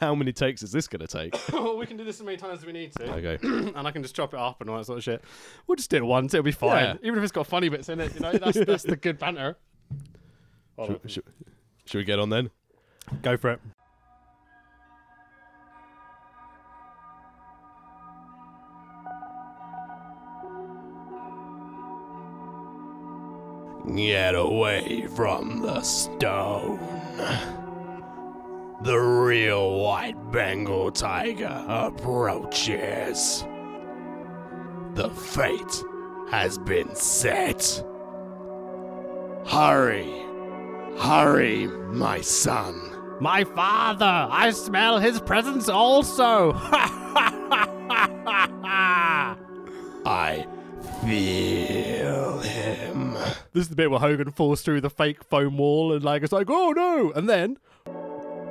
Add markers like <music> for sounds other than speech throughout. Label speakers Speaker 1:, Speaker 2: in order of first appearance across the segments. Speaker 1: how many takes is this going to take?
Speaker 2: well, <laughs> we can do this as many times as we need to.
Speaker 1: Okay.
Speaker 2: <clears throat> and I can just chop it up and all that sort of shit. We'll just do it once. It'll be fine.
Speaker 1: Yeah.
Speaker 2: Even if it's got funny bits in it, you know, that's, that's the good banter.
Speaker 1: should, should, should we get on then?
Speaker 2: Go for it.
Speaker 1: Get away from the stone. The real white Bengal tiger approaches. The fate has been set. Hurry, hurry, my son.
Speaker 2: My father, I smell his presence also. <laughs>
Speaker 1: I feel him.
Speaker 2: this is the bit where Hogan falls through the fake foam wall and like it's like, oh no! And then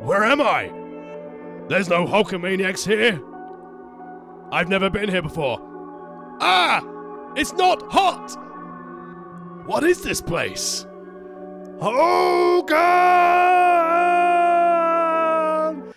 Speaker 1: Where am I? There's no Hulkamaniacs here. I've never been here before. Ah! It's not hot! What is this place?
Speaker 2: Oh!
Speaker 1: Hogan!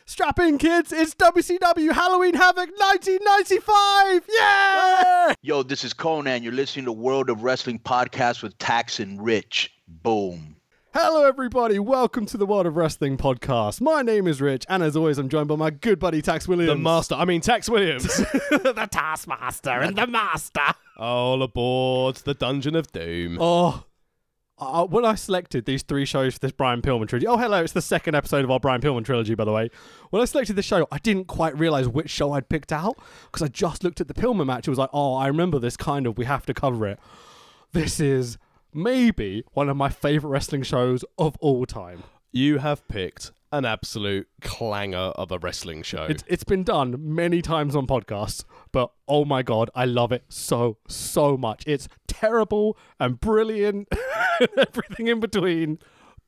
Speaker 2: strap in, kids! It's WCW Halloween Havoc 1995! Yeah!
Speaker 3: Yo, this is Conan. You're listening to World of Wrestling Podcast with Tax and Rich. Boom.
Speaker 2: Hello, everybody. Welcome to the World of Wrestling podcast. My name is Rich, and as always, I'm joined by my good buddy Tax Williams.
Speaker 1: The
Speaker 2: <laughs>
Speaker 1: master, I mean, Tex Williams. <laughs>
Speaker 2: the Taskmaster and the Master.
Speaker 1: All aboard the Dungeon of Doom.
Speaker 2: Oh. Uh, when I selected these three shows for this Brian Pillman trilogy, oh hello, it's the second episode of our Brian Pillman trilogy, by the way. When I selected the show, I didn't quite realize which show I'd picked out because I just looked at the Pillman match. It was like, oh, I remember this kind of. We have to cover it. This is maybe one of my favorite wrestling shows of all time.
Speaker 1: You have picked an absolute clanger of a wrestling show.
Speaker 2: It's, it's been done many times on podcasts, but oh my god, I love it so, so much. It's terrible and brilliant, <laughs> everything in between.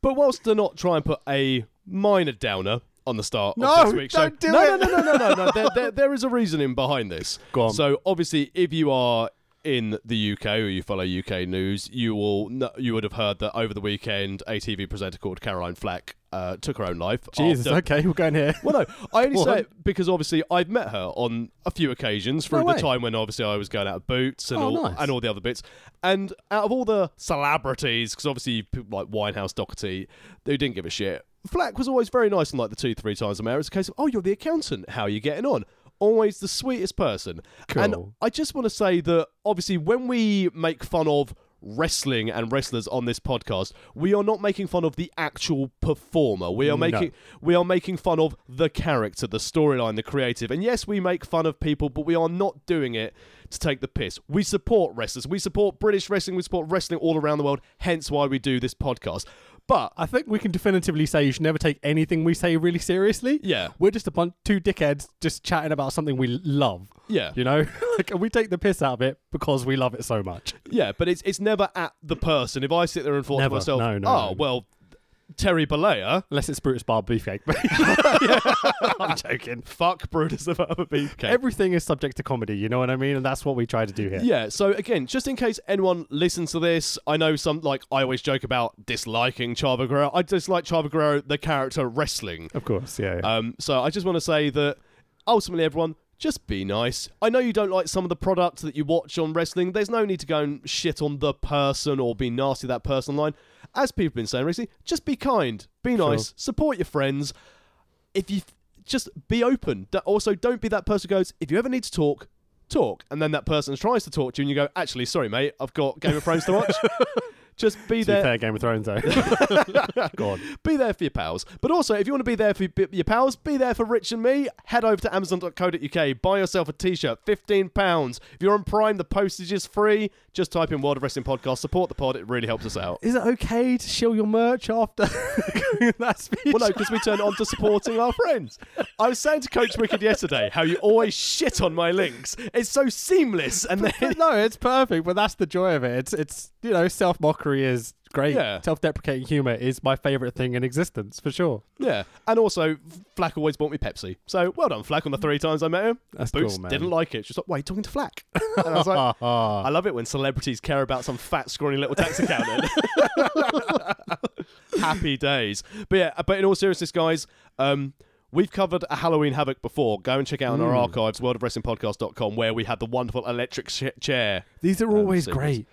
Speaker 1: But whilst to not try and put a minor downer on the start
Speaker 2: No,
Speaker 1: of this week's
Speaker 2: don't
Speaker 1: show,
Speaker 2: do
Speaker 1: no,
Speaker 2: it.
Speaker 1: no,
Speaker 2: <laughs>
Speaker 1: no, no, no, no, no, there, there, there is a reasoning behind this.
Speaker 2: Go on.
Speaker 1: So obviously, if you are in the UK or you follow UK news, you will kn- you would have heard that over the weekend, a TV presenter called Caroline Flack uh, took her own life.
Speaker 2: Jesus,
Speaker 1: after-
Speaker 2: okay, we're going here.
Speaker 1: well, no, I only
Speaker 2: Go on.
Speaker 1: say it because obviously I've met her on a few occasions through
Speaker 2: No
Speaker 1: the
Speaker 2: way.
Speaker 1: time when obviously I was going out of boots and
Speaker 2: Oh,
Speaker 1: all
Speaker 2: nice.
Speaker 1: and all the other bits. And out of all the celebrities, because obviously people like Winehouse, Doherty, they didn't give a shit. Flack was always very nice and like the two, three times a mayor. It's a case of, oh, you're the accountant. How are you getting on? Always the sweetest person. And
Speaker 2: Cool.
Speaker 1: I just want to say that obviously when we make fun of wrestling and wrestlers on this podcast, we are not making fun of the actual performer. We are
Speaker 2: No.
Speaker 1: making we are making fun of the character, the storyline, the creative. And yes, we make fun of people, but we are not doing it to take the piss. We support wrestlers. We support British wrestling. We support wrestling all around the world, hence why we do this podcast. But
Speaker 2: I think we can definitively say you should never take anything we say really seriously.
Speaker 1: Yeah.
Speaker 2: We're just a bunch two dickheads just chatting about something we love.
Speaker 1: Yeah.
Speaker 2: You know? <laughs> like and we take the piss out of it because we love it so much.
Speaker 1: yeah, but it's it's never at the person. If I sit there and thought
Speaker 2: Never.
Speaker 1: to myself,
Speaker 2: No, no,
Speaker 1: oh,
Speaker 2: no.
Speaker 1: well, Terry Bollea,
Speaker 2: Unless it's Brutus
Speaker 1: <laughs>
Speaker 2: Bar Beefcake. <laughs> I'm joking.
Speaker 1: fuck Brutus the Barber Beefcake.
Speaker 2: Everything is subject to comedy, you know what I mean? And that's what we try to do here.
Speaker 1: Yeah, so again, just in case anyone listens to this, I know some like I always joke about disliking Chavo Guerrero. I dislike Chavo Guerrero, the character wrestling.
Speaker 2: Of course, yeah. yeah.
Speaker 1: Um, so I just want to say that ultimately, everyone, just be nice. I know you don't like some of the product that you watch on wrestling. There's no need to go and shit on the person or be nasty to that person online. As people have been saying recently, just be kind, be nice, support your friends. If you just be open. D- Also, don't be that person who goes, if you ever need to talk, talk. And then that person tries to talk to you and you go, actually, sorry, mate, I've got Game of Thrones to watch. just be
Speaker 2: to be
Speaker 1: there
Speaker 2: fair, Game of Thrones,
Speaker 1: <laughs>
Speaker 2: though. Go on.
Speaker 1: be there for your pals. But also, if you want to be there for your- your pals, be there for Rich and me. Head over to amazon.co.uk, buy yourself a t shirt, £15. If you're on Prime, the postage is free. Just type in World of Wrestling Podcast, support the pod, it really helps us
Speaker 2: <laughs>
Speaker 1: out.
Speaker 2: Is it okay to shill your merch after <laughs> going that speech?
Speaker 1: Well, no, because we turn on to supporting our friends. I was saying to Coach Wicked yesterday how you always shit on my links. It's so seamless, and then
Speaker 2: But <laughs> no, it's perfect, but that's the joy of it. It's it's you know, self mockery is great.
Speaker 1: Yeah.
Speaker 2: Self deprecating humor is my favorite thing in existence for sure.
Speaker 1: yeah. And also, Flack always bought me Pepsi. So well done, Flack, on the three times I met him.
Speaker 2: That's
Speaker 1: Boots
Speaker 2: cool, man.
Speaker 1: didn't like it. She's like, "Why are you talking to Flack?" <laughs> And I was like,
Speaker 2: <laughs>
Speaker 1: I love it when celebrities care about some fat, scrawny little
Speaker 2: <laughs>
Speaker 1: tax accountant. <laughs> uh, Happy days. But yeah, but in all seriousness, guys, um, We've covered a Halloween Havoc before. Go and check out in our
Speaker 2: Mm.
Speaker 1: archives, worldofwrestlingpodcast.com, where we had the wonderful electric sh- chair.
Speaker 2: These are always
Speaker 1: sequels.
Speaker 2: great,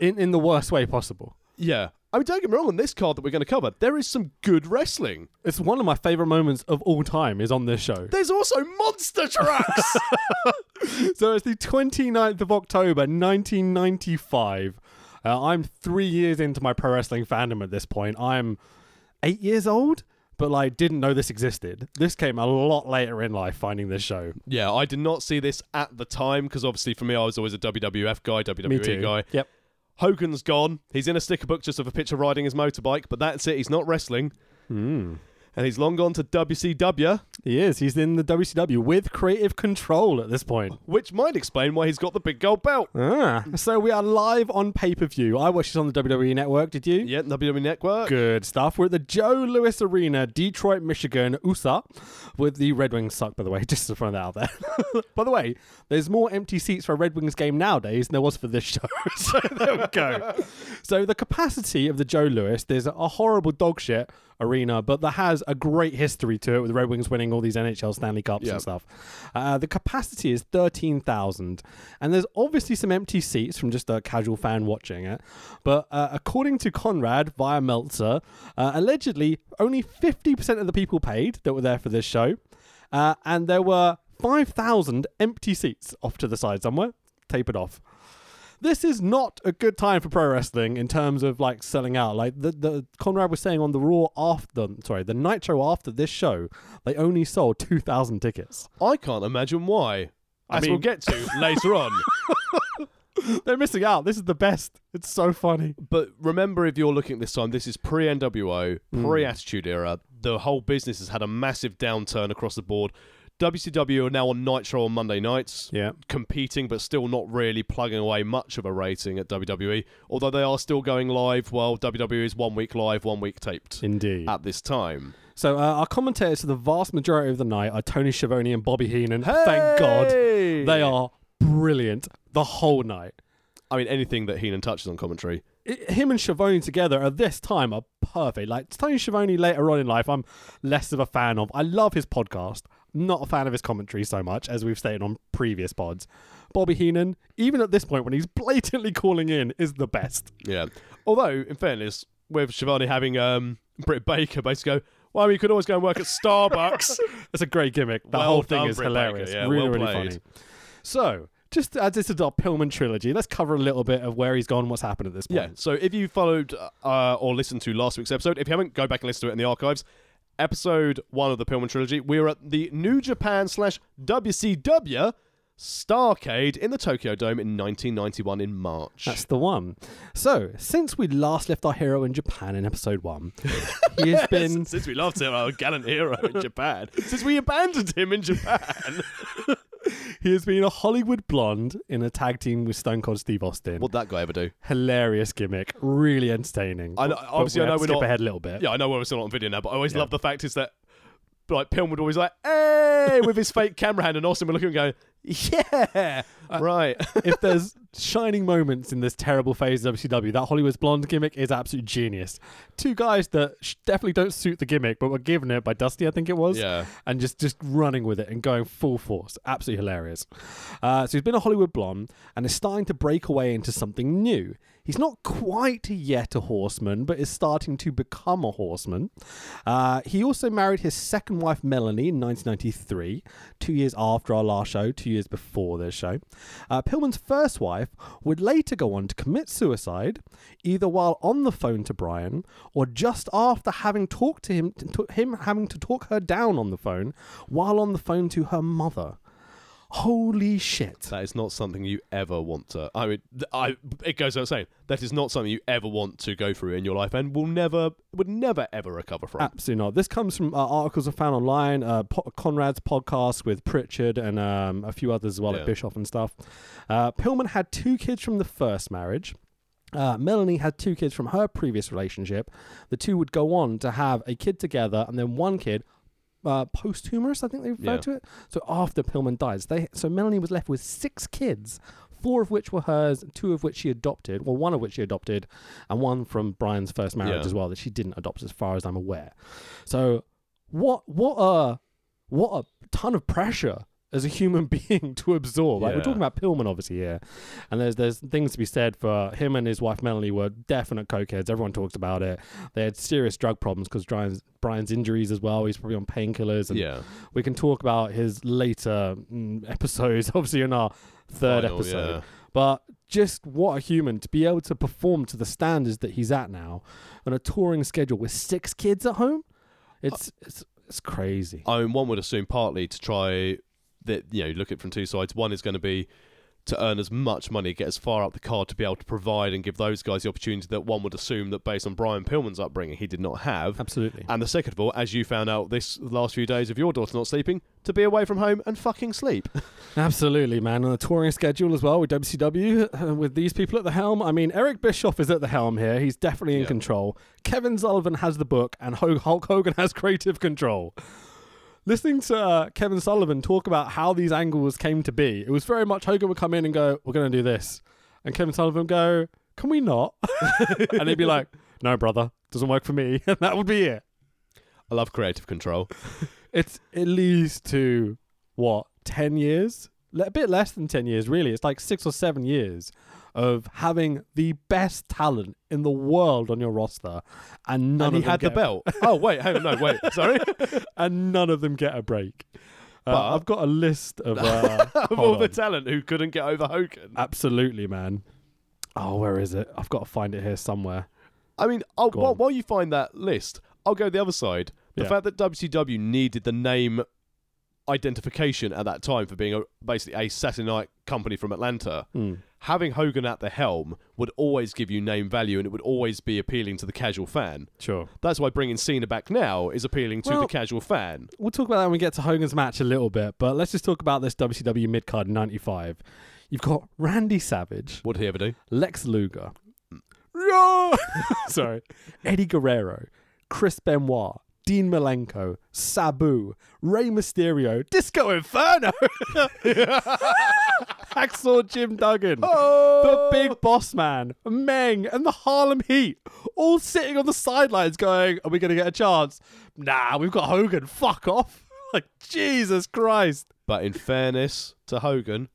Speaker 2: in in the worst way possible.
Speaker 1: Yeah. I mean, don't get me wrong, on this card that we're going to cover, there is some good wrestling.
Speaker 2: It's one of my favorite moments of all time. Is on this show.
Speaker 1: There's also monster trucks!
Speaker 2: So it's the 29th of October 1995. Uh, I'm three years into my pro wrestling fandom at this point. I'm eight years old, but like didn't know this existed. This came a lot later in life finding this show.
Speaker 1: yeah, I did not see this at the time because obviously for me, I was always a WWF guy, WWE guy.
Speaker 2: Yep.
Speaker 1: Hogan's gone. He's in a sticker book just of a picture riding his motorbike, but that's it. He's not wrestling.
Speaker 2: Hmm.
Speaker 1: And he's long gone to WCW,
Speaker 2: He is. He's in the WCW with creative control at this point.
Speaker 1: which might explain why he's got the big gold belt.
Speaker 2: Ah. So we are live on pay per view. I watched this on the WWE network. Did you?
Speaker 1: Yeah, WWE Network.
Speaker 2: Good stuff. We're at the Joe Louis Arena, Detroit, Michigan, USA, with the Red Wings suck, by the way, <laughs> just to find that out there. by the way, there's more empty seats for a Red Wings game nowadays than there was for this show. <laughs> so there we go. so the capacity of the Joe Louis, there's a horrible dog shit arena, but that has a great history to it with the Red Wings winning all these NHL Stanley Cups
Speaker 1: Yeah.
Speaker 2: and stuff. Uh, the capacity is 13,000. And there's obviously some empty seats from just a casual fan watching it. But uh, according to Conrad via Meltzer, uh, allegedly only 50% of the people paid that were there for this show. Uh, and there were 5,000 empty seats off to the side somewhere, tapered off this is not a good time for pro wrestling in terms of like selling out. Like the, the Conrad was saying on the Raw after, sorry, the Nitro after this show, they only sold two thousand tickets. <laughs>
Speaker 1: I can't imagine why.
Speaker 2: I
Speaker 1: As
Speaker 2: mean-
Speaker 1: we'll get to later
Speaker 2: <laughs>
Speaker 1: on.
Speaker 2: They're missing out. This is the best. It's so funny.
Speaker 1: But remember, if you're looking at this time, this is pre NWO,
Speaker 2: Hmm.
Speaker 1: pre Attitude Era. The whole business has had a massive downturn across the board. WCW are now on Nitro on Monday nights,
Speaker 2: Yeah.
Speaker 1: competing but still not really plugging away much of a rating at WWE. Although they are still going live. Well, WWE E is one week live, one week taped
Speaker 2: Indeed.
Speaker 1: at this time.
Speaker 2: So uh, our commentators for the vast majority of the night are Tony Schiavone and Bobby Heenan. Thank God,
Speaker 1: Hey!
Speaker 2: they are brilliant the whole night.
Speaker 1: I mean, anything that Heenan touches on commentary.
Speaker 2: i- him and Schiavone together at this time are perfect. Like Tony Schiavone later on in life, I'm less of a fan of. I love his podcast, not a fan of his commentary so much as we've stated on previous pods. Bobby Heenan, even at this point when he's <laughs> blatantly calling in, is the best.
Speaker 1: Yeah. Although, in fairness, with Shivani having um, Britt Baker basically go, well, you could always go and work at
Speaker 2: <laughs>
Speaker 1: Starbucks.
Speaker 2: That's a great gimmick. That
Speaker 1: Well
Speaker 2: whole thing
Speaker 1: done,
Speaker 2: is
Speaker 1: Britt
Speaker 2: hilarious.
Speaker 1: Baker. Yeah,
Speaker 2: really,
Speaker 1: well
Speaker 2: really
Speaker 1: played.
Speaker 2: funny. So, just as this is our Pillman trilogy, let's cover a little bit of where he's gone, what's happened at this point.
Speaker 1: yeah. So if you followed uh, or listened to last week's episode, if you haven't, go back and listen to it in the archives. Episode one of the Pillman trilogy. We were at the New Japan slash WCW Starcade in the Tokyo Dome in 1991 in March.
Speaker 2: That's the one. So, since we last left our hero in Japan in episode one, he
Speaker 1: <laughs>
Speaker 2: has been
Speaker 1: since we loved him, our gallant hero <laughs> in Japan. Since we abandoned him in Japan.
Speaker 2: He has been a Hollywood blonde in a tag team with Stone Cold Steve
Speaker 1: <laughs>
Speaker 2: Austin.
Speaker 1: What'd that guy ever do?
Speaker 2: Hilarious gimmick, really entertaining.
Speaker 1: I know-
Speaker 2: But
Speaker 1: obviously,
Speaker 2: we
Speaker 1: I
Speaker 2: have
Speaker 1: know
Speaker 2: to
Speaker 1: we're
Speaker 2: skip
Speaker 1: not-
Speaker 2: ahead a little bit.
Speaker 1: Yeah, I know we're still not on video now, but I always love the fact is that like Pilm would always like, hey, with his fake camera hand, and Austin would look at him going, <laughs> yeah, right.
Speaker 2: <laughs> if there's shining moments in this terrible phase of WCW, that Hollywood blonde gimmick is absolute genius. Two guys that sh- definitely don't suit the gimmick, but were given it by Dusty, I think it was.
Speaker 1: Yeah.
Speaker 2: And just just running with it and going full force. Absolutely hilarious. Uh, so he's been a Hollywood blonde and is starting to break away into something new. He's not quite yet a horseman, but is starting to become a horseman. Uh, he also married his second wife, Melanie, in 1993, two years after our last show, two years before this show. Uh, Pillman's first wife would later go on to commit suicide, either while on the phone to Brian or just after having talked to him, to him having to talk her down on the phone while on the phone to her mother. Holy shit.
Speaker 1: That is not something you ever want to. I mean, th- I it goes without saying that is not something you ever want to go through in your life, and will never, would never ever recover from.
Speaker 2: Absolutely not. This comes from uh, articles I found online, uh, po- Conrad's podcast with Pritchard and um, a few others as well,
Speaker 1: Yeah.
Speaker 2: like Bischoff and stuff. Uh, Pillman had two kids from the first marriage. Uh, Melanie had two kids from her previous relationship. The two would go on to have a kid together, and then one kid. Uh, posthumous, I think they refer
Speaker 1: Yeah.
Speaker 2: to it. So after Pillman dies, they so Melanie was left with six kids, four of which were hers, two of which she adopted, well, one of which she adopted, and one from Brian's first marriage
Speaker 1: Yeah.
Speaker 2: as well that she didn't adopt, as far as I'm aware. So what what a what a ton of pressure as a human <laughs> being to absorb. Like we're
Speaker 1: Yeah.
Speaker 2: talking about Pillman obviously here, and there's there's things to be said for him and his wife Melanie were definite cokeheads. Everyone talks about it. They had serious drug problems because Brian's Brian's injuries as well. He's probably on painkillers. And
Speaker 1: Yeah.
Speaker 2: we can talk about his later mm, <laughs> episodes, obviously in our third
Speaker 1: Final,
Speaker 2: episode.
Speaker 1: yeah.
Speaker 2: But just what a human to be able to perform to the standards that he's at now on a touring schedule with six kids at home. It's it's, it's crazy.
Speaker 1: I mean, one would assume partly to try that you know look at it from two sides. One is going to be to earn as much money, get as far up the card to be able to provide and give those guys the opportunity that one would assume that based on Brian Pillman's upbringing he did not have.
Speaker 2: Absolutely.
Speaker 1: And the second of all, as you found out this last few days of your daughter not sleeping, to be away from home and fucking sleep. <laughs>
Speaker 2: Absolutely, man. On the touring schedule as well with WCW, uh, with these people at the helm. I mean, Eric Bischoff is at the helm here. He's definitely in
Speaker 1: Yeah.
Speaker 2: control. Kevin Sullivan has the book, and Ho- Hulk Hogan has creative control. Listening to uh, Kevin Sullivan talk about how these angles came to be, it was very much Hogan would come in and go, "We're going to do this," and Kevin Sullivan would go, "Can we not?" <laughs> and he'd be like, "No, brother, doesn't work for me," <laughs> and that would be it
Speaker 1: I love creative control.
Speaker 2: it's at least to what 10 years Le- a bit less than 10 years really it's like six or seven years of having the best talent in the world on your roster and none
Speaker 1: and he had
Speaker 2: of them get,
Speaker 1: the belt. oh wait, hang on, no, <laughs> wait, sorry.
Speaker 2: <laughs> and none of them get a break Uh,
Speaker 1: But-
Speaker 2: i've got a list
Speaker 1: <laughs>
Speaker 2: of, uh,
Speaker 1: of
Speaker 2: hold
Speaker 1: all the
Speaker 2: on.
Speaker 1: talent who couldn't get over Hogan.
Speaker 2: absolutely man oh where is it i've got to find it here somewhere
Speaker 1: I mean, I'll,
Speaker 2: Go
Speaker 1: while,
Speaker 2: on.
Speaker 1: while you find that list, I'll go the other side. The
Speaker 2: Yeah.
Speaker 1: fact that WCW needed the name identification at that time for being a, basically a Saturday night company from Atlanta, having Hogan at the helm would always give you name value and it would always be appealing to the casual fan.
Speaker 2: sure
Speaker 1: That's why bringing Cena back now is appealing to
Speaker 2: Well-
Speaker 1: the casual fan.
Speaker 2: we'll talk about that when we get to Hogan's match a little bit, but let's just talk about this WCW mid card 95. You've got Randy Savage,
Speaker 1: What did he ever do?
Speaker 2: Lex Luger, Yeah! <laughs> sorry, Eddie Guerrero, Chris Benoit, Dean Malenko, Sabu, Rey Mysterio, Disco Inferno, <laughs> Hacksaw Jim Duggan, the Big Boss Man, Meng, and the Harlem Heat, all sitting on the sidelines going, Are we going to get a chance? Nah, we've got Hogan, fuck off. <laughs> Like, Jesus Christ.
Speaker 1: But in fairness to Hogan,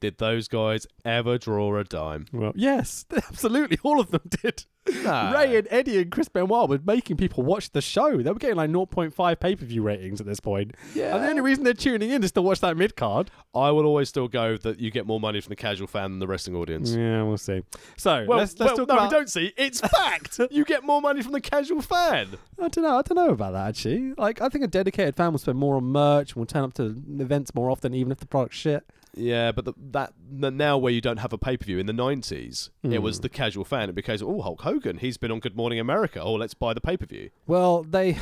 Speaker 1: did those guys ever draw a dime?
Speaker 2: Well, yes, <laughs> absolutely. All of them did.
Speaker 1: Nah.
Speaker 2: Ray and Eddie and Chris Benoit were making people watch the show. They were getting like 0.5 pay per view ratings at this point.
Speaker 1: Yeah.
Speaker 2: And the only reason they're tuning in is to watch that mid card.
Speaker 1: I will always still go that you get more money from the casual fan than the wrestling audience.
Speaker 2: Yeah, we'll see. So
Speaker 1: Well,
Speaker 2: let's, let's
Speaker 1: well,
Speaker 2: talk
Speaker 1: no,
Speaker 2: about.
Speaker 1: we don't see. It's <laughs> fact. you get more money from the casual fan.
Speaker 2: I don't know. I don't know about that actually. Like, I think a dedicated fan will spend more on merch and will turn up to events more often, even if the product's shit.
Speaker 1: Yeah, but the, that the, now where you don't have a pay per view in the nineties, it was the casual fan. It became oh Hulk Hogan, he's been on Good Morning America. Oh, let's buy the pay per view
Speaker 2: Well, they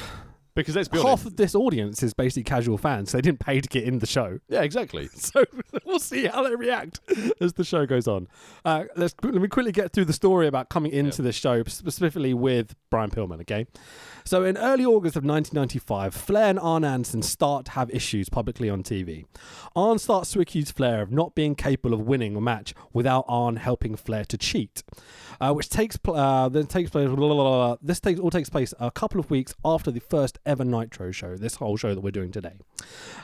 Speaker 1: because let's be
Speaker 2: half
Speaker 1: honest.
Speaker 2: of this audience is basically casual fans. So they didn't pay to get in the show.
Speaker 1: Yeah, exactly.
Speaker 2: <laughs> So we'll see how they react as the show goes on. Uh, let's let me quickly get through the story about coming into this show specifically with Brian Pillman. Okay, so in early August of 1995, Flair and Arn Anderson start to have issues publicly on TV. Arn starts to accuse Flair of not being capable of winning a match without Arn helping Flair to cheat, uh, which takes pl- uh, then takes place. Blah, blah, blah, blah. This takes all takes place a couple of weeks after the first ever Nitro show. This whole show that we're doing today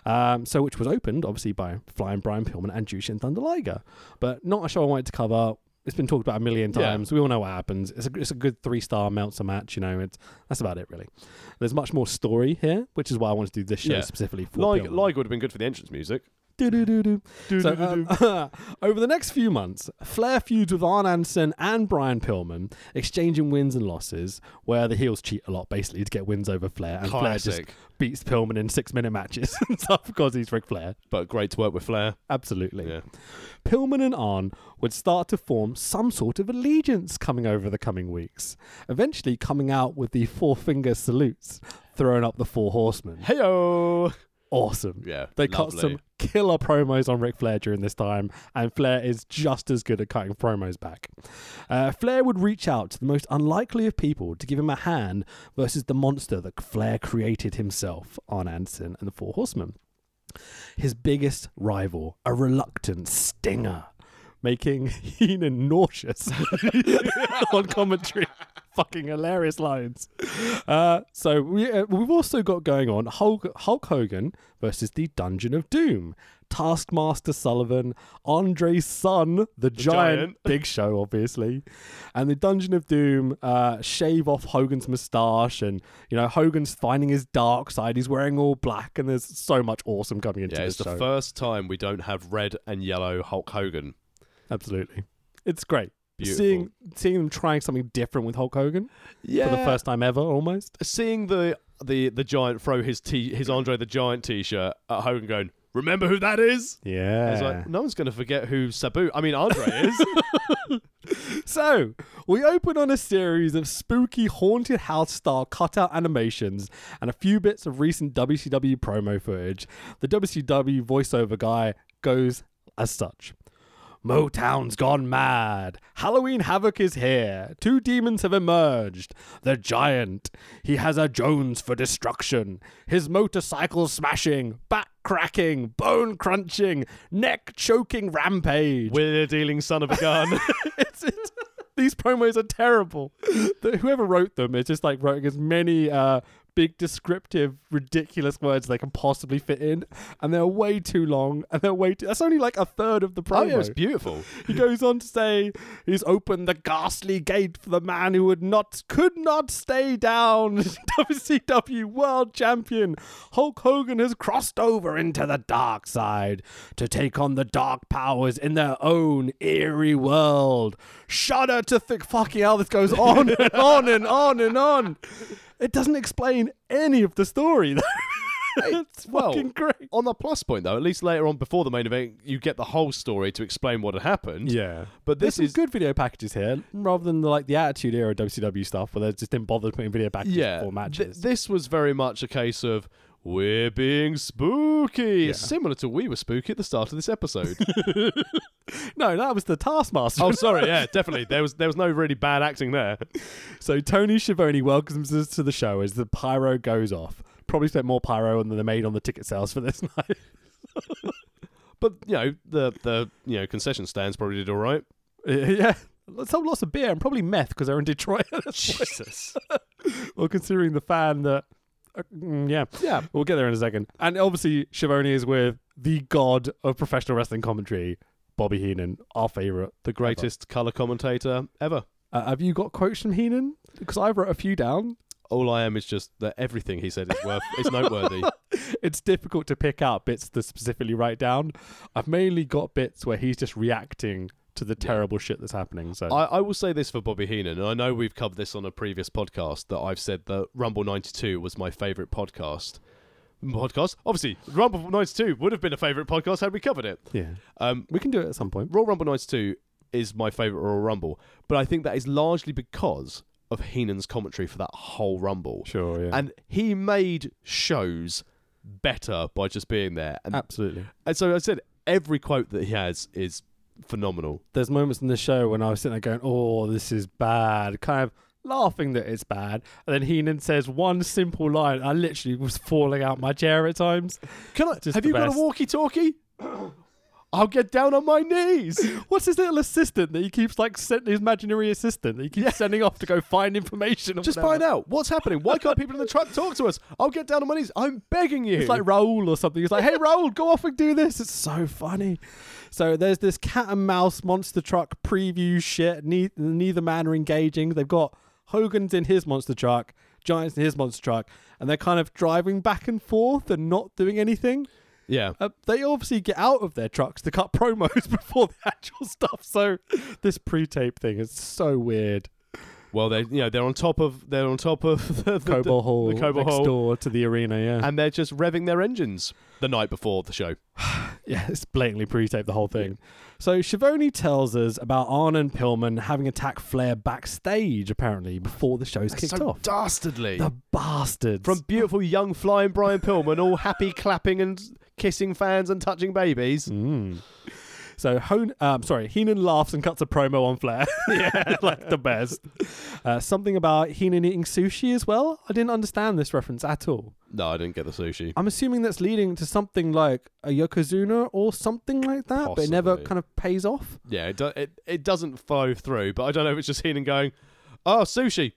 Speaker 2: um, so which was opened obviously by Flying Brian Pillman and Jushin Thunder Liger, but not a show I wanted to cover. It's been talked about a million
Speaker 1: Yeah.
Speaker 2: times. We all know what happens. It's a, it's a good three star Meltzer match, you know. It's that's about it really. There's much more story here, which is why I wanted to do this show
Speaker 1: Yeah.
Speaker 2: specifically for
Speaker 1: Liger,
Speaker 2: Pillman.
Speaker 1: Liger would have been good for the entrance music.
Speaker 2: Doo-doo-doo-doo. So, um, <laughs> over the next few months, Flair feuds with Arn Anderson and Brian Pillman, exchanging wins and losses, where the heels cheat a lot basically to get wins over Flair, and Flair
Speaker 1: Classic.
Speaker 2: just beats Pillman in six minute matches <laughs> and stuff because he's Ric Flair.
Speaker 1: But great to work with Flair.
Speaker 2: Absolutely.
Speaker 1: Yeah.
Speaker 2: Pillman and Arn would start to form some sort of allegiance coming over the coming weeks, eventually coming out with the four finger salutes throwing up the four horsemen.
Speaker 1: Heyo.
Speaker 2: Awesome.
Speaker 1: Yeah,
Speaker 2: They
Speaker 1: lovely.
Speaker 2: cut some killer promos on Ric Flair during this time, and Flair is just as good at cutting promos back. Uh, Flair would reach out to the most unlikely of people to give him a hand versus the monster that Flair created himself, Arn Anderson and the Four Horsemen. His biggest rival, a reluctant <laughs> stinger, making Heenan nauseous on commentary fucking hilarious lines. Uh, so we, uh, we've also got going on Hulk, Hulk Hogan versus the Dungeon of Doom. Taskmaster Sullivan, Andre's son, the, giant,
Speaker 1: giant.
Speaker 2: <laughs> Big Show, obviously, and the Dungeon of Doom uh, shave off Hogan's moustache, and you know Hogan's finding his dark side. He's wearing all black, and there's so much awesome coming into
Speaker 1: Yeah,
Speaker 2: this
Speaker 1: it's the
Speaker 2: show.
Speaker 1: first time we don't have red and yellow Hulk Hogan.
Speaker 2: Absolutely, it's great.
Speaker 1: Beautiful.
Speaker 2: Seeing seeing them trying something different with Hulk Hogan
Speaker 1: Yeah,
Speaker 2: for the first time ever, almost.
Speaker 1: seeing the the the giant throw his t his Andre the Giant T-shirt at Hogan, going, "Remember who that is?" I was
Speaker 2: Yeah.
Speaker 1: like, "No one's going to forget who Sabu. I mean, Andre
Speaker 2: <laughs>
Speaker 1: is."
Speaker 2: So, we open on a series of spooky haunted house style cutout animations and a few bits of recent WCW promo footage. The WCW voiceover guy goes as such. Motown's gone mad. Halloween Havoc is here. Two demons have emerged. The Giant. He has a Jones for destruction. His motorcycle smashing, back cracking, bone crunching, neck choking rampage
Speaker 1: We're dealing son of a <laughs> gun.
Speaker 2: <laughs> it's, it's, these promos are terrible. The- whoever wrote them is just like writing as many uh, big, descriptive, ridiculous words they can possibly fit in, and they're way too long, and they're way too. That's only like a third of the
Speaker 1: oh,
Speaker 2: promo.
Speaker 1: yeah, it's beautiful.
Speaker 2: he goes on to say, "He's opened the ghastly gate for the man who would not, could not stay down." <laughs> WCW World Champion Hulk Hogan has crossed over into the dark side to take on the dark powers in their own eerie world. Shudder to think, fucking hell, this goes on and on and on and on. It doesn't explain any of the story. though. <laughs> it's
Speaker 1: well,
Speaker 2: fucking great.
Speaker 1: On the plus point, though, at least later on before the main event, you get the whole story to explain what had happened.
Speaker 2: Yeah.
Speaker 1: But this
Speaker 2: There's some
Speaker 1: is
Speaker 2: good video packages here, rather than the, like the Attitude Era WCW stuff, where they just didn't bother putting video packages
Speaker 1: yeah.
Speaker 2: for
Speaker 1: th-
Speaker 2: matches.
Speaker 1: this was very much a case of we're being spooky, similar to we were spooky at the start of this episode. <laughs>
Speaker 2: no, that was the Taskmaster.
Speaker 1: oh, sorry, yeah, definitely. There was there was no really bad acting there.
Speaker 2: <laughs> So Tony Schiavone welcomes us to the show as the pyro goes off. Probably spent more pyro than they made on the ticket sales for
Speaker 1: <laughs>
Speaker 2: this <laughs> night.
Speaker 1: But you know the the you know concession stands probably did all right.
Speaker 2: yeah. Let's have lots of beer and probably meth because they're in Detroit. <laughs>
Speaker 1: Jesus.
Speaker 2: well, considering the fan that. uh, mm, yeah.
Speaker 1: Yeah.
Speaker 2: We'll get there in a second. And obviously, Schiavone is with the god of professional wrestling commentary, Bobby Heenan, our favourite.
Speaker 1: <laughs> The greatest color commentator ever.
Speaker 2: Uh, have you got quotes from Heenan? Because I wrote a few down.
Speaker 1: All I am is just that everything he said is worth is noteworthy.
Speaker 2: It's difficult to pick out bits to specifically write down. I've mainly got bits where he's just reacting to the terrible shit that's happening. So
Speaker 1: I, I will say this for Bobby Heenan, and I know we've covered this on a previous podcast that I've said that Rumble 92 was my favourite podcast. Podcast? Obviously, Rumble 92 would have been a favourite podcast had we covered it.
Speaker 2: yeah,
Speaker 1: Um,
Speaker 2: we can do it at some point.
Speaker 1: Royal Rumble 92 is my favourite Royal Rumble, but I think that is largely because of Heenan's commentary for that whole Rumble.
Speaker 2: Sure, yeah,
Speaker 1: And he made shows better by just being there. And,
Speaker 2: absolutely.
Speaker 1: and so I said, every quote that he has is phenomenal.
Speaker 2: There's moments in the show when I was sitting there going, "Oh, this is bad," kind of laughing that it's bad, and then Heenan says one simple line. I literally was falling out my chair at times.
Speaker 1: Can I?
Speaker 2: Just
Speaker 1: have
Speaker 2: the
Speaker 1: you got
Speaker 2: best.
Speaker 1: a walkie-talkie? <coughs> I'll get down on my
Speaker 2: <coughs>
Speaker 1: knees.
Speaker 2: What's his little assistant that he keeps like sent his imaginary assistant that he keeps sending off to go find information? Or
Speaker 1: Just
Speaker 2: whatever.
Speaker 1: find out what's happening. Why can't people in the truck talk to us? I'll get down on my knees. I'm begging you.
Speaker 2: It's like Raoul or something. He's like, hey, Raoul, go off and do this. It's so funny. So there's this cat and mouse monster truck preview shit. Neither, neither man are engaging. They've got Hogan's in his monster truck, Giant's in his monster truck, and they're kind of driving back and forth and not doing anything.
Speaker 1: <laughs> yeah,
Speaker 2: Uh, they obviously get out of their trucks to cut <laughs> promos before the actual stuff. So this pre-tape thing is so weird.
Speaker 1: well they you know they're on top of they're on top of <laughs> the, the, the-
Speaker 2: Cobalt Hall,
Speaker 1: the Cobalt
Speaker 2: next
Speaker 1: Hall.
Speaker 2: door to the arena. Yeah,
Speaker 1: and they're just revving their engines the night before the show.
Speaker 2: Yeah, <laughs> it's blatantly pre-taped the whole thing. So Schiavone tells us about Arn and Pillman having attacked Flair backstage apparently before the show's kicked
Speaker 1: so
Speaker 2: off.
Speaker 1: dastardly.
Speaker 2: the bastards
Speaker 1: From beautiful young flying Brian Pillman, all happy clapping and kissing fans and touching babies.
Speaker 2: Mm. So, Hon- um, sorry, Heenan laughs and cuts a promo on
Speaker 1: <laughs>
Speaker 2: Flair. <laughs> yeah, like the best. Uh, something about Heenan eating sushi as well. I didn't understand this reference at all.
Speaker 1: No, I didn't get the sushi.
Speaker 2: I'm assuming that's leading to something like a yokozuna or something like that, but it never
Speaker 1: Possibly.
Speaker 2: kind of pays off.
Speaker 1: Yeah, it, do- it it doesn't flow through, but I don't know if it's just Heenan going, "Oh, sushi,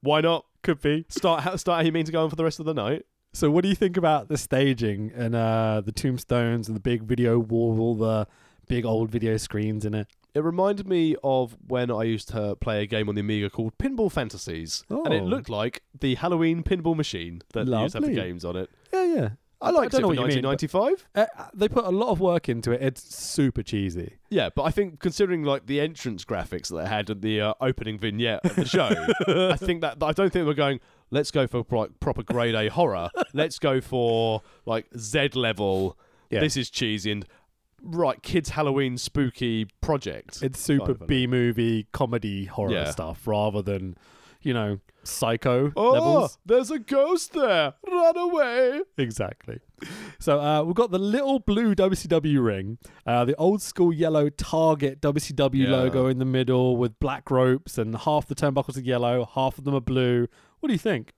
Speaker 1: Why not?
Speaker 2: Could be.
Speaker 1: Start how, start how you mean to go on for the rest of the night.
Speaker 2: So, what do you think about the staging and uh, the tombstones and the big video wall with all the big old video screens in it?
Speaker 1: It reminded me of when I used to play a game on the Amiga called Pinball Fantasies, and it
Speaker 2: Oh.
Speaker 1: looked like the Halloween pinball machine that used to have the
Speaker 2: Lovely.
Speaker 1: games on it.
Speaker 2: Yeah, yeah.
Speaker 1: I liked
Speaker 2: I
Speaker 1: it
Speaker 2: don't
Speaker 1: for
Speaker 2: know what you mean, but-
Speaker 1: 1995.
Speaker 2: Uh, uh, they put a lot of work into it. It's super cheesy.
Speaker 1: Yeah, but I think considering like the entrance graphics that they had and the uh, opening vignette of the
Speaker 2: <laughs>
Speaker 1: show, I think that I don't think we're going. Let's go for like proper grade A horror. Let's go for like Z level.
Speaker 2: Yeah.
Speaker 1: This is cheesy and right kids Halloween spooky project.
Speaker 2: It's super
Speaker 1: Kind of a-
Speaker 2: B movie comedy horror
Speaker 1: Yeah.
Speaker 2: stuff rather than, you know, psycho
Speaker 1: oh,
Speaker 2: levels.
Speaker 1: there's a ghost there. Run away.
Speaker 2: Exactly. So uh, we've got the little blue WCW ring, uh, the old school yellow Target WCW
Speaker 1: Yeah.
Speaker 2: logo in the middle with black ropes, and half the turnbuckles are yellow, half of them are blue. What do you think?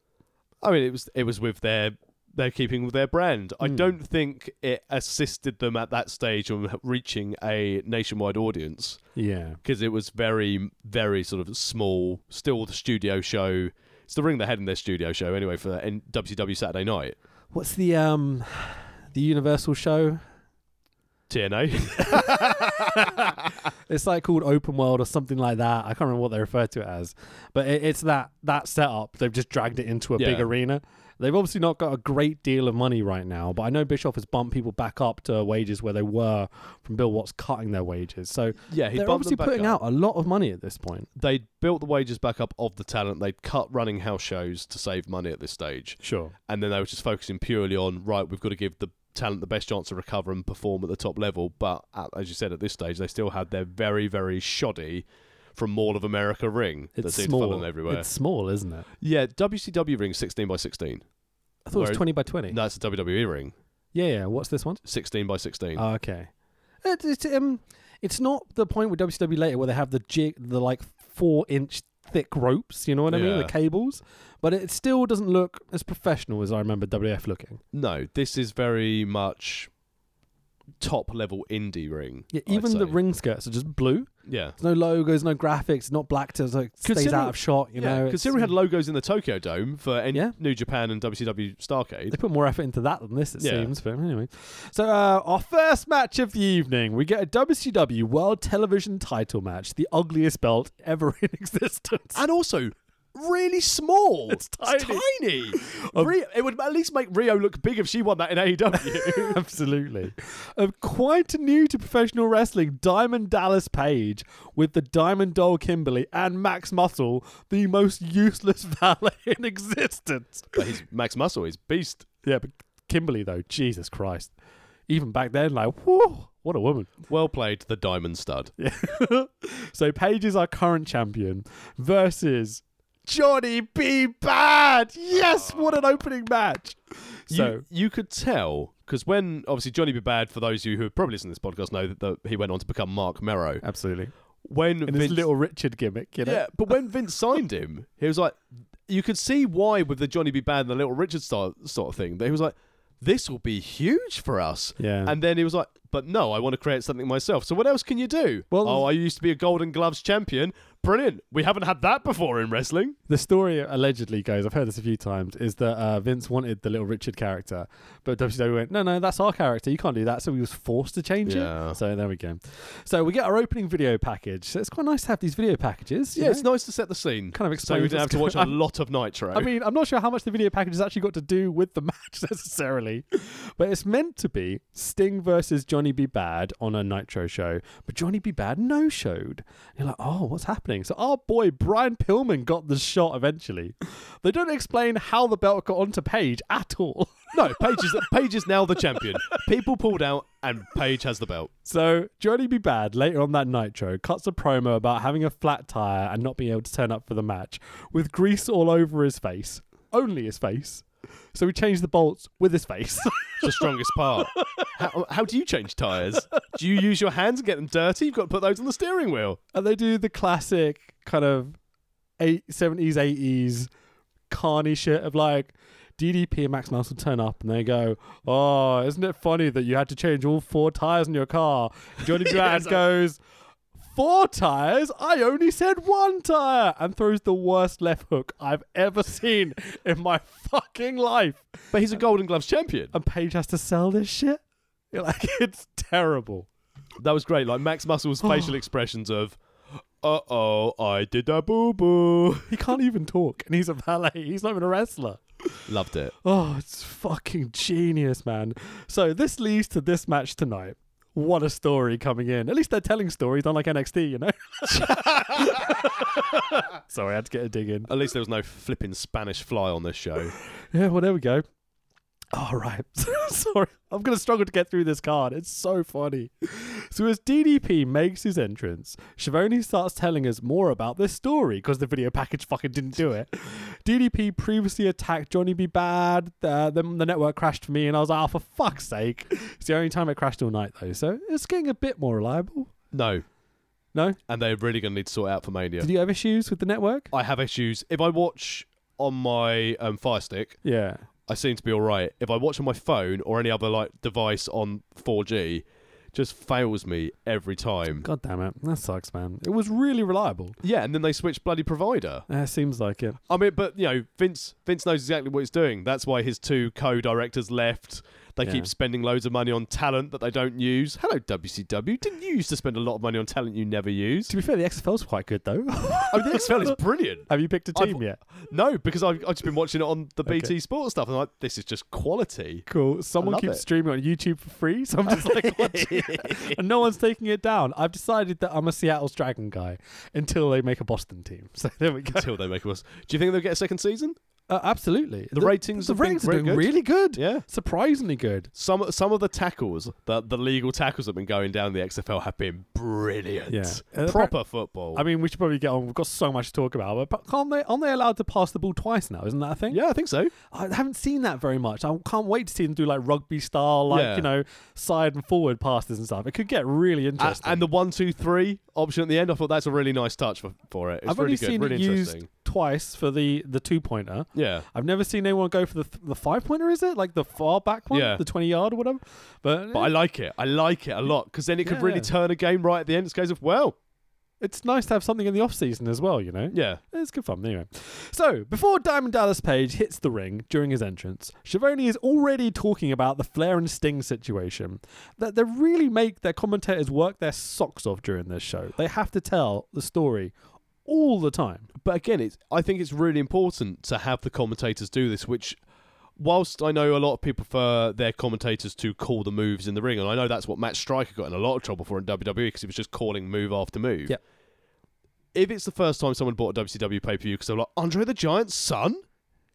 Speaker 1: I mean, it was it was with their they're keeping with their brand. I
Speaker 2: Hmm.
Speaker 1: don't think it assisted them at that stage on reaching a nationwide audience.
Speaker 2: Yeah.
Speaker 1: because it was very, very sort of small. Still the studio show. It's the ring they had in their studio show anyway for N- WCW Saturday Night
Speaker 2: What's the um, the Universal show?
Speaker 1: TNA.
Speaker 2: It's like called Open World or something like that. I can't remember what they refer to it as, but it, it's that that setup. They've just dragged it into a big
Speaker 1: Yeah.
Speaker 2: arena. They've obviously not got a great deal of money right now, but I know Bischoff has bumped people back up to wages where they were from Bill Watts cutting their wages. So
Speaker 1: <laughs> yeah, he
Speaker 2: they're
Speaker 1: bumped them
Speaker 2: obviously
Speaker 1: back
Speaker 2: putting
Speaker 1: up.
Speaker 2: out a lot of money at this point.
Speaker 1: They'd built the wages back up of the talent. They'd cut running house shows to save money at this stage,
Speaker 2: Sure.
Speaker 1: and then they were just focusing purely on right. We've got to give the talent the best chance to recover and perform at the top level. But at, as you said, at this stage, they still had their very, very shoddy. From Mall of America ring that
Speaker 2: It's
Speaker 1: seemed to follow
Speaker 2: small.
Speaker 1: them everywhere.
Speaker 2: It's small, isn't it?
Speaker 1: Yeah, WCW ring sixteen by sixteen.
Speaker 2: I thought it
Speaker 1: Whereas-
Speaker 2: was 20 by 20.
Speaker 1: No, it's a WWE E ring.
Speaker 2: Yeah, yeah. What's this one?
Speaker 1: 16 by 16.
Speaker 2: Oh, okay. It, it's um, it's not the point with WCW later where they have the jig, the like four inch thick ropes. You know what I mean?
Speaker 1: Yeah.
Speaker 2: The cables, but it still doesn't look as professional as I remember WF looking.
Speaker 1: no, this is very much top level indie ring.
Speaker 2: Yeah,
Speaker 1: I'd
Speaker 2: even the
Speaker 1: say.
Speaker 2: ring skirts are just blue.
Speaker 1: Yeah.
Speaker 2: There's no logos, no graphics, not black to like stays
Speaker 1: Considering-
Speaker 2: out of shot. You know,
Speaker 1: yeah,
Speaker 2: it's-
Speaker 1: considering we had logos in the Tokyo Dome for N-
Speaker 2: Yeah.
Speaker 1: New Japan and WCW Starcade.
Speaker 2: <laughs> They put more effort into that than this, it
Speaker 1: Yeah.
Speaker 2: seems. But anyway, so uh, our first match of the evening, we get a WCW World Television Title match, the ugliest belt ever <laughs> in existence.
Speaker 1: And also, really
Speaker 2: <laughs>
Speaker 1: small. It's
Speaker 2: tiny. Um,
Speaker 1: tiny.
Speaker 2: <laughs>
Speaker 1: Rio- it would at least make Rio look big if she won that in E AEW. <laughs>
Speaker 2: Absolutely. Of quite new to professional wrestling, Diamond Dallas Page with the Diamond Doll Kimberly and Max Muscle, the most useless <laughs> valet in existence.
Speaker 1: but he's Max Muscle, he's beast.
Speaker 2: Yeah, but Kimberly, though, Jesus Christ. Even back then, like, whoa, what a woman. <laughs>
Speaker 1: Well played, the Diamond Stud.
Speaker 2: so Paige is our current champion versus Johnny B. Bad. Yes, what an opening match. So.
Speaker 1: you, you could tell because when obviously Johnny B. Bad, for those of you who have probably listened to this podcast, know that, that he went on to become Mark Merrow.
Speaker 2: Absolutely.
Speaker 1: When
Speaker 2: And this
Speaker 1: Vince,
Speaker 2: Uh, little Richard gimmick, you know?
Speaker 1: yeah, but when Vince signed him, he was like, you could see why with the Johnny B. Bad and the Little Richard style, sort of thing. That he was like, this will be huge for us.
Speaker 2: Yeah.
Speaker 1: And then he was like, but no, I want to create something myself. So what else can you do?
Speaker 2: Well-
Speaker 1: oh, I used to be a Golden Gloves champion. Brilliant. We haven't had that before in wrestling.
Speaker 2: The story allegedly goes, I've heard this a few times, is that uh, Vince wanted the little Richard character, but WCW went, no, no, that's our character. You can't do that. So he was forced to change
Speaker 1: Yeah.
Speaker 2: it. So there we go. So we get our opening video package. So it's quite nice to have these video packages. you
Speaker 1: Yeah, it's
Speaker 2: know?
Speaker 1: nice to set the scene.
Speaker 2: Kind of
Speaker 1: so we
Speaker 2: explains
Speaker 1: didn't have
Speaker 2: what's
Speaker 1: to watch a
Speaker 2: <laughs> going on.
Speaker 1: lot of Nitro.
Speaker 2: I mean, I'm not sure how much the video package has actually got to do with the <laughs> match necessarily, but it's meant to be Sting versus Johnny B. Bad on a Nitro show, but Johnny B. Bad no showed. You're like, oh, what's happening? So our boy Brian Pillman got the shot eventually. They don't explain how the belt got onto Paige at all. <laughs>
Speaker 1: No, Paige is, Paige is now the champion. People pulled out, and Paige has the belt.
Speaker 2: So Johnny B. Bad later on that Nitro cuts a promo about having a flat tire and not being able to turn up for the match with grease all over his face, only his face. So he changed the bolts with his face. <laughs>
Speaker 1: It's the strongest part. How, how do you change tyres? Do you use your hands and get them dirty? You've got to put those on the steering wheel.
Speaker 2: and they do the classic kind of eight seventies, eighties carny shit of like DDP and Max Muscle turn up and they go, "Oh, isn't it funny that you had to change all four tires on your car?" Johnny Brad goes, four tires. I only said one tire. And throws the worst left hook I've ever seen in my fucking life.
Speaker 1: But he's a Golden Gloves champion.
Speaker 2: And Paige has to sell this shit. You're like, <laughs> it's terrible.
Speaker 1: That was great. Like Max Muscle's
Speaker 2: Oh.
Speaker 1: facial expressions of, uh oh, I did a boo boo.
Speaker 2: He can't even talk, and he's a valet. He's not even a wrestler.
Speaker 1: Loved it.
Speaker 2: Oh, it's fucking genius, man. So this leads to this match tonight. What a story coming in. At least they're telling stories, unlike NXT, you know? <laughs> Sorry, I had to get a dig in.
Speaker 1: At least there was no flipping Spanish fly on this show.
Speaker 2: Yeah, well, there we go. All right. <laughs> Sorry. I'm going to struggle to get through this card. It's so funny. So, as DDP makes his entrance, Shavoni starts telling us more about this story because the video package fucking didn't do it. DDP previously attacked Johnny B. Bad. Uh, then the network crashed for me, and I was like, oh, for fuck's sake. It's the only time it crashed all night, though. So, it's getting a bit more reliable.
Speaker 1: No,
Speaker 2: No?
Speaker 1: and they're really going to need to sort it out for Mania.
Speaker 2: Did you have issues with the network?
Speaker 1: I have issues. If I watch on my um, Fire Stick,
Speaker 2: Yeah.
Speaker 1: I seem to be all right. If I watch on my phone or any other like device on 4G, just fails me every time.
Speaker 2: God damn it. That sucks, man. It was really reliable.
Speaker 1: Yeah, and then they switch bloody provider.
Speaker 2: Uh, seems like it.
Speaker 1: I mean, but you know, Vince Vince knows exactly what he's doing. That's why his two co-directors left. They
Speaker 2: Yeah.
Speaker 1: keep spending loads of money on talent that they don't use. Hello, WCW. Didn't you used to spend a lot of money on talent you never used?
Speaker 2: <laughs> To be fair, the XFL's quite good, <laughs> though.
Speaker 1: Oh, the XFL
Speaker 2: <laughs>
Speaker 1: is brilliant.
Speaker 2: Have you picked a
Speaker 1: I've-
Speaker 2: team yet?
Speaker 1: No, because I've, I've just been watching it on the
Speaker 2: Okay.
Speaker 1: BT Sports stuff, and I'm like, this is just quality.
Speaker 2: Cool. Someone
Speaker 1: love
Speaker 2: keeps
Speaker 1: it.
Speaker 2: streaming on YouTube for free, so I'm just like watching <laughs> it. And no one's taking it down. I've decided that I'm a Seattle's Dragon guy until they make a Boston team. <laughs> So there we go.
Speaker 1: Until they make us. Do you think they'll get a second season?
Speaker 2: Uh, absolutely.
Speaker 1: The ratings
Speaker 2: the
Speaker 1: have been
Speaker 2: ratings
Speaker 1: very
Speaker 2: are doing
Speaker 1: good.
Speaker 2: really good.
Speaker 1: Yeah.
Speaker 2: Surprisingly good.
Speaker 1: Some some of the tackles, the the legal tackles that have been going down the XFL have been brilliant.
Speaker 2: Yeah. Uh,
Speaker 1: Proper football.
Speaker 2: I mean, we should probably get on. We've got so much to talk about. But can't they? Aren't they allowed to pass the ball twice now? Isn't that a thing?
Speaker 1: yeah, I think so.
Speaker 2: I haven't seen that very much. I can't wait to see them do like rugby style, like
Speaker 1: Yeah.
Speaker 2: you know, side and forward passes and stuff. It could get really
Speaker 1: A-
Speaker 2: interesting.
Speaker 1: and the one, two, three option at the end, I thought that's a really nice touch for, for it. It's
Speaker 2: I've
Speaker 1: really
Speaker 2: only
Speaker 1: good,
Speaker 2: seen
Speaker 1: really
Speaker 2: it
Speaker 1: interesting.
Speaker 2: used twice for the the two pointer.
Speaker 1: Yeah.
Speaker 2: I've never seen anyone go for the th- the five pointer. Is it like the far back one,
Speaker 1: Yeah.
Speaker 2: the twenty yard or whatever? But,
Speaker 1: But I like it. I like it a lot because then it could really
Speaker 2: Uh, Yeah.
Speaker 1: turn a game right at the end. It's a case of, well,
Speaker 2: it's nice to have something in the off season as well. You know,
Speaker 1: yeah.
Speaker 2: It's good fun. Anyway, so before Diamond Dallas Page hits the ring during his entrance, Schiavone is already talking about the Flair and Sting situation. That they really make their commentators work their socks off during this show. They have to tell the story all the time.
Speaker 1: But again, it's, I think it's really important to have the commentators do this, which, whilst I know a lot of people prefer their commentators to call the moves in the ring, and I know that's what Matt Stryker got in a lot of trouble for in WWE because he was just calling move after move.
Speaker 2: Yep.
Speaker 1: If it's the first time someone bought a WCW pay per view because they're like, Andre the Giant's son?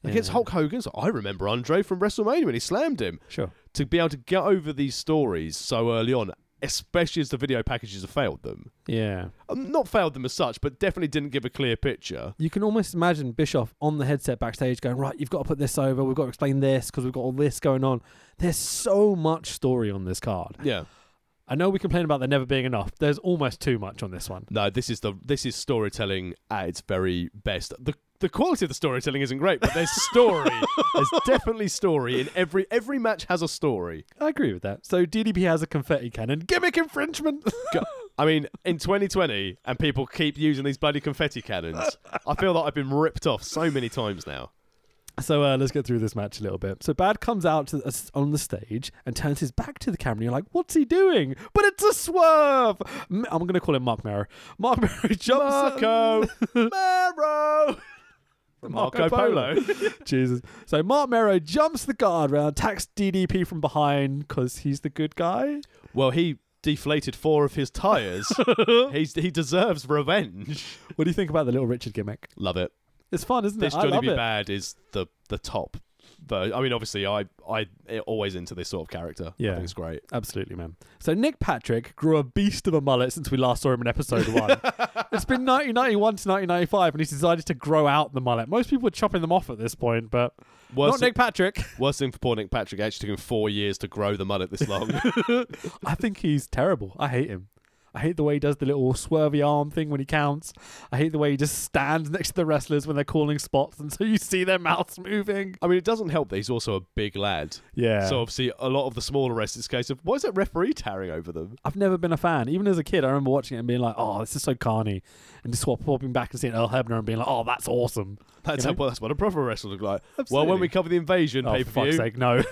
Speaker 1: Against
Speaker 2: Yeah.
Speaker 1: Hulk Hogan, so I remember Andre from WrestleMania when he slammed him.
Speaker 2: Sure.
Speaker 1: To be able to get over these stories so early on, especially as the video packages have failed them.
Speaker 2: Yeah.
Speaker 1: Um, Not failed them as such, but definitely didn't give a clear picture.
Speaker 2: You can almost imagine Bischoff on the headset backstage going, right, you've got to put this over. We've got to explain this because we've got all this going on. There's so much story on this card.
Speaker 1: Yeah.
Speaker 2: I know we complain about there never being enough. There's almost too much on this one.
Speaker 1: No, this is the this is storytelling at its very best. The the quality of the storytelling isn't great, but there's
Speaker 2: <laughs>
Speaker 1: story. there's definitely story in every every match has a story.
Speaker 2: I agree with that. So DDP has a confetti cannon. Gimmick infringement.
Speaker 1: Go- I mean, in 2020, and people keep using these bloody confetti cannons. I feel that I've been ripped off so many times now.
Speaker 2: so uh, let's get through this match a little bit. So Bad comes out to us on the stage and turns his back to the camera. And you're like, what's he doing? But it's a swerve. M- I'm going to call him Mark Merrow. Mark Merrow <laughs> jumps. <laughs>
Speaker 1: Marco Mero. Marco Polo. <laughs>
Speaker 2: Jesus. So Mark Merrow jumps the guardrail, attacks DDP from behind because he's the good guy.
Speaker 1: Well, he deflated four of his
Speaker 2: <laughs>
Speaker 1: tires. He's, he deserves revenge.
Speaker 2: What do you think about the little Richard gimmick?
Speaker 1: Love it.
Speaker 2: It's fun, isn't
Speaker 1: this
Speaker 2: it? I
Speaker 1: Johnny
Speaker 2: love
Speaker 1: B.
Speaker 2: it.
Speaker 1: Bad is the the top. But I mean, obviously, I I always into this sort of character. I
Speaker 2: Yeah.
Speaker 1: think it's great.
Speaker 2: Absolutely, man. So Nick Patrick grew a beast of a mullet since we last saw him in episode one. <laughs> it's been 1991 to 1995, and he's decided to grow out the mullet. Most people are chopping them off at this point, but
Speaker 1: Worst,
Speaker 2: not Nick <laughs> Patrick.
Speaker 1: worst thing for poor Nick
Speaker 2: <laughs>
Speaker 1: Patrick. it Actually, took him four years to grow the mullet this long.
Speaker 2: I think he's terrible. I hate him. I hate the way he does the little swervy arm thing when he counts. I hate the way he just stands next to the wrestlers when they're calling spots, and <laughs> so you see their mouths moving.
Speaker 1: I mean, it doesn't help that he's also a big lad.
Speaker 2: Yeah.
Speaker 1: So obviously, a lot of the smaller wrestlers, it's a case of why is that referee towering over them?
Speaker 2: I've never been a fan. Even as a kid, I remember watching it and being like, "Oh, this is so carny," and just swap popping back and seeing Earl Hebner and being like, "Oh, that's awesome."
Speaker 1: That's,
Speaker 2: You know?
Speaker 1: how, that's what a proper wrestler look like. Well, when
Speaker 2: Absolutely.
Speaker 1: we cover the invasion
Speaker 2: Oh,
Speaker 1: pay
Speaker 2: for
Speaker 1: per view,
Speaker 2: fuck's sake, no. <laughs>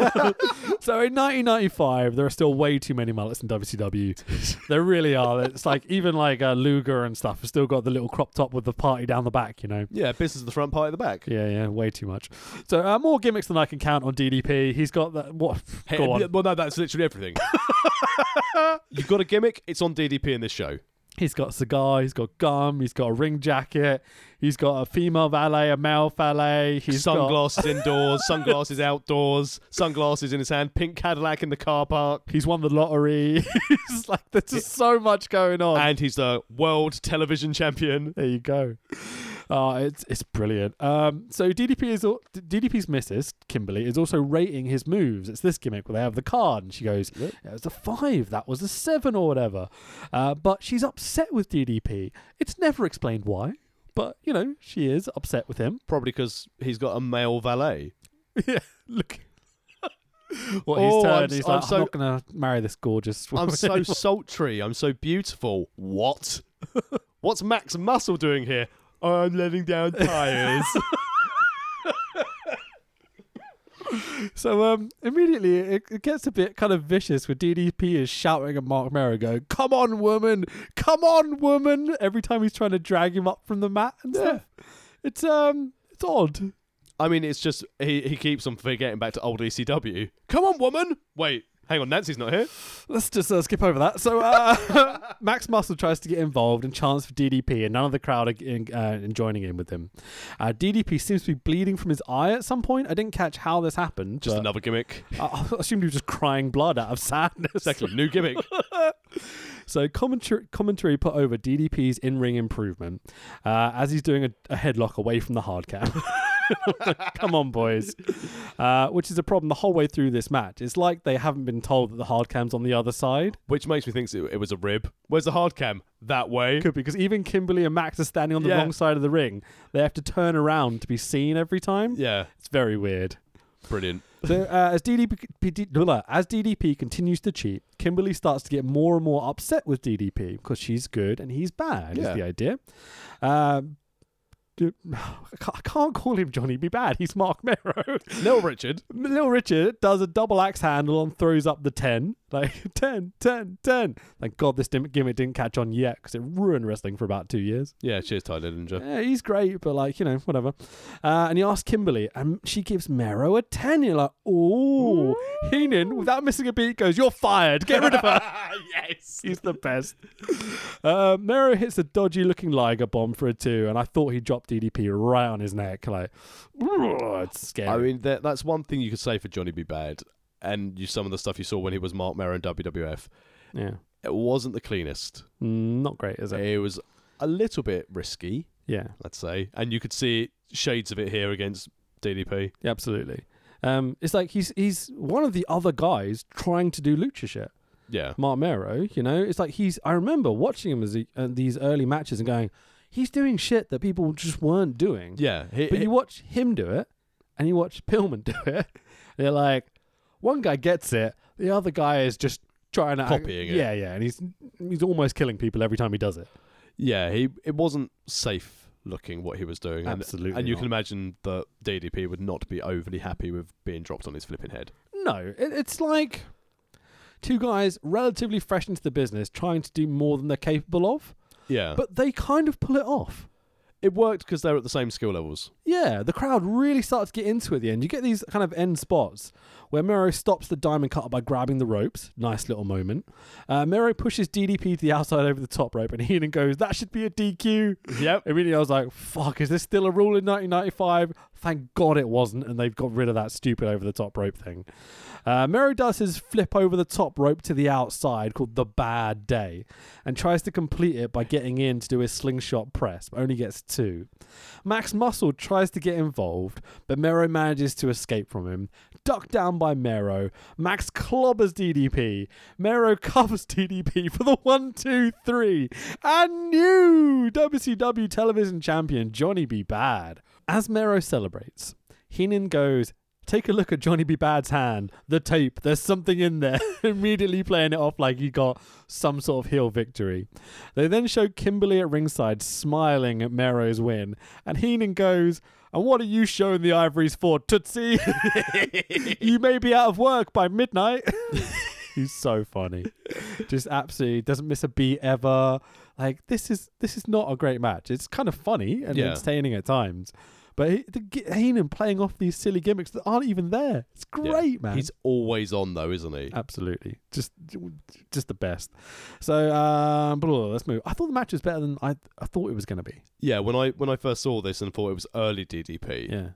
Speaker 2: so in 1995, there are still way too many mullets in WCW. there really are. It's like even like uh, Luger and stuff has still got the little crop top with the party down the back, you know.
Speaker 1: yeah, business at the front, party at the back.
Speaker 2: Yeah, yeah, way too much. So uh, more gimmicks than I can count on DDP. He's got that. What?
Speaker 1: Hey,
Speaker 2: Go on.
Speaker 1: yeah, Well, no, that's literally
Speaker 2: <laughs>
Speaker 1: everything. You've got a gimmick. It's on DDP in this show.
Speaker 2: He's got a cigar. He's got gum. He's got a ring jacket. He's got a female valet, a male valet. He's got.
Speaker 1: sunglasses indoors, sunglasses outdoors, sunglasses in his hand, pink Cadillac in the car park,
Speaker 2: He's won the lottery. <laughs> He's like there's just so much going on.
Speaker 1: and he's the world television champion.
Speaker 2: There you go. Uh, it's it's brilliant. Um, so DDP is al- DDP's missus Kimberly is also rating his moves. It's this gimmick where they have the card and she goes, "It was a five, that was a seven, or whatever." Uh, but she's upset with DDP. It's never explained why, but you know she is upset with him. <laughs>
Speaker 1: Probably because he's got a male valet.
Speaker 2: yeah, look. <laughs> What
Speaker 1: Oh,
Speaker 2: he's
Speaker 1: I'm
Speaker 2: turned,
Speaker 1: s-
Speaker 2: he's
Speaker 1: I'm
Speaker 2: like, I'm,
Speaker 1: so-
Speaker 2: not gonna marry this gorgeous.
Speaker 1: I'm
Speaker 2: woman."
Speaker 1: <laughs> so sultry. I'm so beautiful. What? What's Max Muscle doing here? I'm letting down tires. <laughs>
Speaker 2: So um, immediately it, it gets a bit kind of vicious with DDP is shouting at Mark Merrow, going, "Come on, woman! Come on, woman!" Every time he's trying to drag him up from the mat and stuff. It's um, it's odd.
Speaker 1: I mean, it's just he, he keeps on forgetting back to old ECW. Come on, woman. Wait, hang on. Nancy's not here.
Speaker 2: Let's just uh, skip over that. So uh, <laughs> Max Muscle tries to get involved and chants for DDP, and none of the crowd are in, uh, in joining in with him. Uh, DDP seems to be bleeding from his eye at some point. I didn't catch how this happened.
Speaker 1: Just
Speaker 2: but
Speaker 1: another gimmick.
Speaker 2: I, I assumed he was just crying blood out of <laughs> sadness.
Speaker 1: Exactly. New <laughs> gimmick.
Speaker 2: So commentary, commentary put over DDP's in-ring improvement uh, as he's doing a, a headlock away from the hard cap. <laughs> Come on, boys. Uh, which is a problem the whole way through this match. It's like they haven't been told that the hard cam's on the other side.
Speaker 1: Which makes me think it, it was a rib. Where's the hard cam? That way.
Speaker 2: Could be because even Kimberly and Max are standing on the
Speaker 1: Yeah.
Speaker 2: wrong side of the ring. They have to turn around to be seen every time.
Speaker 1: Yeah,
Speaker 2: It's very weird.
Speaker 1: brilliant.
Speaker 2: So uh, as DDP p- d- blah, as DDP continues to cheat, Kimberly starts to get more and more upset with DDP because she's good and he's bad.
Speaker 1: Yeah.
Speaker 2: Is the idea? Um, d- <sighs> I ca- I can't call him Johnny B. Bad. He's Mark Merrow. <laughs>
Speaker 1: Little Richard.
Speaker 2: Little Richard does a double axe handle and throws up the 10. Like <laughs> 10, 10, 10. Thank God this dim- gimmick didn't catch on yet because it ruined wrestling for about two years.
Speaker 1: Yeah, cheers, Ty Dillinger.
Speaker 2: Yeah, he's great, but like, you know, whatever. Uh, and he asks Kimberly, and she gives Mero a 10. You're like, ooh. Heenan, without missing a beat, goes, You're fired. Get rid of her.
Speaker 1: <laughs> yes.
Speaker 2: he's the best. Uh, Mero hits a dodgy looking Liger bomb for a two, and I thought he dropped DDP right on his neck. Like, "Ooh, it's scary.
Speaker 1: I mean, that, that's one thing you could say for Johnny B. Bad, and you, some of the stuff you saw when he was Mark Merrow in WWF.
Speaker 2: yeah.
Speaker 1: It wasn't the cleanest.
Speaker 2: Mm, Not great, is it?
Speaker 1: It was a little bit risky,
Speaker 2: Yeah.
Speaker 1: let's say, and you could see shades of it here against DDP.
Speaker 2: Yeah, absolutely. Um, it's like he's he's one of the other guys trying to do lucha shit.
Speaker 1: Yeah,
Speaker 2: Mark Mero, you know, it's like he's. I remember watching him as he, uh, these early matches and going, he's doing shit that people just weren't doing.
Speaker 1: yeah. He,
Speaker 2: But
Speaker 1: he-
Speaker 2: you watch him do it, and you watch Pillman <laughs> do it. And you're like, one guy gets it, the other guy is just trying to
Speaker 1: Copying it.
Speaker 2: Yeah, yeah, and he's he's almost killing people every time he does it.
Speaker 1: yeah. He it wasn't safe looking what he was doing. and-
Speaker 2: Absolutely
Speaker 1: And you
Speaker 2: not.
Speaker 1: can imagine that DDP would not be overly happy with being dropped on his flipping head.
Speaker 2: No, it, it's like two guys relatively fresh into the business trying to do more than they're capable of,
Speaker 1: Yeah,
Speaker 2: but they kind of pull it off.
Speaker 1: it worked because they were at the same skill levels.
Speaker 2: Yeah, the crowd really starts to get into it at the end. You get these kind of end spots where Mero stops the diamond cutter by grabbing the ropes. Nice little moment. Uh, Mero pushes DDP to the outside over the top rope, and <laughs> Heenan goes, That should be a DQ.
Speaker 1: Yep.
Speaker 2: Immediately, I was like, Fuck, is this still a rule in 1995? Thank God it wasn't, and they've got rid of that stupid over the top rope thing. Uh, Mero does his flip over the top rope to the outside called the Bad Day and tries to complete it by getting in to do his slingshot press, but only gets two. Max Muscle tries tries to get involved, but Mero manages to escape from him. Ducked down by Mero, Max clobbers DDP. Mero <laughs> covers DDP for the one, two, three, and new WCW television champion Johnny B. Bad. As Mero celebrates, Heenan goes, Take a look at Johnny B. Bad's hand, the tape, there's something in there, <laughs> immediately playing it off like he got some sort of heel victory. They then show Kimberly at ringside smiling at Mero's win, and Heenan goes, And what are you showing the ivories for, Tootsie? <laughs> you may be out of work by midnight. <laughs> He's so funny. Just absolutely doesn't miss a beat ever. Like this is this is not a great match. It's kind of funny and
Speaker 1: Yeah.
Speaker 2: entertaining at times. But he, the, G- Heenan playing off these silly gimmicks that aren't even there. It's
Speaker 1: Yeah.
Speaker 2: great, man. Uh,
Speaker 1: He's always on though, isn't he?
Speaker 2: Absolutely, just just the best. So um, blah, blah, blah, let's move. I thought the match was better than I, I thought it was going to be.
Speaker 1: yeah. When I when I first saw this and thought it was early DDP.
Speaker 2: Yeah,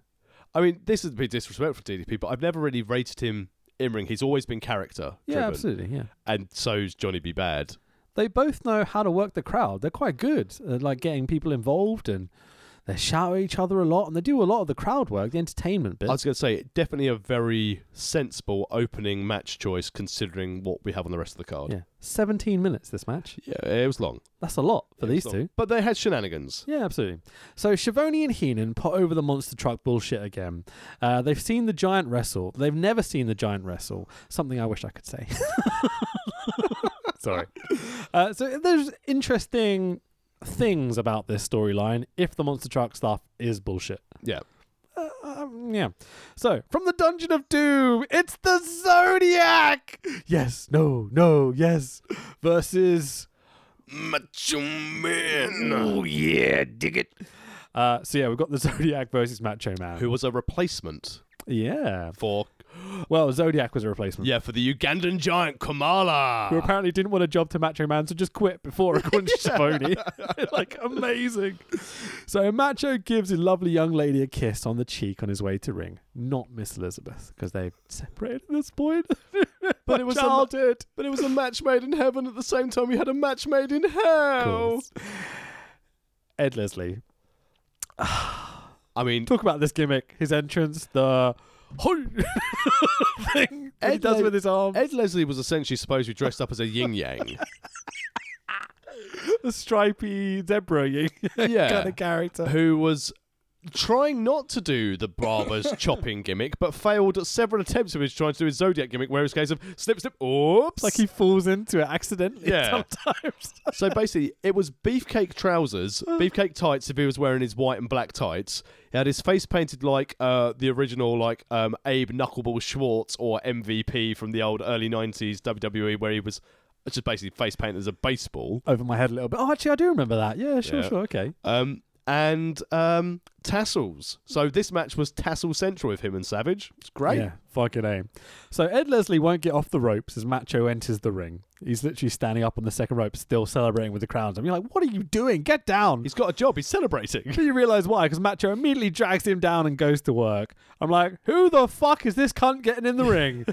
Speaker 1: I mean, this is a bit disrespectful to DDP, but I've never really rated him in ring. He's always been character.
Speaker 2: yeah,
Speaker 1: driven,
Speaker 2: absolutely. Yeah,
Speaker 1: And so's Johnny B. Bad.
Speaker 2: they both know how to work the crowd. They're quite good at like getting people involved and they shout at each other a lot and they do a lot of the crowd work, the entertainment bit.
Speaker 1: I was going to say, definitely a very sensible opening match choice considering what we have on the rest of the card.
Speaker 2: yeah, seventeen minutes this match.
Speaker 1: Yeah, it was long.
Speaker 2: That's a lot for
Speaker 1: It was
Speaker 2: these
Speaker 1: long.
Speaker 2: two.
Speaker 1: But they had shenanigans.
Speaker 2: Yeah, absolutely. So Schiavone and Heenan pot over the monster truck bullshit again. Uh, they've seen the giant wrestle. They've never seen the giant wrestle. Something I wish I could say. <laughs> Sorry. Uh, so there's interesting things about this storyline if the monster truck stuff is bullshit.
Speaker 1: Yeah.
Speaker 2: Uh, um, yeah. So, from the Dungeon of Doom, it's the Zodiac! Yes, no, no, yes. Versus
Speaker 3: Macho Man.
Speaker 1: Oh,
Speaker 2: yeah, dig it. Uh, so yeah, we've got the <laughs> Zodiac versus Macho Man.
Speaker 1: Who was a replacement
Speaker 2: Yeah.
Speaker 1: for
Speaker 2: Well, Zodiac was a replacement.
Speaker 1: yeah for the Ugandan giant Kamala.
Speaker 2: Who apparently didn't want a job to Macho Man, so just quit
Speaker 1: <laughs>
Speaker 2: before according to Schiavone. <laughs> like amazing. So Macho gives a lovely young lady a kiss on the cheek on his way to ring. Not Miss Elizabeth, because they separated at this point. <laughs> but
Speaker 1: it was a-
Speaker 2: childhood.
Speaker 1: But it was a match made in heaven at the same time we had a match made in hell.
Speaker 2: Ed Leslie.
Speaker 1: I <laughs> mean,
Speaker 2: Talk about this gimmick. His entrance, the <laughs> "Hoi!" thing that he
Speaker 1: Ed
Speaker 2: does
Speaker 1: Le-
Speaker 2: with his arm.
Speaker 1: Ed Leslie was essentially supposed to be dressed up as a yin yang.
Speaker 2: the stripy zebra you
Speaker 1: <laughs> Yeah.
Speaker 2: kind of character.
Speaker 1: who was trying not to do the <laughs> barber's chopping gimmick, but failed at several attempts of his trying to do his zodiac gimmick, where it's a case of slip, slip, oops.
Speaker 2: Like he falls into it accidentally
Speaker 1: Yeah.
Speaker 2: <laughs> sometimes.
Speaker 1: so basically, it was beefcake trousers,
Speaker 2: Ah.
Speaker 1: beefcake tights. If he was wearing his white and black tights, he had his face painted like uh, the original, like um, Abe Knuckleball Schwartz or MVP from the old early '90s WWE, E where he was just basically face painted as a baseball.
Speaker 2: Over my head a little bit. Oh, actually, I do remember that. Yeah, sure,
Speaker 1: Yeah.
Speaker 2: sure, okay.
Speaker 1: Um, and um, tassels. So this match was tassel central with him and Savage. It's great.
Speaker 2: Yeah, fucking aim. So Ed Leslie won't get off the ropes as Macho enters the ring. He's literally standing up on the second rope, still celebrating with the crowd. I'm like, what are you doing? Get down.
Speaker 1: He's got a job. He's
Speaker 2: <laughs>
Speaker 1: celebrating. <laughs>
Speaker 2: But you realise why? Because Macho immediately drags him down and goes to work. I'm like, who the fuck is this cunt getting in the ring?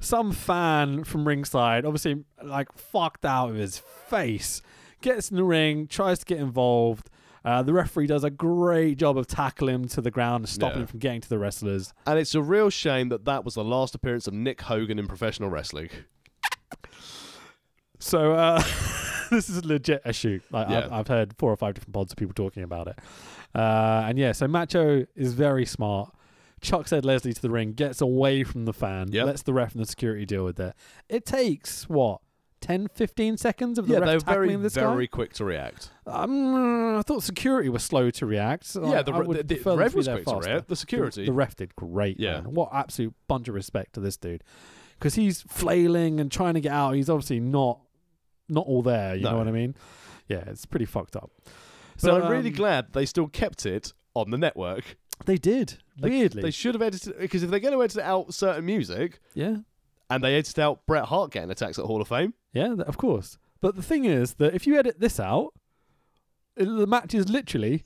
Speaker 2: Some fan from ringside, obviously like fucked out of his face, gets in the ring, tries to get involved. Uh, the referee does a great job of tackling him to the ground and stopping
Speaker 1: Yeah.
Speaker 2: him from getting to the wrestlers.
Speaker 1: And it's a real shame that that was the last appearance of Nick Hogan in professional wrestling.
Speaker 2: So uh, <laughs> this is legit a shoot. Like I've,
Speaker 1: Yeah.
Speaker 2: I've heard four or five different pods of people talking about it. Uh, and yeah, so Macho is very smart. Chuck said Leslie to the ring, gets away from the fan,
Speaker 1: Yep.
Speaker 2: lets the ref and the security deal with it. It takes what 10, 15 seconds of the ref
Speaker 1: they were
Speaker 2: tackling
Speaker 1: very,
Speaker 2: this
Speaker 1: very quick to react.
Speaker 2: guy. Um, I thought security was slow to react. So
Speaker 1: yeah,
Speaker 2: I-
Speaker 1: the,
Speaker 2: I would
Speaker 1: the, the,
Speaker 2: prefer
Speaker 1: the
Speaker 2: them
Speaker 1: rev
Speaker 2: be
Speaker 1: was
Speaker 2: there
Speaker 1: quick to
Speaker 2: faster.
Speaker 1: react. eh? The security.
Speaker 2: The, the ref did great.
Speaker 1: Yeah.
Speaker 2: man. What absolute bunch of respect to this dude. Because he's flailing and trying to get out. He's obviously not not all there. You
Speaker 1: No.
Speaker 2: know what I mean? Yeah, it's pretty fucked up.
Speaker 1: but I'm really
Speaker 2: um,
Speaker 1: glad they still kept it on the network.
Speaker 2: they did. Weirdly,
Speaker 1: They should have edited because if they're going to edit out certain music
Speaker 2: yeah,
Speaker 1: and they edited out Bret Hart getting attacks at Hall of Fame,
Speaker 2: yeah, th- of course. But the thing is that if you edit this out, it- the match is literally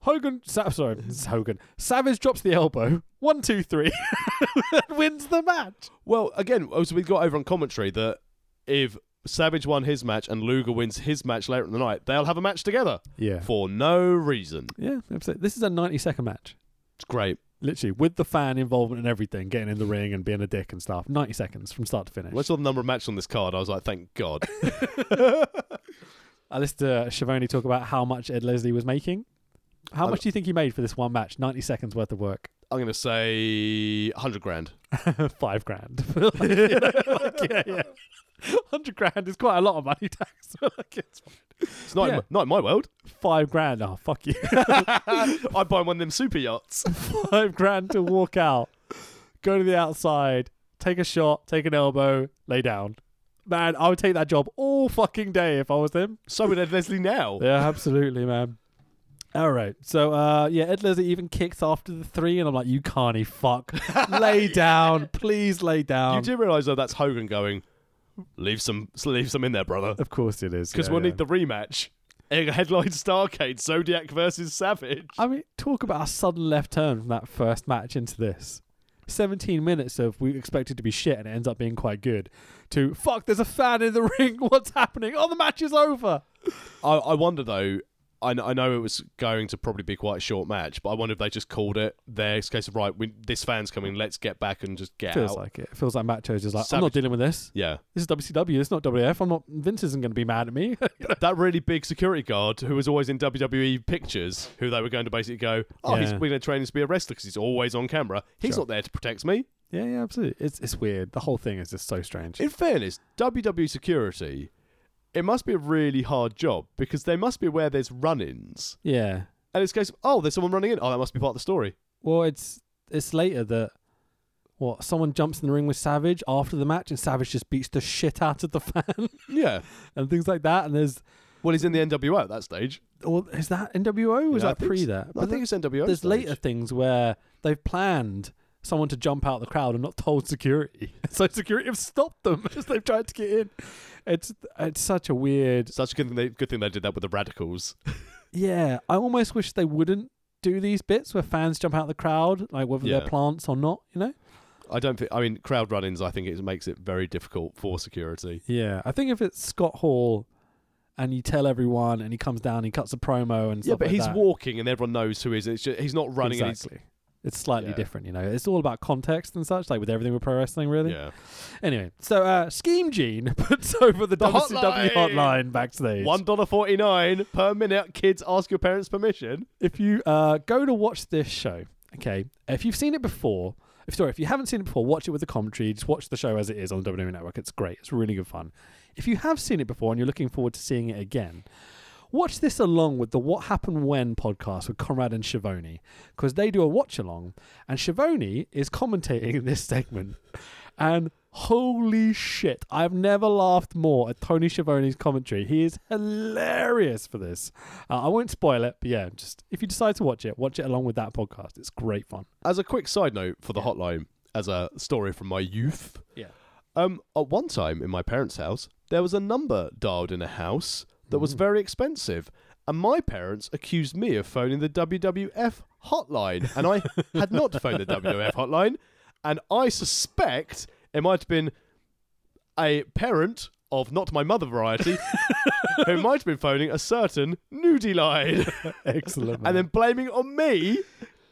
Speaker 2: Hogan. Sa- sorry, <laughs> it's Hogan. Savage drops the elbow. One, two, three, <laughs> and wins the match.
Speaker 1: Well, again, as we got over on commentary, that if Savage won his match and Luger wins his match later in the night, they'll have a match together
Speaker 2: Yeah.
Speaker 1: for no reason.
Speaker 2: Yeah, absolutely. This is a 90 second match.
Speaker 1: It's great.
Speaker 2: Literally, with the fan involvement and everything, getting in the ring and being a dick and stuff. 90 seconds from start to finish.
Speaker 1: When I saw the number of matches on this card, I was like, thank God. <laughs>
Speaker 2: I listened to Shavoni Uh, talk about how much Ed Leslie was making. How
Speaker 1: I-
Speaker 2: much do you think he made for this one match? 90 seconds worth of work. <laughs>
Speaker 1: I'm going to say 100 grand.
Speaker 2: Five grand. <laughs> Like, yeah, like, yeah, yeah. 100 grand is quite a lot of money tax. <laughs> like, it's
Speaker 1: It's not,
Speaker 2: Yeah.
Speaker 1: in, not in my world. <laughs>
Speaker 2: five grand. Oh, fuck you. <laughs>
Speaker 1: I'd buy one of them super yachts.
Speaker 2: five grand to walk out, go to the outside, take a shot, take an elbow, lay down. Man, I would take that job all fucking day if I was him.
Speaker 1: So would Ed Leslie now.
Speaker 2: Yeah, absolutely, man. All right. So, uh, yeah, Ed Leslie even kicks after the three, and I'm like, you
Speaker 1: <laughs>
Speaker 2: carny fuck. lay down. Please lay down.
Speaker 1: You do realise, though, that's Hogan going, leave some, leave some in there, brother.
Speaker 2: Of course it is.
Speaker 1: Because
Speaker 2: yeah,
Speaker 1: we'll
Speaker 2: yeah.
Speaker 1: need the rematch. A Headline Starcade, Zodiac versus Savage.
Speaker 2: I mean, talk about a sudden left turn from that first match into this. 17 minutes of we expected to be shit and it ends up being quite good to fuck, there's a fan in the <laughs> ring. What's happening? Oh, the match is over.
Speaker 1: I, I wonder though. I, kn- I know it was going to probably be quite a short match, but I wonder if they just called it there. It's a case of right, we, this fan's coming, let's get back and just get
Speaker 2: Feels
Speaker 1: out.
Speaker 2: like it. Feels like Macho's just like, I'm
Speaker 1: Savage-
Speaker 2: not dealing with this.
Speaker 1: yeah,
Speaker 2: This is WCW. It's not WF. I'm not, Vince isn't going to be mad at me. <laughs>
Speaker 1: that really big security guard who was always in WWE pictures, who they were going to basically go, oh, he's,
Speaker 2: Yeah.
Speaker 1: we're going to train him to be a wrestler because he's always on camera. He's
Speaker 2: Sure.
Speaker 1: not there to protect me.
Speaker 2: yeah, yeah, absolutely. It's, it's weird. The whole thing is just so strange.
Speaker 1: In fairness, WWE security, it must be a really hard job because they must be aware there's run-ins,
Speaker 2: yeah.
Speaker 1: and it's a case of oh, there's someone running in. Oh, that must be part of the story.
Speaker 2: Well, it's it's later that what someone jumps in the ring with Savage after the match, and Savage just beats the shit out of the <laughs> fan
Speaker 1: Yeah.
Speaker 2: and things like that. And there's
Speaker 1: Well, he's in the NWO at that stage.
Speaker 2: or is that NWO? Or is
Speaker 1: Yeah, I
Speaker 2: that
Speaker 1: think
Speaker 2: pre
Speaker 1: so.
Speaker 2: that?
Speaker 1: I think it's NWO.
Speaker 2: there's
Speaker 1: stage.
Speaker 2: later things where they've planned someone to jump out the crowd and not told security, <laughs> so security have stopped them <laughs> as they've tried to get in. It's it's such a weird.
Speaker 1: Such a good thing, they, good thing they did that with the radicals.
Speaker 2: Yeah, I almost wish they wouldn't do these bits where fans jump out the crowd, like whether
Speaker 1: Yeah.
Speaker 2: they're plants or not. You know.
Speaker 1: I don't think. I mean, crowd run-ins. I think it makes it very difficult for security.
Speaker 2: Yeah, I think if it's Scott Hall and you tell everyone and he comes down, he cuts a promo and
Speaker 1: Yeah,
Speaker 2: stuff
Speaker 1: but
Speaker 2: like
Speaker 1: he's
Speaker 2: that,
Speaker 1: walking, and everyone knows who he is. It's just, he's not running. and
Speaker 2: exactly. It's slightly
Speaker 1: Yeah.
Speaker 2: different, you know. It's all about context and such, like with everything with pro wrestling,
Speaker 1: he's-
Speaker 2: really.
Speaker 1: yeah.
Speaker 2: Anyway, so uh, Scheme Gene <laughs> puts over the, WCW
Speaker 1: hotline!
Speaker 2: hotline backstage.
Speaker 1: One dollar forty nine per minute. Kids, ask your parents' permission.
Speaker 2: if you uh, go to watch this show, okay, if you've seen it before, if sorry, if you haven't seen it before, watch it with the commentary. Just watch the show as it is on the WWE Network. It's great. It's really good fun. If you have seen it before and you're looking forward to seeing it again, watch this along with the What Happened When podcast with Conrad and Shivoni because they do a watch along, and Shivoni is commentating <laughs> this segment, and. Holy shit. I've never laughed more at Tony Schiavone's commentary. He is hilarious for this. Uh, I won't spoil it, but yeah, just if you decide to watch it, watch it along with that podcast. It's great fun.
Speaker 1: As a quick side note for the hotline, as a story from my youth.
Speaker 2: Yeah.
Speaker 1: Um, at one time in my parents' house, there was a number dialed in a house that was very expensive, and my parents accused me of phoning the WWF hotline, and I had not phoned the WWF hotline, and I suspect it might have been a parent of not my mother variety who might have been phoning a certain nudie line
Speaker 2: <laughs> Excellent.
Speaker 1: and then blaming it on me.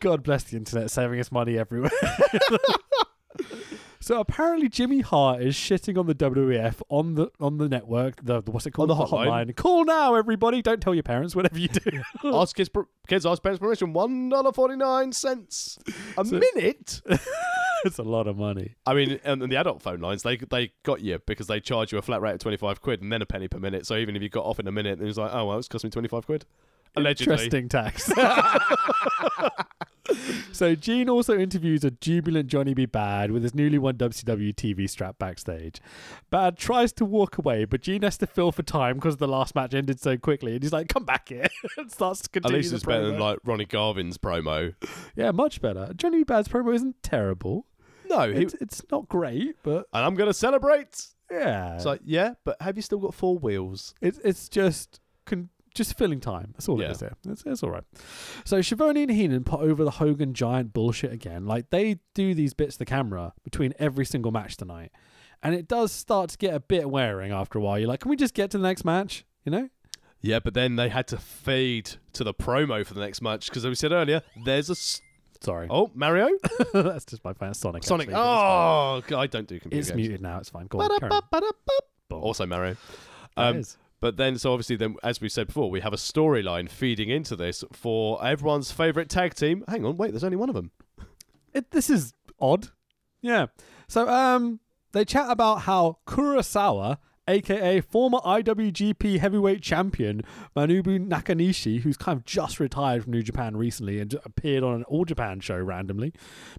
Speaker 2: God bless the internet saving us money everywhere. <laughs> so apparently Jimmy Hart is shitting on the WEF on the on the network, the, the what's it called?
Speaker 1: the hotline.
Speaker 2: Call now, everybody. Don't tell your parents, whatever you <laughs> do.
Speaker 1: <laughs> ask kids, per- kids ask parents permission. One dollar forty nine cents a minute.
Speaker 2: it's a lot of money.
Speaker 1: I mean, and the adult phone lines they they got you because they charge you a flat rate of twenty five quid and then a penny per minute. So even if you got off in a minute, it was like, oh well, it's cost me twenty five quid. Allegedly, <laughs>
Speaker 2: Interesting tax. <laughs> so Gene also interviews a jubilant Johnny B. Bad with his newly won WCW TV strap backstage. Bad tries to walk away, but Gene has to fill for time because the last match ended so quickly, and he's like, "Come back here," <laughs> and starts to
Speaker 1: at
Speaker 2: continue.
Speaker 1: least
Speaker 2: the
Speaker 1: it's better than
Speaker 2: promo.
Speaker 1: like Ronnie Garvin's promo.
Speaker 2: yeah, much better. Johnny B. Bad's promo isn't terrible.
Speaker 1: No, he,
Speaker 2: It's, it's not great, but
Speaker 1: and I'm gonna celebrate.
Speaker 2: yeah,
Speaker 1: It's like, yeah, but have you still got four wheels?
Speaker 2: It's it's just con- just filling time. That's all
Speaker 1: Yeah.
Speaker 2: it is. There, it's, it's all right. So Schiavone and Heenan put over the Hogan giant bullshit again. Like they do these bits to the camera between every single match tonight, and it does start to get a bit wearing after a while. You're like, can we just get to the next match? You know?
Speaker 1: Yeah, but then they had to fade to the promo for the next match because, as we said earlier, there's a. S-
Speaker 2: Sorry,
Speaker 1: oh, <laughs> Mario?
Speaker 2: <laughs> that's just my fan. Sonic.
Speaker 1: Sonic.
Speaker 2: actually, but it's fine.
Speaker 1: Oh, God, I don't do computer
Speaker 2: it's
Speaker 1: games.
Speaker 2: muted now. It's fine. Go on. carry on.
Speaker 1: Ba-da-ba-ba-da-ba.
Speaker 2: Boom.
Speaker 1: Also, Mario.
Speaker 2: There it
Speaker 1: Um,
Speaker 2: is.
Speaker 1: But then, so obviously, then as we said before, we have a storyline feeding into this for everyone's favorite tag team. Hang on, wait, there's only one of them.
Speaker 2: It- this is odd. Yeah. So um, they chat about how Kurosawa, aka former IWGP Heavyweight Champion Manubu Nakanishi, who's kind of just retired from New Japan recently and appeared on an All Japan show randomly,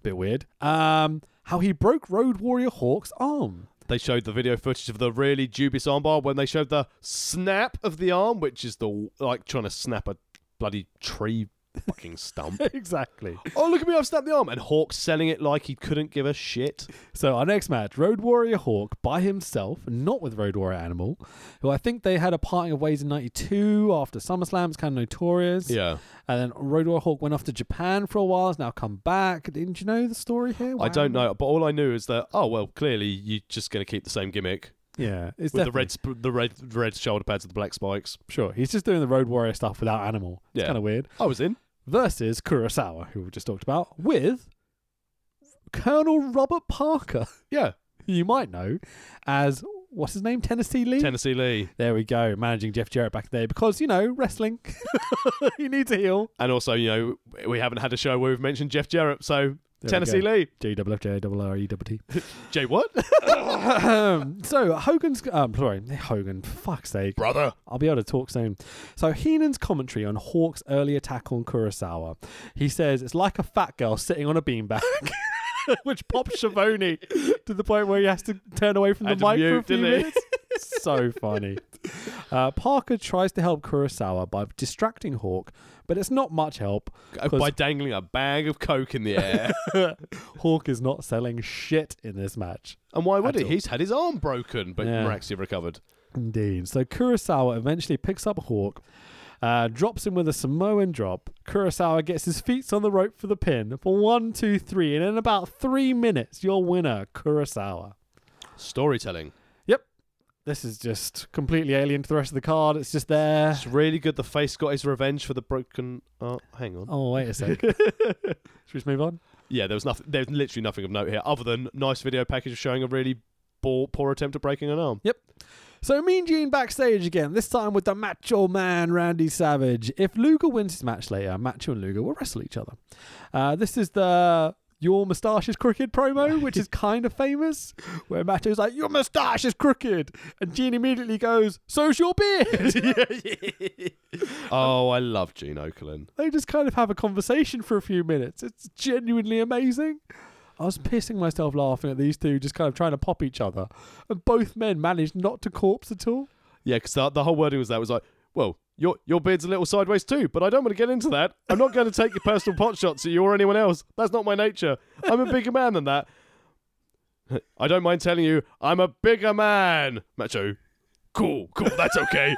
Speaker 2: bit weird. Um, how he broke Road Warrior Hawk's arm.
Speaker 1: They showed the video footage of the really dubious armbar when they showed the snap of the arm, which is the like trying to snap a bloody tree fucking
Speaker 2: <laughs>
Speaker 1: stump.
Speaker 2: <laughs> exactly.
Speaker 1: oh, look at me, I've snapped the arm. And Hawk selling it like he couldn't give a shit.
Speaker 2: So our next match, Road Warrior Hawk by himself, not with Road Warrior Animal, who I think they had a parting of ways in '92 after SummerSlam. It's kind of notorious.
Speaker 1: Yeah.
Speaker 2: And then Road Warrior Hawk went off to Japan for a while, has now come back. Didn't you know the story here?
Speaker 1: I don't
Speaker 2: Wow.
Speaker 1: know, but all I knew is that, oh, well, clearly you're just going to keep the same gimmick
Speaker 2: Yeah, it's
Speaker 1: with
Speaker 2: definitely-
Speaker 1: the red, sp- the red, red shoulder pads and the black spikes.
Speaker 2: Sure, he's just doing the Road Warrior stuff without Animal. It's
Speaker 1: Yeah.
Speaker 2: kind of weird.
Speaker 1: I was in.
Speaker 2: Versus Kurosawa, who we just talked about, with Colonel Robert Parker, <laughs>
Speaker 1: Yeah.
Speaker 2: who you might know as what's his name, Tennessee Lee.
Speaker 1: Tennessee Lee.
Speaker 2: There we go, managing Jeff Jarrett back there because you know wrestling. <laughs> he needs a heel.
Speaker 1: And also, you know, we haven't had a show where we've mentioned Jeff Jarrett, so
Speaker 2: we
Speaker 1: Tennessee
Speaker 2: go.
Speaker 1: Lee.
Speaker 2: J double F J double R E double T.
Speaker 1: <laughs>
Speaker 2: <clears throat>
Speaker 1: Jay, what?
Speaker 2: So Hogan's um sorry Hogan, for fuck's sake.
Speaker 1: Brother.
Speaker 2: I'll be able to talk soon. So Heenan's commentary on Hawk's early attack on Kurosawa. He says it's like a fat girl sitting on a beanbag. <laughs> Which pops Shavoni to the point where he has to turn away from the
Speaker 1: Had to
Speaker 2: mic for a
Speaker 1: mute,
Speaker 2: few
Speaker 1: didn't he?
Speaker 2: minutes. so funny. Uh, Parker tries to help Kurosawa by distracting Hawk, but it's not much help. 'cause
Speaker 1: By dangling a bag of coke in the <laughs> air.
Speaker 2: Hawk is not selling shit in this match.
Speaker 1: and why would
Speaker 2: At
Speaker 1: he?
Speaker 2: all.
Speaker 1: He's had his arm broken, but
Speaker 2: Yeah.
Speaker 1: miraculously recovered.
Speaker 2: Indeed. So Kurosawa eventually picks up Hawk, uh, drops him with a Samoan drop. Kurosawa gets his feet on the rope for the pin for one, two, three, and in about three minutes, your winner, Kurosawa.
Speaker 1: Storytelling.
Speaker 2: This is just completely alien to the rest of the card. It's just there.
Speaker 1: It's really good the face got his revenge for the broken. Oh, hang on.
Speaker 2: Oh, wait a sec. <laughs> Should we just move on?
Speaker 1: Yeah, there was nothing. There's literally nothing of note here other than nice video package of showing a really poor, poor attempt at breaking an <laughs> arm.
Speaker 2: So Mean Gene backstage again, this time with the Macho Man Randy Savage. If Luger wins his match later, Macho and Luger will wrestle each other. Uh, this is the Your Moustache is Crooked promo, which is kind of famous, where Macho's like, Your moustache is crooked. And Gene immediately goes, So's your beard.
Speaker 1: Oh, I love Gene Okerlund.
Speaker 2: <laughs> they just kind of have a conversation for a few minutes. It's genuinely amazing. I was pissing myself laughing at these two just kind of trying to pop each other. And both men managed not to corpse at all.
Speaker 1: Yeah, because the, the whole wording was that was like, well, your your beard's a little sideways too, but I don't want to get into that. I'm not going to take your personal pot shots at you or anyone else. That's not my nature. I'm a bigger man than that. <laughs> I don't mind telling you, I'm a bigger man, Macho. Cool, cool, that's
Speaker 2: <laughs>
Speaker 1: okay.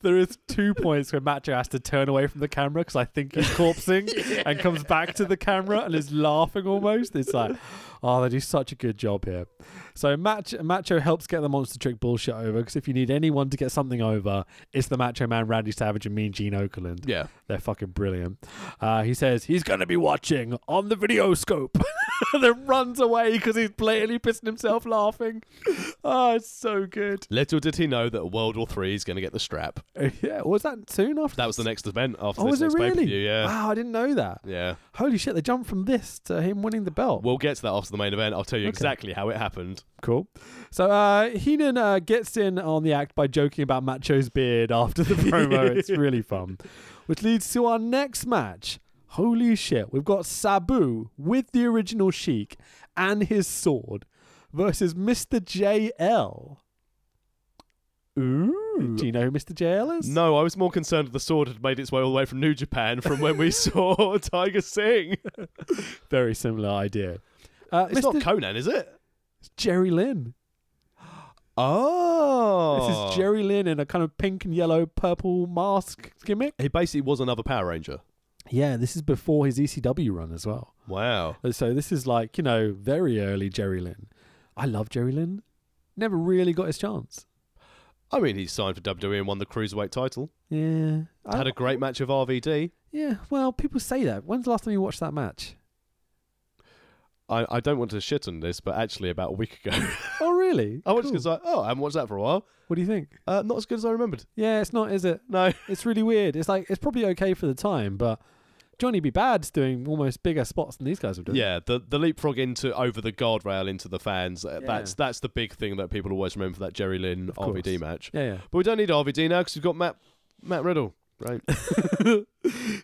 Speaker 2: There is two points where Macho has to turn away from the camera because I think he's corpsing and comes back to the camera and is laughing almost. It's like, oh, they do such a good job here. So Mach- Macho helps get the monster trick bullshit over because if you need anyone to get something over, it's the Macho Man, Randy Savage, and Mean Gene Okerlund.
Speaker 1: yeah.
Speaker 2: They're fucking brilliant. Uh, he says he's going to be watching on the video scope. <laughs> and then runs away because he's blatantly pissing himself laughing. Oh, it's so good. <laughs>
Speaker 1: Little did he know that World War Three is going to get the strap.
Speaker 2: Yeah, was that soon after?
Speaker 1: That was the next event after
Speaker 2: Oh,
Speaker 1: this
Speaker 2: was it
Speaker 1: next
Speaker 2: really?
Speaker 1: pay-per-view, Yeah,
Speaker 2: Wow, I didn't know that.
Speaker 1: yeah.
Speaker 2: Holy shit, they jumped from this to him winning the belt.
Speaker 1: We'll get to that after the main event. I'll tell you exactly how it happened.
Speaker 2: cool. So uh, Heenan uh, gets in on the act by joking about Macho's beard after
Speaker 1: <laughs>
Speaker 2: the promo. it's really fun. Which leads to our next match. Holy shit, we've got Sabu with the original Sheik and his sword versus Mr. JL. Ooh. Do you know who Mr. JL is?
Speaker 1: No, I was more concerned that the sword had made its way all the way from New Japan from when <laughs> we saw Tiger Singh.
Speaker 2: Very similar idea. Uh,
Speaker 1: It's
Speaker 2: Mr.
Speaker 1: not Conan, is it?
Speaker 2: Jerry Lynn.
Speaker 1: Oh,
Speaker 2: This is Jerry Lynn in a kind of pink and yellow purple mask gimmick.
Speaker 1: He basically was another Power Ranger.
Speaker 2: Yeah, this is before his ECW run as well. Uh,
Speaker 1: Wow.
Speaker 2: So this is like, you know, very early Jerry Lynn. I love Jerry Lynn. never really got his chance.
Speaker 1: I mean, he signed for WWE and won the Cruiserweight title.
Speaker 2: Yeah. I-
Speaker 1: Had a great match with RVD.
Speaker 2: yeah, well, people say that. When's the last time you watched that match?
Speaker 1: I, I don't want to shit on this, but actually, about a week <laughs> ago,
Speaker 2: Oh, really?
Speaker 1: I watched
Speaker 2: Cool.
Speaker 1: it 'cause I oh, I haven't watched that for a while.
Speaker 2: What do you think?
Speaker 1: Uh, not as good as I remembered.
Speaker 2: Yeah, it's not, is it?
Speaker 1: <laughs> No.
Speaker 2: It's really weird. It's like, it's probably okay for the time, but Johnny B. Bad's doing almost bigger spots than these guys have done.
Speaker 1: Yeah, the the leapfrog into over the guardrail into the fans. uh, That's that's the big thing that people always remember for that Jerry Lynn
Speaker 2: course.
Speaker 1: RVD match.
Speaker 2: Yeah, yeah.
Speaker 1: But we don't need RVD now because we've got Matt Matt Riddle.
Speaker 2: <laughs>
Speaker 1: Right.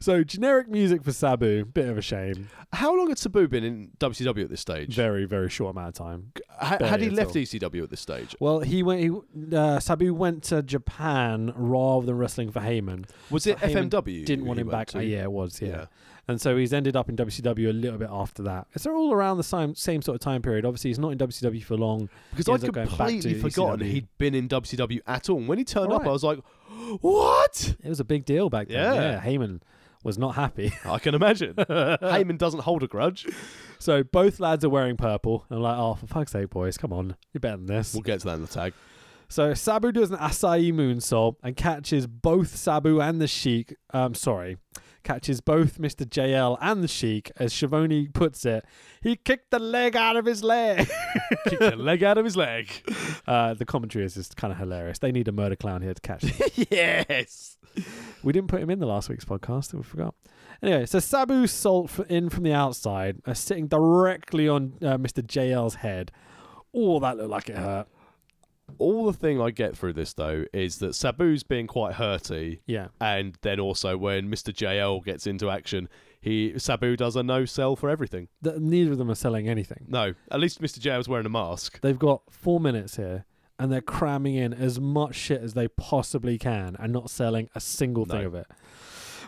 Speaker 2: So generic music for Sabu, bit of a shame.
Speaker 1: How long had Sabu been in WCW at this stage?
Speaker 2: Very, very short amount of time.
Speaker 1: Ha- had
Speaker 2: barely
Speaker 1: he
Speaker 2: at
Speaker 1: left
Speaker 2: all.
Speaker 1: ECW at this stage?
Speaker 2: Well, he went. He, uh, Sabu went to Japan rather than wrestling for Heyman.
Speaker 1: Was it
Speaker 2: But Heyman
Speaker 1: FMW?
Speaker 2: Didn't want
Speaker 1: he
Speaker 2: him
Speaker 1: went
Speaker 2: back.
Speaker 1: to?
Speaker 2: Uh, yeah, it was. Yeah.
Speaker 1: Yeah.
Speaker 2: and so he's ended up in WCW a little bit after that. It's all around the same same sort of time period. Obviously, he's not in WCW for long. He
Speaker 1: Because
Speaker 2: ends
Speaker 1: I'd
Speaker 2: up going back
Speaker 1: completely
Speaker 2: to
Speaker 1: forgotten
Speaker 2: ECW.
Speaker 1: he'd been in WCW at all. And when he turned up,
Speaker 2: Right.
Speaker 1: I was like, what?
Speaker 2: It was a big deal back then.
Speaker 1: Yeah.
Speaker 2: yeah Heyman was not happy. <laughs>
Speaker 1: I can imagine. Heyman doesn't hold a grudge.
Speaker 2: so both lads are wearing purple. And I'm like, oh, for fuck's sake, boys, come on, you're better than this.
Speaker 1: We'll get to that in the
Speaker 2: <laughs>
Speaker 1: tag.
Speaker 2: So Sabu does an acai moonsault and catches both Sabu and the Sheik. Um, sorry, catches both Mr. JL and the Sheik. As Shivani puts it, he kicked the leg out of his leg.
Speaker 1: Kick the leg out of his leg.
Speaker 2: <laughs> Uh, the commentary is just kind of hilarious. They need a murder clown here to catch. him.
Speaker 1: <laughs> yes.
Speaker 2: we didn't put him in the last week's podcast. We forgot. Anyway, so Sabu salt f- in from the outside, uh, sitting directly on uh, Mr. JL's head. Oh, that looked like it hurt.
Speaker 1: All the thing I get through this, though, is that Sabu's being quite hurty.
Speaker 2: Yeah.
Speaker 1: And then also when Mr. JL gets into action, he Sabu does a no sell for everything.
Speaker 2: Th- neither of them are selling anything.
Speaker 1: No, at least Mr. JL's wearing a mask.
Speaker 2: They've got four minutes here, and they're cramming in as much shit as they possibly can and not selling a single thing
Speaker 1: No.
Speaker 2: of it.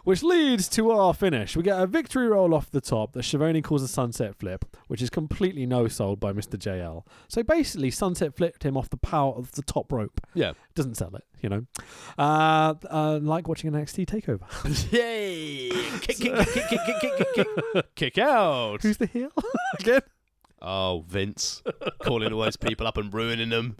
Speaker 2: Which leads to our finish. We get a victory roll off the top that Shivani calls a sunset flip, which is completely no sold by Mr. JL. So basically, sunset flipped him off the power of the top rope.
Speaker 1: Yeah.
Speaker 2: Doesn't sell it, you know. Uh, uh, like watching an NXT
Speaker 1: <laughs>
Speaker 2: takeover. <laughs>
Speaker 1: Yay! Kick, kick, kick, kick, kick, kick, kick, kick. <laughs> Kick out.
Speaker 2: Who's the heel <laughs> again?
Speaker 1: Oh, Vince. Calling all those people up and ruining them.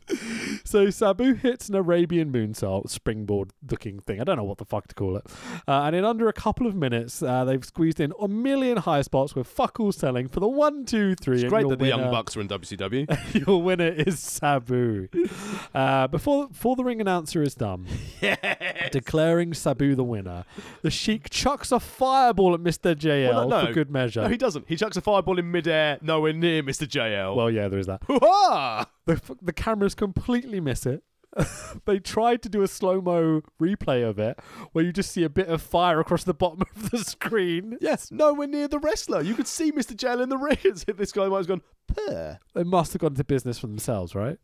Speaker 2: So Sabu hits an Arabian moonsault springboard looking thing. I don't know what the fuck to call it. Uh, and in under a couple of minutes, uh, they've squeezed in a million high spots with fuck all selling for the one, two, three.
Speaker 1: It's
Speaker 2: and
Speaker 1: great
Speaker 2: your
Speaker 1: that the Young
Speaker 2: winner-
Speaker 1: Bucks are in <laughs> WCW.
Speaker 2: <laughs> Your winner is Sabu. Uh, before, before the ring announcer
Speaker 1: <laughs>
Speaker 2: is done, declaring Sabu the winner, the Sheik chucks a fireball at Mr. JL
Speaker 1: Well, no,
Speaker 2: for
Speaker 1: no.
Speaker 2: good measure.
Speaker 1: no, he doesn't. He chucks a fireball in midair, nowhere near Mr. JL.
Speaker 2: well, yeah, there is that.
Speaker 1: Hoo-ha!
Speaker 2: the, f- the cameras completely miss it. <laughs> they tried to do a slow mo replay of it where you just see a bit of fire across the bottom <laughs> of the screen.
Speaker 1: Yes, nowhere near the wrestler. You could see Mr. JL in the <laughs> ring. As if this guy might have gone, Puh.
Speaker 2: They must have gone into business for themselves, right?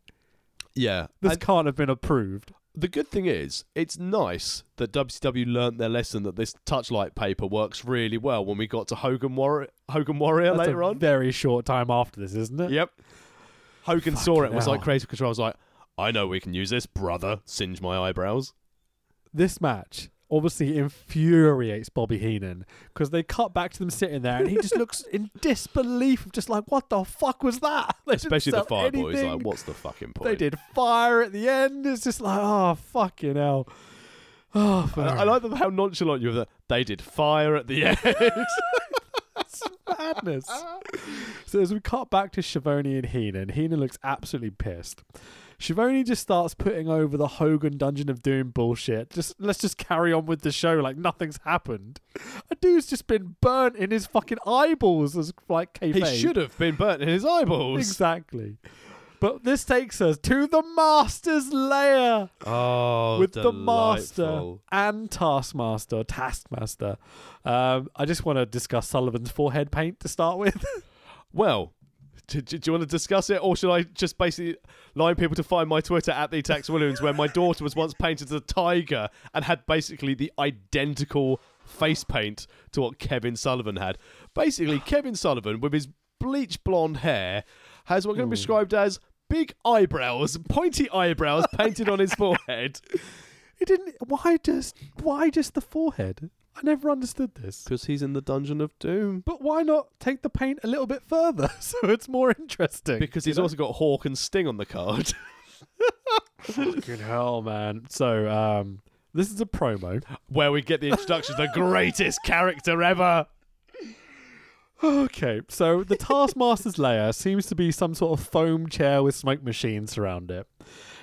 Speaker 1: Yeah.
Speaker 2: This
Speaker 1: And
Speaker 2: can't have been approved.
Speaker 1: the good thing is, it's nice that WCW learnt their lesson that this touchlight paper works really well when we got to Hogan, Warri- Hogan Warrior
Speaker 2: That's a
Speaker 1: later on.
Speaker 2: very short time after this, isn't it?
Speaker 1: Yep. Hogan saw it and was
Speaker 2: hell.
Speaker 1: like creative control. I was like, I know we can use this, brother. Singe my eyebrows.
Speaker 2: This match obviously infuriates Bobby Heenan because they cut back to them sitting there and he just looks
Speaker 1: <laughs>
Speaker 2: in disbelief of just like, what the fuck was that? <laughs> They didn't
Speaker 1: Especially the
Speaker 2: sell
Speaker 1: fire boys.
Speaker 2: anything.
Speaker 1: Like, what's the fucking point?
Speaker 2: They did fire at the end. It's just like, oh, fucking hell. Oh,
Speaker 1: I, I like the, how nonchalant you were. That they did fire at the end. <laughs>
Speaker 2: madness. so as we cut back to Shivani and Heenan, Heenan looks absolutely pissed. Shivani just starts putting over the Hogan Dungeon of Doom bullshit. Just let's just carry on with the show like nothing's happened. A dude's just been burnt in his fucking eyeballs as like kayfabe.
Speaker 1: he should have been burnt in his eyeballs.
Speaker 2: exactly. But this takes us to the master's lair.
Speaker 1: Oh,
Speaker 2: with the master and taskmaster, taskmaster. Um, I just want to discuss Sullivan's forehead paint to start with.
Speaker 1: Well, do, do- do you want to discuss it, or should I just basically line people to find my Twitter at the Tax Williams, where my daughter was once painted as a tiger and had basically the identical face paint to what Kevin Sullivan had. <sighs> Basically, Kevin Sullivan with his bleach blonde hair has what can be described as big eyebrows, pointy eyebrows painted on his <laughs> forehead.
Speaker 2: It didn't. Why just? Why just the forehead? I never understood this.
Speaker 1: Because he's in the Dungeon of Doom.
Speaker 2: But why not take the <laughs> paint a little bit further so it's more interesting?
Speaker 1: Because he's also got Hawk and Sting on the card. <laughs>
Speaker 2: Good hell, man. So, um, this is a promo.
Speaker 1: Where we get the introduction to the greatest character ever.
Speaker 2: <gasps> Okay, so <laughs> the Taskmaster's lair seems to be some sort of foam chair with smoke machines around it.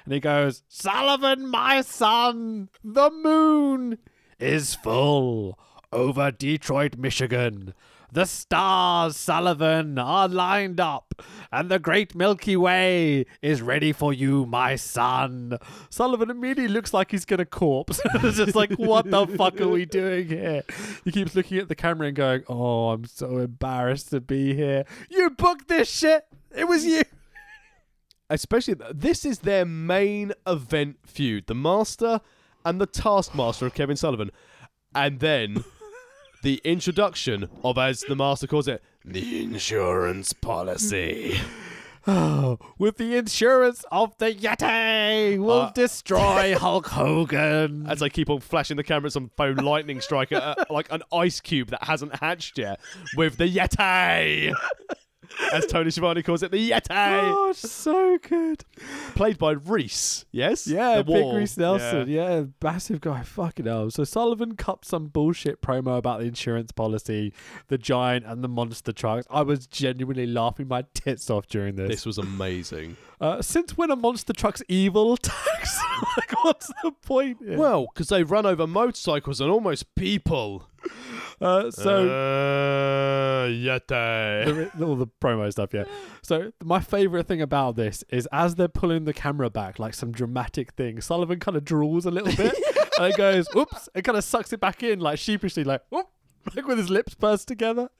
Speaker 2: And he goes, Sullivan, my son, the moon is full over Detroit, Michigan. The stars, Sullivan, are lined up, and the great Milky Way is ready for you, my son. Sullivan immediately looks like he's gonna corpse. <laughs> it's just like, what the fuck are we doing here? He keeps looking at the camera and going, Oh, I'm so embarrassed to be here. You booked this shit. It was you.
Speaker 1: Especially, th- this is their main event feud the Master and the Taskmaster of Kevin Sullivan. And
Speaker 2: <laughs>
Speaker 1: then the introduction of, as the Master calls it, the insurance
Speaker 2: <laughs>
Speaker 1: policy.
Speaker 2: Oh, with the insurance of the Yeti, we'll <laughs>
Speaker 1: Uh,
Speaker 2: destroy Hulk Hogan.
Speaker 1: As I keep on flashing the camera at some foam lightning strike, uh, like an ice cube that hasn't hatched yet, with the
Speaker 2: <laughs>
Speaker 1: Yeti. As Tony Schiavone calls it, the Yeti.
Speaker 2: <laughs> <gasps> Gosh, so good.
Speaker 1: played by Reese. Yes,
Speaker 2: Yeah,
Speaker 1: The
Speaker 2: big
Speaker 1: Wall.
Speaker 2: Reese Nelson. Yeah. massive guy. Fucking hell. So Sullivan cupped some bullshit promo about the insurance policy, the giant, and the monster trucks. I was genuinely laughing my tits off during this.
Speaker 1: This was amazing.
Speaker 2: Uh, since when are monster trucks evil <laughs> tax? like, what's the point? here?
Speaker 1: well, because they run over motorcycles and almost people.
Speaker 2: Uh, so.
Speaker 1: uh,
Speaker 2: <laughs>
Speaker 1: yete.
Speaker 2: the, all the promo stuff, yeah. So my favorite thing about this is as they're pulling the camera back, like some dramatic thing, Sullivan kind of drools a little
Speaker 1: <laughs>
Speaker 2: bit and it goes, "Oops!" It kind of sucks it back in, like sheepishly, like "Oop," like with his lips pursed together.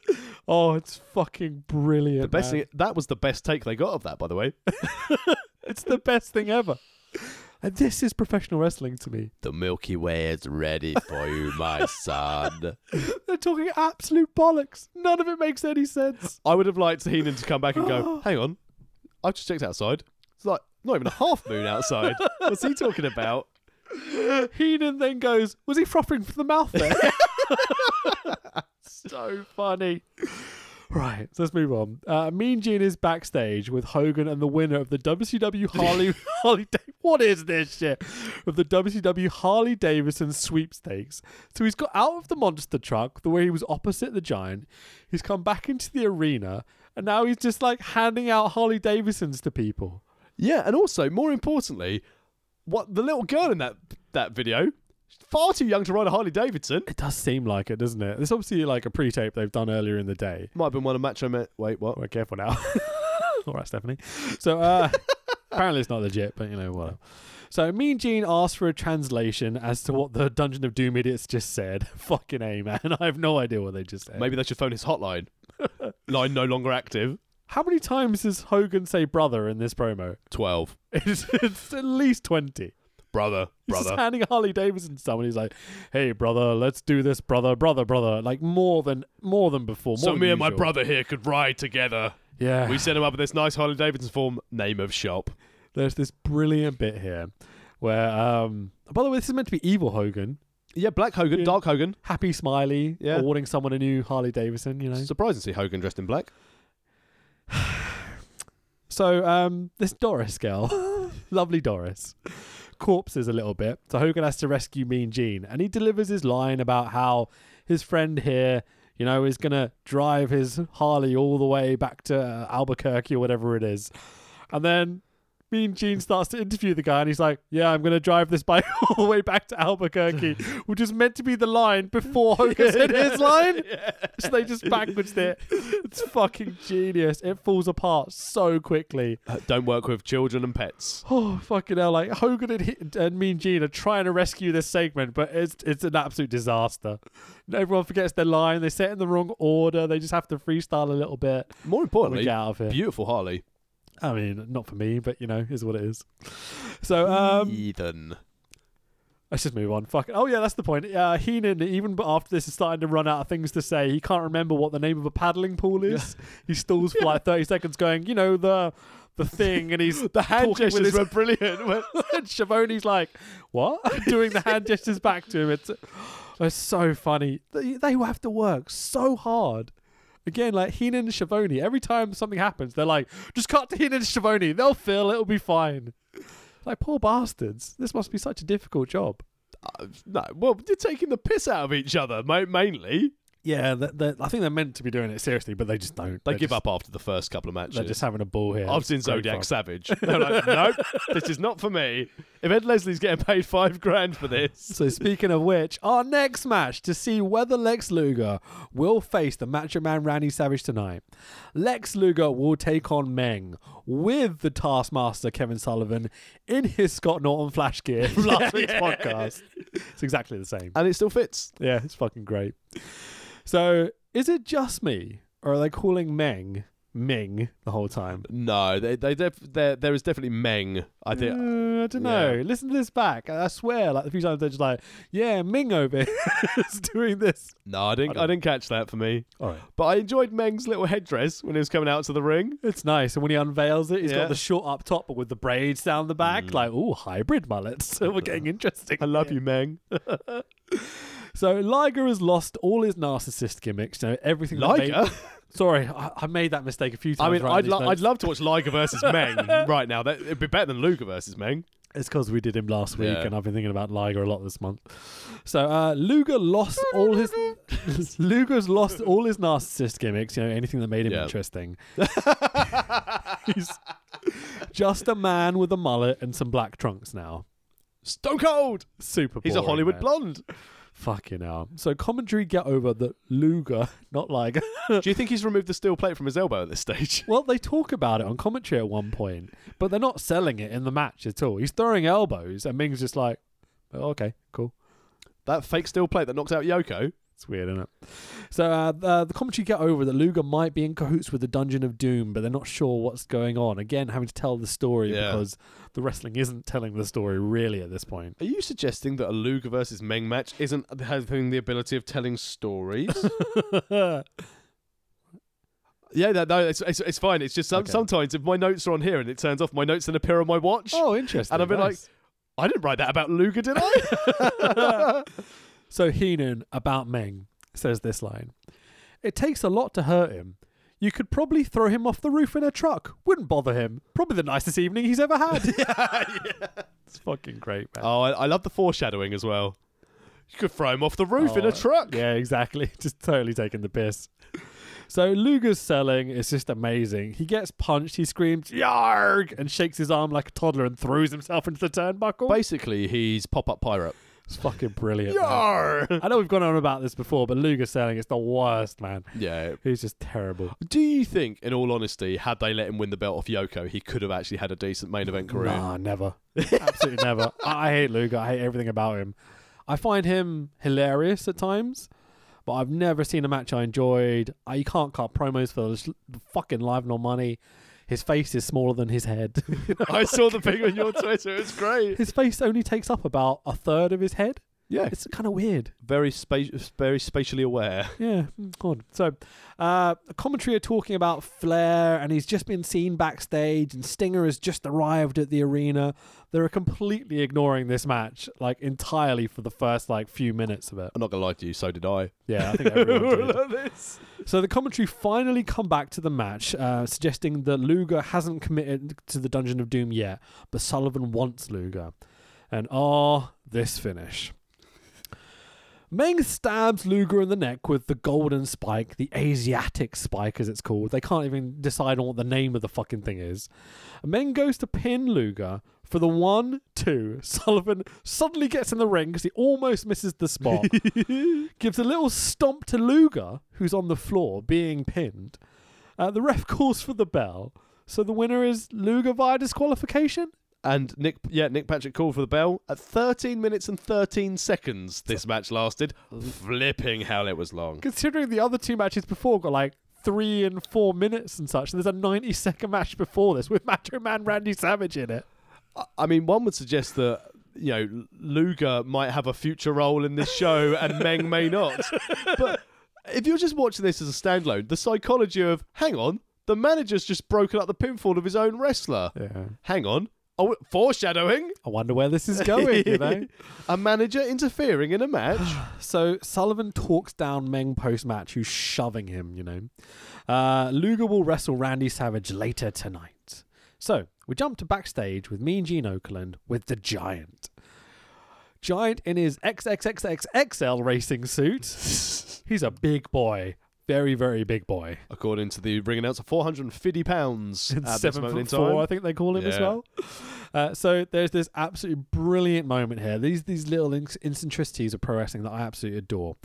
Speaker 2: Oh, it's fucking brilliant.
Speaker 1: The best
Speaker 2: man.
Speaker 1: thing, that was the best take they got of that, by the way. <laughs>
Speaker 2: It's the best thing ever. And this is professional wrestling to me.
Speaker 1: the Milky Way is ready for you, my son.
Speaker 2: They're talking absolute bollocks. None of it makes any sense.
Speaker 1: I would have liked Heenan to come back and go, hang on, I've just checked outside. It's like not even a half moon outside. What's he talking about?
Speaker 2: Heenan then goes, Was he frothing from the mouth there? so funny. Right, so let's move on. Uh, mean Gene is backstage with Hogan and the winner of the WCW Harley Harley. Da- what is this shit? Of the WCW Harley Davidson sweepstakes. So he's got out of the monster truck, the way he was opposite the giant. He's come back into the arena, and now he's just like handing out Harley Davidsons to people.
Speaker 1: Yeah, and also more importantly, what the little girl in that that video, she's far too young to ride a Harley Davidson.
Speaker 2: It does seem like it, doesn't it? It's obviously like a pre-tape they've done earlier in the day.
Speaker 1: Might have been one of Macho Man. Wait, what?
Speaker 2: We're careful now. <laughs> All right, Stephanie.
Speaker 1: <laughs>
Speaker 2: So uh, apparently it's not legit, but you know whatever. So Mean Gene asked for a translation as to what the Dungeon of Doom idiots just said. <laughs> Fucking a man, I have no idea what they just said.
Speaker 1: Maybe they should phone his <laughs> hotline. Line no longer active.
Speaker 2: How many times does Hogan say "brother" in this promo? <laughs>
Speaker 1: Twelve.
Speaker 2: It's, it's at least twenty.
Speaker 1: Brother,
Speaker 2: He's just
Speaker 1: brother.
Speaker 2: handing Harley Davidson to someone. He's like, "Hey, brother, let's do this, brother, brother, brother." Like more than more than before.
Speaker 1: So
Speaker 2: more than
Speaker 1: me and my
Speaker 2: usual.
Speaker 1: brother here could ride <sighs> together.
Speaker 2: Yeah.
Speaker 1: We set him up with this nice Harley Davidson form, name of shop.
Speaker 2: There's this brilliant bit here where, um, by the way, this is meant to be evil Hogan.
Speaker 1: Yeah, Black Hogan,
Speaker 2: Yeah.
Speaker 1: Dark Hogan.
Speaker 2: Happy Smiley
Speaker 1: Yeah.
Speaker 2: awarding someone a new Harley Davidson, you know.
Speaker 1: Surprising to see Hogan dressed in black.
Speaker 2: So um, this Doris girl, <laughs> lovely Doris, corpses a little bit. So Hogan has to rescue Mean Gene, and he delivers his line about how his friend here, you know, is gonna drive his Harley all the way back to uh, Albuquerque or whatever it is, and then. Mean Gene starts to interview the guy, and he's like, "Yeah, I'm gonna drive this bike <laughs> all the way back to <laughs> Albuquerque," which is meant to be the line <laughs> before Hogan said his line. <laughs> So they just backwards it. It's fucking genius. It falls apart so quickly.
Speaker 1: Uh, don't work with children and pets.
Speaker 2: Oh <sighs> fucking hell! Like Hogan and, Hit- and Mean Gene are trying to rescue this segment, but it's it's an absolute disaster. Everyone forgets their line. They say it in the wrong order. They just have to freestyle a little bit.
Speaker 1: More
Speaker 2: and We
Speaker 1: importantly,
Speaker 2: get out of here.
Speaker 1: beautiful Harley.
Speaker 2: I mean, not for me, but you know, is what it is. So um,
Speaker 1: Ethan.
Speaker 2: Let's just move on. Fuck. it. Oh yeah, that's the point. Uh, Heenan, even b- after this, is starting to run out of things to say. He can't remember what the name of a paddling pool is. <laughs> He stalls for like thirty seconds, going, you know the the thing, and
Speaker 1: <laughs>
Speaker 2: he's the
Speaker 1: Hand gestures
Speaker 2: His-
Speaker 1: were brilliant.
Speaker 2: <laughs> and Schiavone's like, what? <laughs> Doing the hand gestures back to him. It's it's so funny. They, they have to work so hard. Again, like Heenan and Schiavone, every time something happens, they're like, just cut to Heenan and Schiavone. They'll feel it'll be fine. Like poor bastards. This must be such a difficult job.
Speaker 1: Uh, No, well, you're taking the piss out of each other ma- mainly.
Speaker 2: Yeah, they're, they're- I think they're meant to be doing it seriously, but they just don't.
Speaker 1: They
Speaker 2: They're
Speaker 1: give
Speaker 2: just-
Speaker 1: up after the first couple of matches.
Speaker 2: They're just having a ball here.
Speaker 1: I've seen
Speaker 2: Great
Speaker 1: Zodiac <laughs>
Speaker 2: fun.
Speaker 1: Savage. They're like, nope, this is not for me. If Ed Leslie's getting paid five grand for this,
Speaker 2: So speaking of which, our next match to see whether Lex Luger will face the Macho Man Randy Savage tonight. Lex Luger will take on Meng with the Taskmaster Kevin Sullivan in his Scott Norton flash
Speaker 1: <laughs>
Speaker 2: gear from <laughs> last week's podcast. It's exactly the same.
Speaker 1: and it still fits.
Speaker 2: Yeah, it's fucking great. So is it just me, or are they calling Meng Ming the whole time?
Speaker 1: No, they, they def- there there is definitely Meng. I think.
Speaker 2: Uh, I don't know. Listen to this back. I I swear, like a few times they're just like, "Yeah, Ming over here <laughs> is doing this."
Speaker 1: No, I didn't. I,
Speaker 2: don't-
Speaker 1: didn't catch that for me.
Speaker 2: All right.
Speaker 1: But I enjoyed Meng's little headdress when he was coming out to the ring.
Speaker 2: It's nice. And when he unveils it, he's
Speaker 1: Yeah. Mm.
Speaker 2: got the short up top, but with the braids down the back. Like, oh, hybrid <laughs> mullets. We're getting interesting.
Speaker 1: I love you, Meng.
Speaker 2: <laughs> So Liger has lost all his narcissist gimmicks. You know, everything. that made-
Speaker 1: Liger.
Speaker 2: Sorry, I, I made that mistake a few times.
Speaker 1: I mean,
Speaker 2: right,
Speaker 1: I'd,
Speaker 2: these
Speaker 1: lo-
Speaker 2: notes.
Speaker 1: I'd love to watch Liger <laughs> versus Meng right now. That, it'd be better than Luger versus Meng.
Speaker 2: It's because we did him last week,
Speaker 1: Yeah.
Speaker 2: and I've been thinking about Liger a lot this month. So uh, Luger lost all his <laughs> Luger's lost all his narcissist gimmicks. You know, anything that made him
Speaker 1: Yeah. <laughs>
Speaker 2: interesting. He's just a man with a mullet and some black trunks now.
Speaker 1: Stone Cold.
Speaker 2: Super.
Speaker 1: He's a
Speaker 2: boring,
Speaker 1: Hollywood
Speaker 2: man.
Speaker 1: blonde.
Speaker 2: Fucking hell. So commentary get over that Luger, <laughs> not Liger.
Speaker 1: Do you think he's removed the steel plate from his elbow at this stage? <laughs>
Speaker 2: well, they talk about it on commentary at one point, but they're not selling it in the match at all. He's throwing elbows, and Ming's just like, "Oh, okay, cool.
Speaker 1: That fake steel plate that knocked out Yoko.
Speaker 2: It's weird, isn't it? So uh, uh, the commentary get over that Luger might be in cahoots with the Dungeon of Doom, but they're not sure what's going on. Again, having to tell the story
Speaker 1: Yeah.
Speaker 2: because the wrestling isn't telling the story really at this <laughs> point.
Speaker 1: Are you suggesting that a Luger versus Meng match isn't having the ability of telling stories? <laughs>
Speaker 2: Oh,
Speaker 1: yeah, that, no, it's, it's, it's fine. It's just some,
Speaker 2: Okay.
Speaker 1: sometimes if my notes are on here and it turns off, my notes then appear on my watch.
Speaker 2: oh, interesting.
Speaker 1: And I've been like,
Speaker 2: nice.
Speaker 1: I didn't write that about Luger, did <laughs> I?
Speaker 2: <laughs> So Heenan about Meng says this line It takes a lot to hurt him. You could probably throw him off the roof in a truck. Wouldn't bother him. Probably the nicest evening he's ever <laughs> had. It's fucking great, man.
Speaker 1: oh, I, I love the foreshadowing as well. You could throw him off the roof in
Speaker 2: Oh,
Speaker 1: a truck.
Speaker 2: Yeah, exactly. <laughs> Just totally taking the piss. So Luger's selling is just amazing. He gets punched, he screams, Yarg! and shakes his arm like a toddler and throws himself into the turnbuckle.
Speaker 1: Basically, he's pop up <laughs> pirate.
Speaker 2: it's fucking brilliant. man.
Speaker 1: Yar!
Speaker 2: I know we've gone on about this before, but Luger selling is the worst, man.
Speaker 1: <laughs> yeah.
Speaker 2: He's just terrible.
Speaker 1: Do you think, in all honesty, had they let him win the belt off Yoko, he could have actually had a decent main event career?
Speaker 2: Nah, never. Absolutely never. I I hate Luger. I hate everything about him. I find him hilarious at times, but I've never seen a match I enjoyed. I, you can't cut promos for this l- fucking live nor money. His face is smaller than his head.
Speaker 1: <laughs>
Speaker 2: <laughs>
Speaker 1: <laughs> I saw the thing on your Twitter. It was great.
Speaker 2: his face only takes up about a third of his head.
Speaker 1: <laughs> Yeah,
Speaker 2: It's kind of weird.
Speaker 1: very space, very spatially aware.
Speaker 2: Yeah, mm, odd. So, uh, commentary are talking about Flair, and he's just been seen backstage, and Stinger has just arrived at the arena. They're completely ignoring this match, like entirely for the first like few minutes of it.
Speaker 1: I'm not gonna lie to you. So did I.
Speaker 2: Yeah, I think everyone did.
Speaker 1: this.
Speaker 2: So the commentary finally come back to the match, uh, suggesting that Luger hasn't committed to the Dungeon of Doom yet, but Sullivan wants Luger. And ah, this finish. Meng stabs Luger in the neck with the golden spike, the Asiatic spike as it's called. They can't even decide on what the name of the fucking thing is. Meng goes to pin Luger for the one, two. <laughs> Sullivan suddenly gets in the ring because he almost misses the spot. gives a little stomp to Luger, who's on the floor being pinned. Uh, the ref calls for the bell. So the winner is Luger via disqualification?
Speaker 1: And Nick, yeah, Nick Patrick called for the bell at 13 minutes and 13 seconds. This match lasted. Flipping hell, it was long.
Speaker 2: Considering the other two matches before got like three and four minutes and such, there's a 90 second match before this with <laughs> Macho Man Randy Savage in it.
Speaker 1: I- I mean, one would suggest that you know Luger might have a future role in this show,
Speaker 2: <laughs>
Speaker 1: and Meng may not. But if you're just watching this as a standalone, the psychology of hang on, the manager's just broken up the pinfall of his own wrestler.
Speaker 2: Yeah.
Speaker 1: Hang on. Oh, foreshadowing.
Speaker 2: I wonder where this is going,
Speaker 1: <laughs>
Speaker 2: <laughs> you know?
Speaker 1: a manager interfering in a match.
Speaker 2: So Sullivan talks down Meng post match, who's shoving him, you know. Uh, Luger will wrestle Randy Savage later tonight. So we We jump to backstage with me and Gene Oakland with the Giant. Giant in his XXXXXL racing suit. He's a big boy. Very, very big boy.
Speaker 1: According to the ring announcer, 450
Speaker 2: <laughs>
Speaker 1: pounds
Speaker 2: It's
Speaker 1: at this
Speaker 2: seven
Speaker 1: moment in
Speaker 2: foot
Speaker 1: time.
Speaker 2: four, I think they call him as
Speaker 1: Yeah.
Speaker 2: well. Uh, so there's this absolutely brilliant moment here. These these little inc- eccentricities of pro wrestling that I absolutely adore.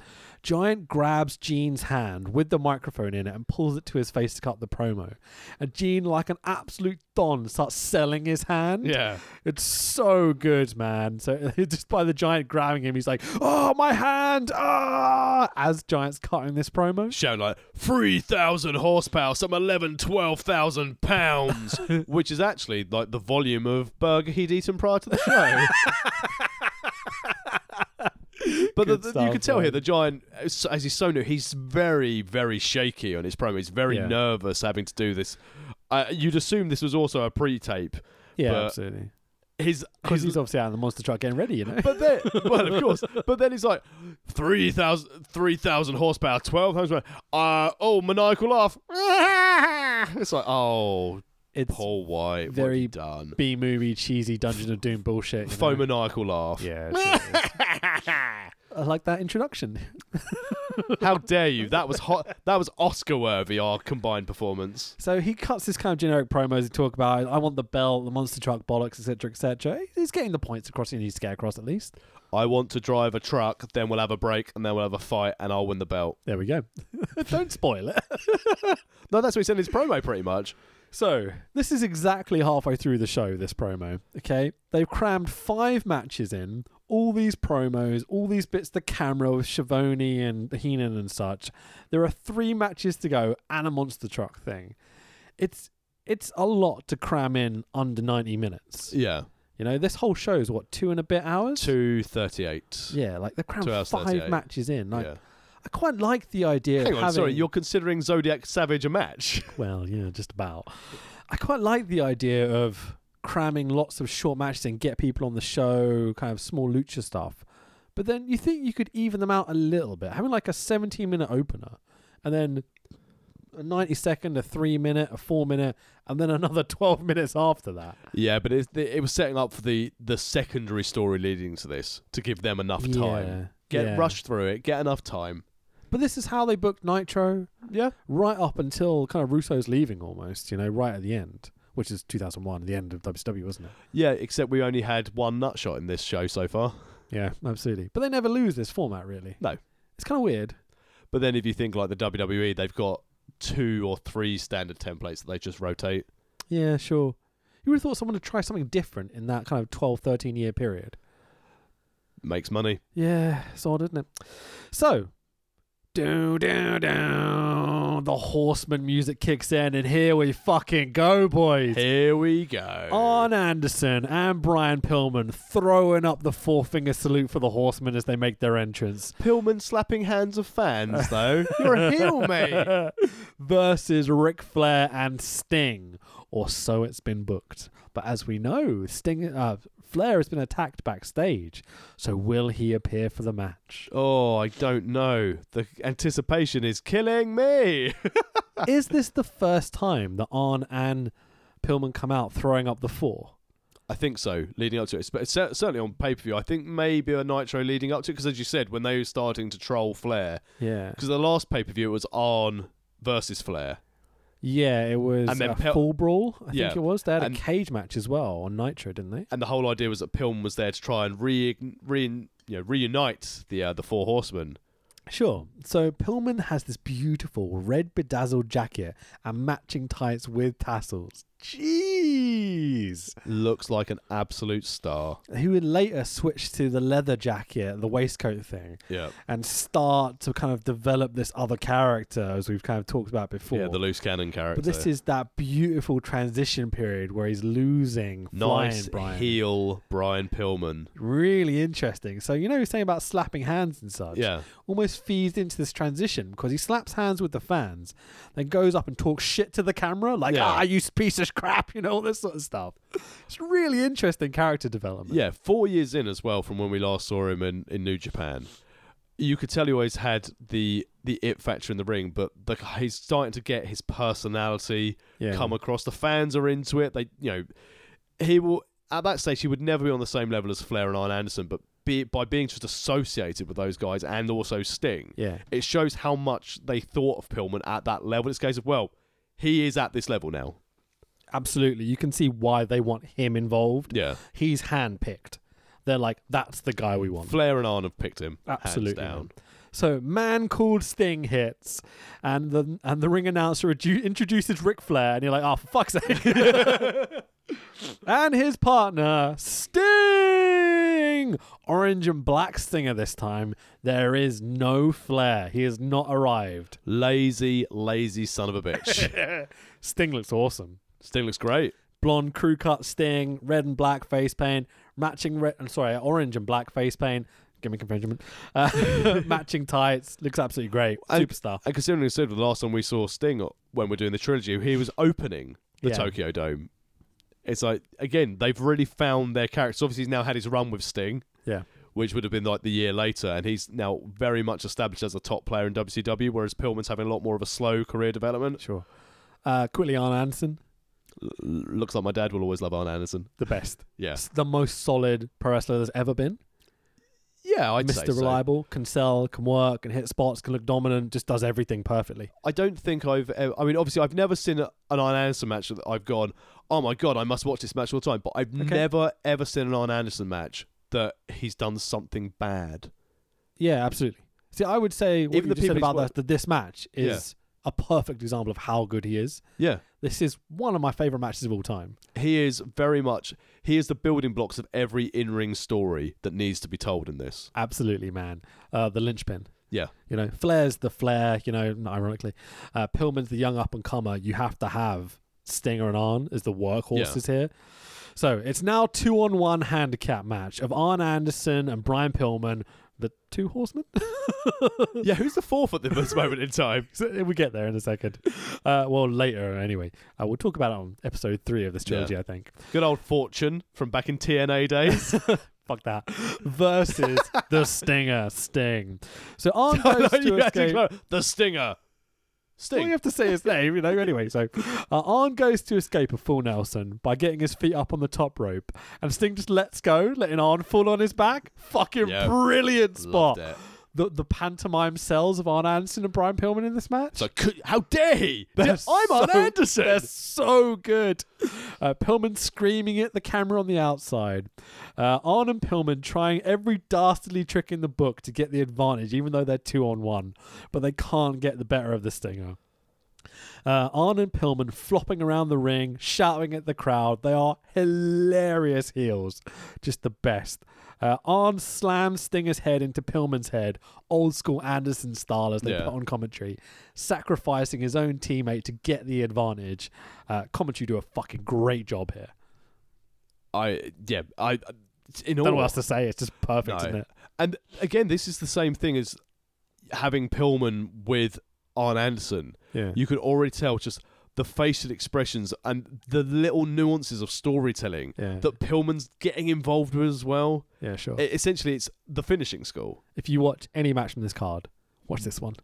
Speaker 2: Giant grabs Gene's hand with the microphone in it and pulls it to his face to cut the promo. And Gene, like an absolute don, starts selling his hand.
Speaker 1: Yeah.
Speaker 2: It's so good, man. So <laughs> just by the giant grabbing him, he's like, "Oh, my hand!" Ah! As Giant's cutting this
Speaker 1: <laughs>
Speaker 2: promo.
Speaker 1: Shouting like 3,000 horsepower, some 11, 12,000
Speaker 2: <laughs>
Speaker 1: pounds, which is actually like the volume of burger he'd eaten prior to the
Speaker 2: <laughs>
Speaker 1: show. but the,
Speaker 2: Good
Speaker 1: the- you
Speaker 2: stuff,
Speaker 1: can tell
Speaker 2: man.
Speaker 1: here the giant, as as he's so new, he's very, very shaky on his promo. He's very
Speaker 2: Yeah.
Speaker 1: nervous having to do this. Uh, you'd assume this was also a pre-tape.
Speaker 2: Yeah,
Speaker 1: But
Speaker 2: absolutely.
Speaker 1: His,
Speaker 2: Because
Speaker 1: his
Speaker 2: he's obviously out in the monster truck getting ready, you know.
Speaker 1: But then, <laughs> well, of course. But then he's like 3,000 3,000 horsepower, 1,200 horsepower. Uh, oh, maniacal laugh. <laughs> It's like, oh,
Speaker 2: <laughs> It's
Speaker 1: Paul White, what have
Speaker 2: very
Speaker 1: you done?
Speaker 2: B movie cheesy Dungeon of Doom bullshit. you know?
Speaker 1: Faux maniacal laugh.
Speaker 2: Yeah. sure is. I like that introduction.
Speaker 1: How dare you? That was hot. That was Oscar worthy, our combined performance.
Speaker 2: So he cuts this kind of generic promos to talk about I want the belt, the monster truck bollocks, etc., etc. He's getting the points across he needs to get across at least.
Speaker 1: I want to drive a truck, then we'll have a break, and then we'll have a fight, and I'll win the belt.
Speaker 2: There we go. <laughs> Don't spoil it. <laughs>
Speaker 1: No, that's what he said in his promo, pretty much.
Speaker 2: So, this is exactly halfway through the show, this promo. Okay. They've crammed five matches in, all these promos, all these bits of the camera with Shavoni and Heenan and such. There are three matches to go and a monster truck thing. It's it's a lot to cram in under 90 minutes.
Speaker 1: Yeah.
Speaker 2: You know, this whole show is what, two and a bit hours?
Speaker 1: 238.
Speaker 2: Yeah, like they've
Speaker 1: Two
Speaker 2: crammed
Speaker 1: hours,
Speaker 2: five
Speaker 1: 38.
Speaker 2: matches in. Like,
Speaker 1: yeah.
Speaker 2: I quite like the idea
Speaker 1: Hang
Speaker 2: of
Speaker 1: on,
Speaker 2: having
Speaker 1: sorry, you're considering Zodiac Savage a match?
Speaker 2: Well, yeah, just about. I quite like the idea of cramming lots of short matches and get people on the show, kind of small lucha stuff. But then you think you could even them out a little bit, having like a 17 minute opener and then a 90 second, a three minute, a four minute, and then another <laughs> 12 minutes after that.
Speaker 1: Yeah, but it, it was setting up for the the secondary story leading to this to give them enough time. Get
Speaker 2: yeah.
Speaker 1: rushed through it. Get enough time.
Speaker 2: But this is how they booked Nitro
Speaker 1: Yeah,
Speaker 2: right up until kind of Russo's leaving almost, you know, right at the end, which is 2001, the end of WCW, wasn't it?
Speaker 1: yeah. Except we only had one nut shot in this show so far.
Speaker 2: Yeah, absolutely. But they never lose this format, really.
Speaker 1: No.
Speaker 2: It's kind of weird.
Speaker 1: But then if you think like the WWE, they've got two or three standard templates that they just rotate.
Speaker 2: Yeah, sure. You would have thought someone would try something different in that kind of 12, 13 year period.
Speaker 1: Makes money.
Speaker 2: Yeah, it's odd, isn't it? So, do, do, do, the horseman music kicks in, and here we fucking go, boys.
Speaker 1: Here we go.
Speaker 2: Arn Anderson and Brian Pillman throwing up the four finger salute for the horsemen as they make their entrance.
Speaker 1: Pillman slapping hands of fans though. You're a heel,
Speaker 2: <laughs>
Speaker 1: mate.
Speaker 2: versus Ric Flair and Sting, or so it's been booked. But as we know, Sting uh, Flair has been attacked backstage, so will he appear for
Speaker 1: <laughs>
Speaker 2: the match?
Speaker 1: Oh, I don't know. The anticipation is killing me.
Speaker 2: Is this the first time that Arn and Pillman come out throwing up the four?
Speaker 1: I think so, leading up to it. But cer- certainly on pay per view, I think maybe a Nitro leading up to it, because as you said, when they were starting to troll Flair,
Speaker 2: Yeah,
Speaker 1: because the last pay per view was on versus Flair.
Speaker 2: yeah, it was
Speaker 1: And
Speaker 2: and
Speaker 1: then
Speaker 2: a
Speaker 1: Pill-
Speaker 2: full brawl. I
Speaker 1: Yeah.
Speaker 2: think it was. They had
Speaker 1: And-
Speaker 2: a cage match as well on Nitro, didn't they?
Speaker 1: And the whole idea was that Pilm was there to try and re, re- you know, reunite the uh, the Four Horsemen.
Speaker 2: Sure. So Pillman has this beautiful red bedazzled jacket and matching tights with tassels. Jeez.
Speaker 1: Looks like an absolute star.
Speaker 2: He would later switch to the leather jacket, the waistcoat thing,
Speaker 1: Yeah.
Speaker 2: and start to kind of develop this other character as we've kind of talked about before.
Speaker 1: Yeah, the loose cannon character.
Speaker 2: but this is that beautiful transition period where he's losing
Speaker 1: nice
Speaker 2: flying Brian.
Speaker 1: heel Brian Pillman.
Speaker 2: really interesting. So you know he's saying about slapping hands and such.
Speaker 1: Yeah.
Speaker 2: almost feeds into this transition because he slaps hands with the fans, then goes up and talks shit to the camera, like,
Speaker 1: Yeah.
Speaker 2: ah, you piece of crap, <laughs> you know, all this sort of stuff. It's really interesting character development.
Speaker 1: Yeah, four years in as well from when we last saw him in, in New Japan. You could tell he always had the the it factor in the ring, but the, he's starting to get his personality
Speaker 2: Yeah.
Speaker 1: come across. The fans are into it. They, you know, he will at that stage he would never be on the same level as Flair and Arn Anderson, but be, by being just associated with those guys and also Sting,
Speaker 2: Yeah.
Speaker 1: it shows how much they thought of Pillman at that level. It's a case of well, he is at this level now.
Speaker 2: Absolutely. You can see why they want him involved.
Speaker 1: Yeah,
Speaker 2: He's handpicked. They're like, that's the guy we want.
Speaker 1: Flair and Arn have picked him. hands
Speaker 2: Absolutely.
Speaker 1: down.
Speaker 2: So, man called Sting hits, and the and the ring announcer adu- introduces Ric Flair, and you're like, oh, for fuck's sake. <laughs> and his partner, Sting! Orange and black Stinger this time. There is no Flair. He has not arrived.
Speaker 1: Lazy, lazy son of a bitch.
Speaker 2: <laughs> Sting looks awesome.
Speaker 1: Sting looks great.
Speaker 2: Blonde crew cut Sting, red and black face paint, matching red, I'm sorry, orange and black face paint. Give me confession. Uh, <laughs> matching tights. Looks absolutely great.
Speaker 1: And-
Speaker 2: Superstar.
Speaker 1: And considering it's the last time we saw Sting when we're doing the trilogy, he was opening the
Speaker 2: Yeah.
Speaker 1: Tokyo Dome. It's like again, they've really found their characters. Obviously, he's now had his run with Sting,
Speaker 2: Yeah.
Speaker 1: which would have been like the year later, and he's now very much established as a top player in WCW. Whereas Pillman's having a lot more of a slow career development.
Speaker 2: Sure. Uh, quickly on Anderson,
Speaker 1: L- looks like my dad will always love Arn Anderson.
Speaker 2: the best,
Speaker 1: Yeah,
Speaker 2: S- the most solid pro wrestler there's ever been.
Speaker 1: yeah, I'd say
Speaker 2: Mr.
Speaker 1: so.
Speaker 2: Reliable can sell, can work, can hit spots, can look dominant, just does everything perfectly.
Speaker 1: I don't think I've. ever- I mean, obviously, I've never seen a- an Arn Anderson match that I've gone, "Oh my god, I must watch this match all the time." But I've
Speaker 2: Okay.
Speaker 1: never ever seen an Arn Anderson match that he's done something bad.
Speaker 2: Yeah, absolutely. See, I would say what
Speaker 1: Even
Speaker 2: you
Speaker 1: the
Speaker 2: just said
Speaker 1: people he's
Speaker 2: about that, that this match
Speaker 1: Yeah.
Speaker 2: is a perfect example of how good he is.
Speaker 1: Yeah,
Speaker 2: This is one of my favorite matches of all time.
Speaker 1: he is very much. He is the building blocks of every in-ring story that needs to be told in this.
Speaker 2: Absolutely, man. Uh, the linchpin.
Speaker 1: Yeah,
Speaker 2: You know, Flair's the Flair, you know, not ironically. Uh, Pillman's the young up and comer. You have to have Stinger and Arn as the workhorses here. So it's now two on one handicap match of Arn Anderson and Brian Pillman, the two horsemen. <laughs>
Speaker 1: yeah. Who's the fourth at this moment in time?
Speaker 2: So we get there in a second. Uh, well, later, anyway. Uh, we'll talk about it on episode three of this trilogy, I think.
Speaker 1: <laughs>
Speaker 2: <laughs>
Speaker 1: Good old Fortune from back in TNA <laughs> days.
Speaker 2: Fuck that. Versus
Speaker 1: <laughs>
Speaker 2: the Stinger, Sting. So Arn goes to
Speaker 1: You had to
Speaker 2: escape.
Speaker 1: go, the Stinger,
Speaker 2: All you
Speaker 1: Sting.
Speaker 2: have to say his name, you know, anyway. So, uh, Arn goes to escape a full Nelson by getting his feet up on the top rope, and Sting just lets go, letting Arn fall on his back. Fucking
Speaker 1: Yeah.
Speaker 2: brilliant spot.
Speaker 1: Loved it.
Speaker 2: The, the pantomime sells of Arn Anderson and Brian Pillman in this match.
Speaker 1: So could, how dare he?
Speaker 2: They're
Speaker 1: I'm Arn
Speaker 2: so-
Speaker 1: Anderson.
Speaker 2: They're so good. Uh, Pillman screaming at the camera on the outside. Uh, Arn and Pillman trying every dastardly trick in the book to get the advantage, even though they're two on one, but they can't get the better of the Stinger. Uh, Arn and Pillman flopping around the ring, shouting at the crowd. They are hilarious heels. Just the best. Uh, Arn slams Stinger's head into Pillman's head, old school Anderson style, as they
Speaker 1: Yeah.
Speaker 2: put on commentary, sacrificing his own teammate to get the advantage. Uh, commentary do a fucking great job here.
Speaker 1: I yeah I in
Speaker 2: Don't know
Speaker 1: all
Speaker 2: what else to say. It's just perfect,
Speaker 1: No.
Speaker 2: isn't it?
Speaker 1: and again this is the same thing as having Pillman with Arn Anderson.
Speaker 2: Yeah.
Speaker 1: You could already tell just the facial expressions and the little nuances of storytelling
Speaker 2: Yeah. Oh.
Speaker 1: that Pillman's getting involved with as well.
Speaker 2: yeah, sure.
Speaker 1: E- essentially, it's the finishing school.
Speaker 2: if you watch any match from this card, watch this one.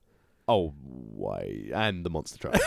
Speaker 1: Oh wait, and the monster
Speaker 2: <laughs>
Speaker 1: truck.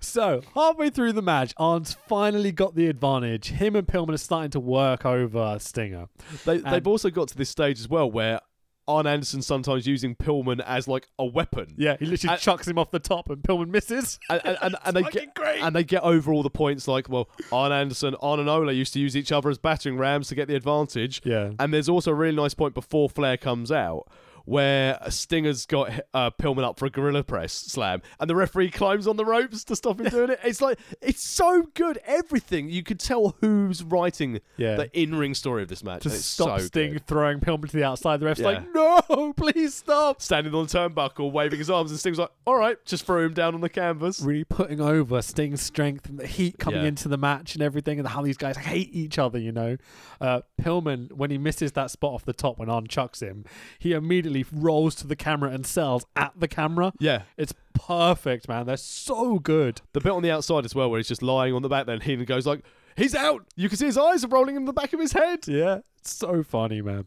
Speaker 2: So, halfway through the match, Arn's finally got the advantage. Him and Pillman are starting to work over Stinger.
Speaker 1: they,
Speaker 2: And-
Speaker 1: they've also got to this stage as well where Arn Anderson sometimes using Pillman as like a weapon.
Speaker 2: Yeah, he literally
Speaker 1: And-
Speaker 2: chucks him off the top and Pillman misses.
Speaker 1: and, and, and, and they
Speaker 2: fucking
Speaker 1: get
Speaker 2: great.
Speaker 1: and they get over all the points like well Arn Anderson Arn and Ola used to use each other as battering rams to get the advantage
Speaker 2: Yeah.
Speaker 1: and there's also a really nice point before Flair comes out where Stinger's got uh, Pillman up for a gorilla press slam and the referee climbs on the ropes to stop him
Speaker 2: <laughs>
Speaker 1: doing it it's like it's so good everything you could tell who's writing
Speaker 2: Yeah.
Speaker 1: the in-ring story of this match
Speaker 2: To
Speaker 1: and it's
Speaker 2: stop
Speaker 1: so
Speaker 2: Sting
Speaker 1: good.
Speaker 2: throwing Pillman to the outside. The ref's
Speaker 1: Yeah.
Speaker 2: like, no, <laughs> please stop.
Speaker 1: standing on the turnbuckle waving his arms and Sting's like alright just throw him down on the canvas
Speaker 2: Really putting over Sting's strength and the heat coming
Speaker 1: Yeah.
Speaker 2: into the match and everything, and how these guys hate each other, you know. Uh, Pillman, when he misses that spot off the top when Arn chucks him, he immediately rolls to the camera and sells at the camera.
Speaker 1: yeah
Speaker 2: It's perfect, man. They're so good.
Speaker 1: The bit on the outside as well, where he's just lying on the back, then Heenan goes like, "He's out." You can see his eyes are rolling in the back of his head.
Speaker 2: Yeah, so funny, man.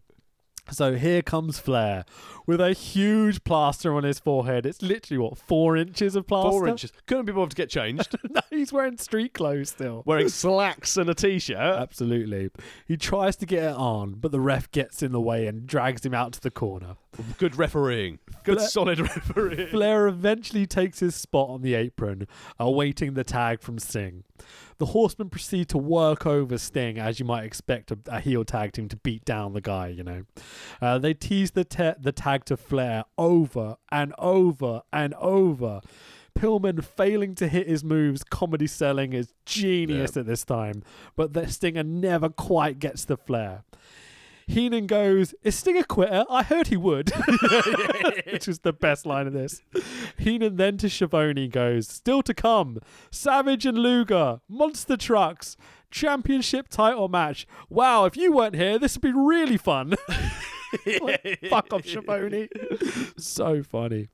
Speaker 2: So here comes Flair with a huge plaster on his forehead. It's literally what four inches of plaster. <laughs>
Speaker 1: Four inches. Couldn't be bothered to get changed.
Speaker 2: no, he's wearing street clothes still.
Speaker 1: Wearing slacks and a
Speaker 2: Uh,
Speaker 1: t-shirt.
Speaker 2: Absolutely. He tries to get it on, but the ref gets in the way and drags him out to the corner.
Speaker 1: Good refereeing. Good
Speaker 2: Flair-
Speaker 1: solid <laughs> refereeing.
Speaker 2: Flair eventually takes his spot on the apron, awaiting the tag from Sting. The horsemen proceed to work over Sting, as you might expect a, a heel tag team to beat down the guy, you know. Uh, they tease the, ta- the tag to Flair over and over and over. Pillman failing to hit his moves, comedy selling is genius at this time, but the Stinger never quite gets the Flair. Heenan goes, Is Sting a quitter? I heard he would. <laughs> Which was the best line of this. Heenan then to Schiavone goes, Still to come. Savage and Luger. Monster trucks. Championship title match. Wow, if you weren't here, this would be really fun. <laughs> Like, Fuck off, Schiavone. so funny.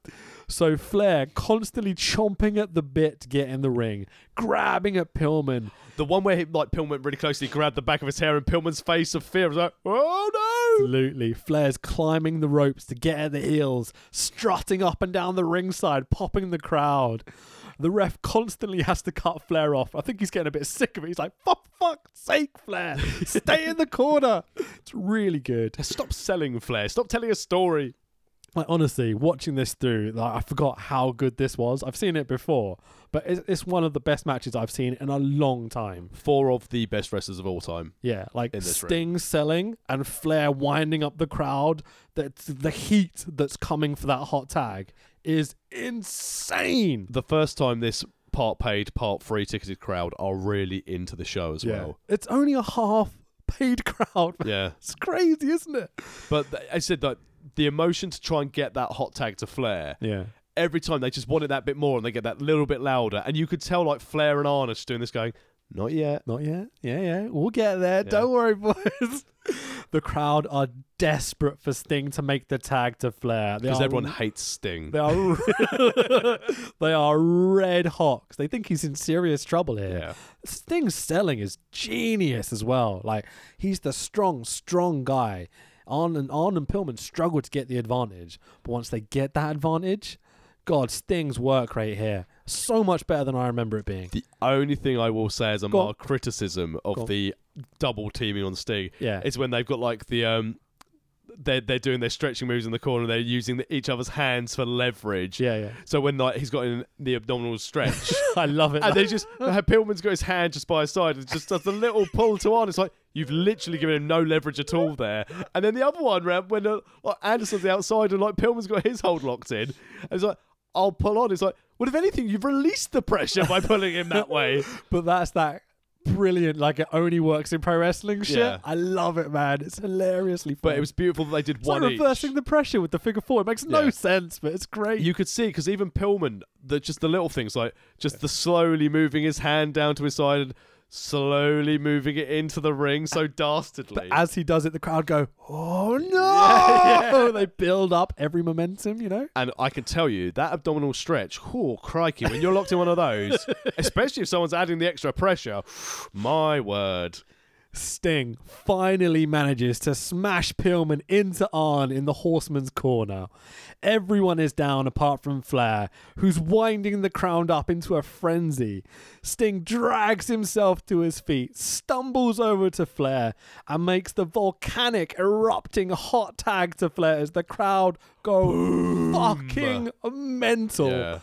Speaker 2: So Flair constantly chomping at the bit to get in the ring, grabbing at Pillman.
Speaker 1: The one where he, like Pillman went really closely, grabbed the back of his hair, and Pillman's face of fear was like, "Oh no!"
Speaker 2: Absolutely. Flair's climbing the ropes to get at the heels, strutting up and down the ringside, popping the crowd. The ref constantly has to cut Flair off. I think he's getting a bit sick of it. He's like, for fuck's sake, Flair, stay in the corner. It's really good.
Speaker 1: Stop selling Flair. Stop telling a story.
Speaker 2: Like, honestly, watching this through, like, I forgot how good this was. I've seen it before, but it's, it's one of the best matches I've seen in a long time.
Speaker 1: Four of the best wrestlers of all time.
Speaker 2: Yeah, like
Speaker 1: In this
Speaker 2: Sting selling and Flair winding up the crowd. That's the heat that's coming for that hot tag is insane.
Speaker 1: The first time this part paid, part free ticketed crowd are really into the show as well.
Speaker 2: it's only a half paid <laughs> crowd.
Speaker 1: Yeah,
Speaker 2: It's crazy, isn't it?
Speaker 1: but th- I said that the emotion to try and get that hot tag to Flair.
Speaker 2: Yeah.
Speaker 1: Every time they just wanted that bit more, and they get that little bit louder, and you could tell like Flair and Arn are just doing this, going, "Not yet."
Speaker 2: Not yet. Yeah, yeah. We'll get there. Don't worry, <laughs> boys. the crowd are desperate for Sting to make the tag to Flair. They
Speaker 1: Because
Speaker 2: are-
Speaker 1: everyone hates Sting.
Speaker 2: <laughs> They
Speaker 1: <laughs>
Speaker 2: are <laughs> they are red hawks. They think he's in serious trouble here.
Speaker 1: Yeah.
Speaker 2: Sting's selling is genius as well. Like he's the strong, strong guy. Arn and Arn and Pillman struggle to get the advantage, but once they get that advantage, God, Sting's work rate here so much better than I remember
Speaker 1: <laughs>
Speaker 2: it being.
Speaker 1: The only thing I will say as a
Speaker 2: Go on.
Speaker 1: marked criticism of
Speaker 2: Go on.
Speaker 1: the double teaming on Sting
Speaker 2: Yeah.
Speaker 1: is when they've got like the um they're they're doing their stretching moves in the corner, they're using the, each other's hands for leverage.
Speaker 2: yeah, yeah.
Speaker 1: So when like he's got in the abdominal stretch
Speaker 2: <laughs> I love it.
Speaker 1: and they just uh, Pillman's got his hand just by his side and just does the little pull to on. It's like you've literally given him no leverage at all there. And then the other one round when uh, like Anderson's outside and like Pillman's got his hold locked in. And it's like I'll pull on. It's like well, if anything, you've released the pressure by pulling him that
Speaker 2: <laughs>
Speaker 1: way.
Speaker 2: but that's that brilliant, like it only works in pro wrestling shit.
Speaker 1: Yeah.
Speaker 2: I love it, man. It's hilariously fun.
Speaker 1: But it was beautiful that they did
Speaker 2: It's like
Speaker 1: one
Speaker 2: reversing the pressure with the figure four. It makes no
Speaker 1: Yeah.
Speaker 2: sense, but it's great.
Speaker 1: each. You could see because even Pillman, the, just the little things like just the slowly moving his hand down to his side and slowly moving it into the ring so dastardly.
Speaker 2: As he does it, the crowd go, "Oh no!" They build up every momentum, you know.
Speaker 1: and I can tell you that abdominal stretch, oh crikey, when you're locked in one of
Speaker 2: <laughs>
Speaker 1: those, especially if someone's adding the extra pressure, <sighs> my word.
Speaker 2: Sting finally manages to smash Pillman into Arn in the Horseman's corner. Everyone is down apart from Flair, who's winding the crowd up into a frenzy. Sting drags himself to his feet, stumbles over to Flair, and makes the volcanic erupting hot tag to Flair as the crowd go fucking mental.
Speaker 1: Yeah.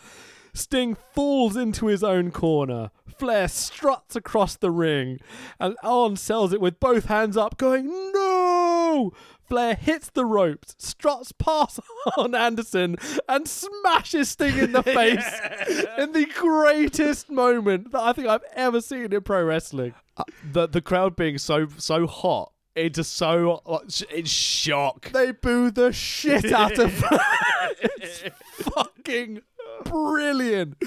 Speaker 2: Sting falls into his own corner. Flair struts across the ring, and Arn sells it with both hands up, going, No! Flair hits the ropes, struts past <laughs> Arn Anderson, and smashes Sting in the face in the greatest moment that I think I've ever seen in pro wrestling.
Speaker 1: Uh, The the crowd being so so hot into so like, sh- in shock.
Speaker 2: They boo the shit out of
Speaker 1: <laughs>
Speaker 2: Flair. It's fucking brilliant.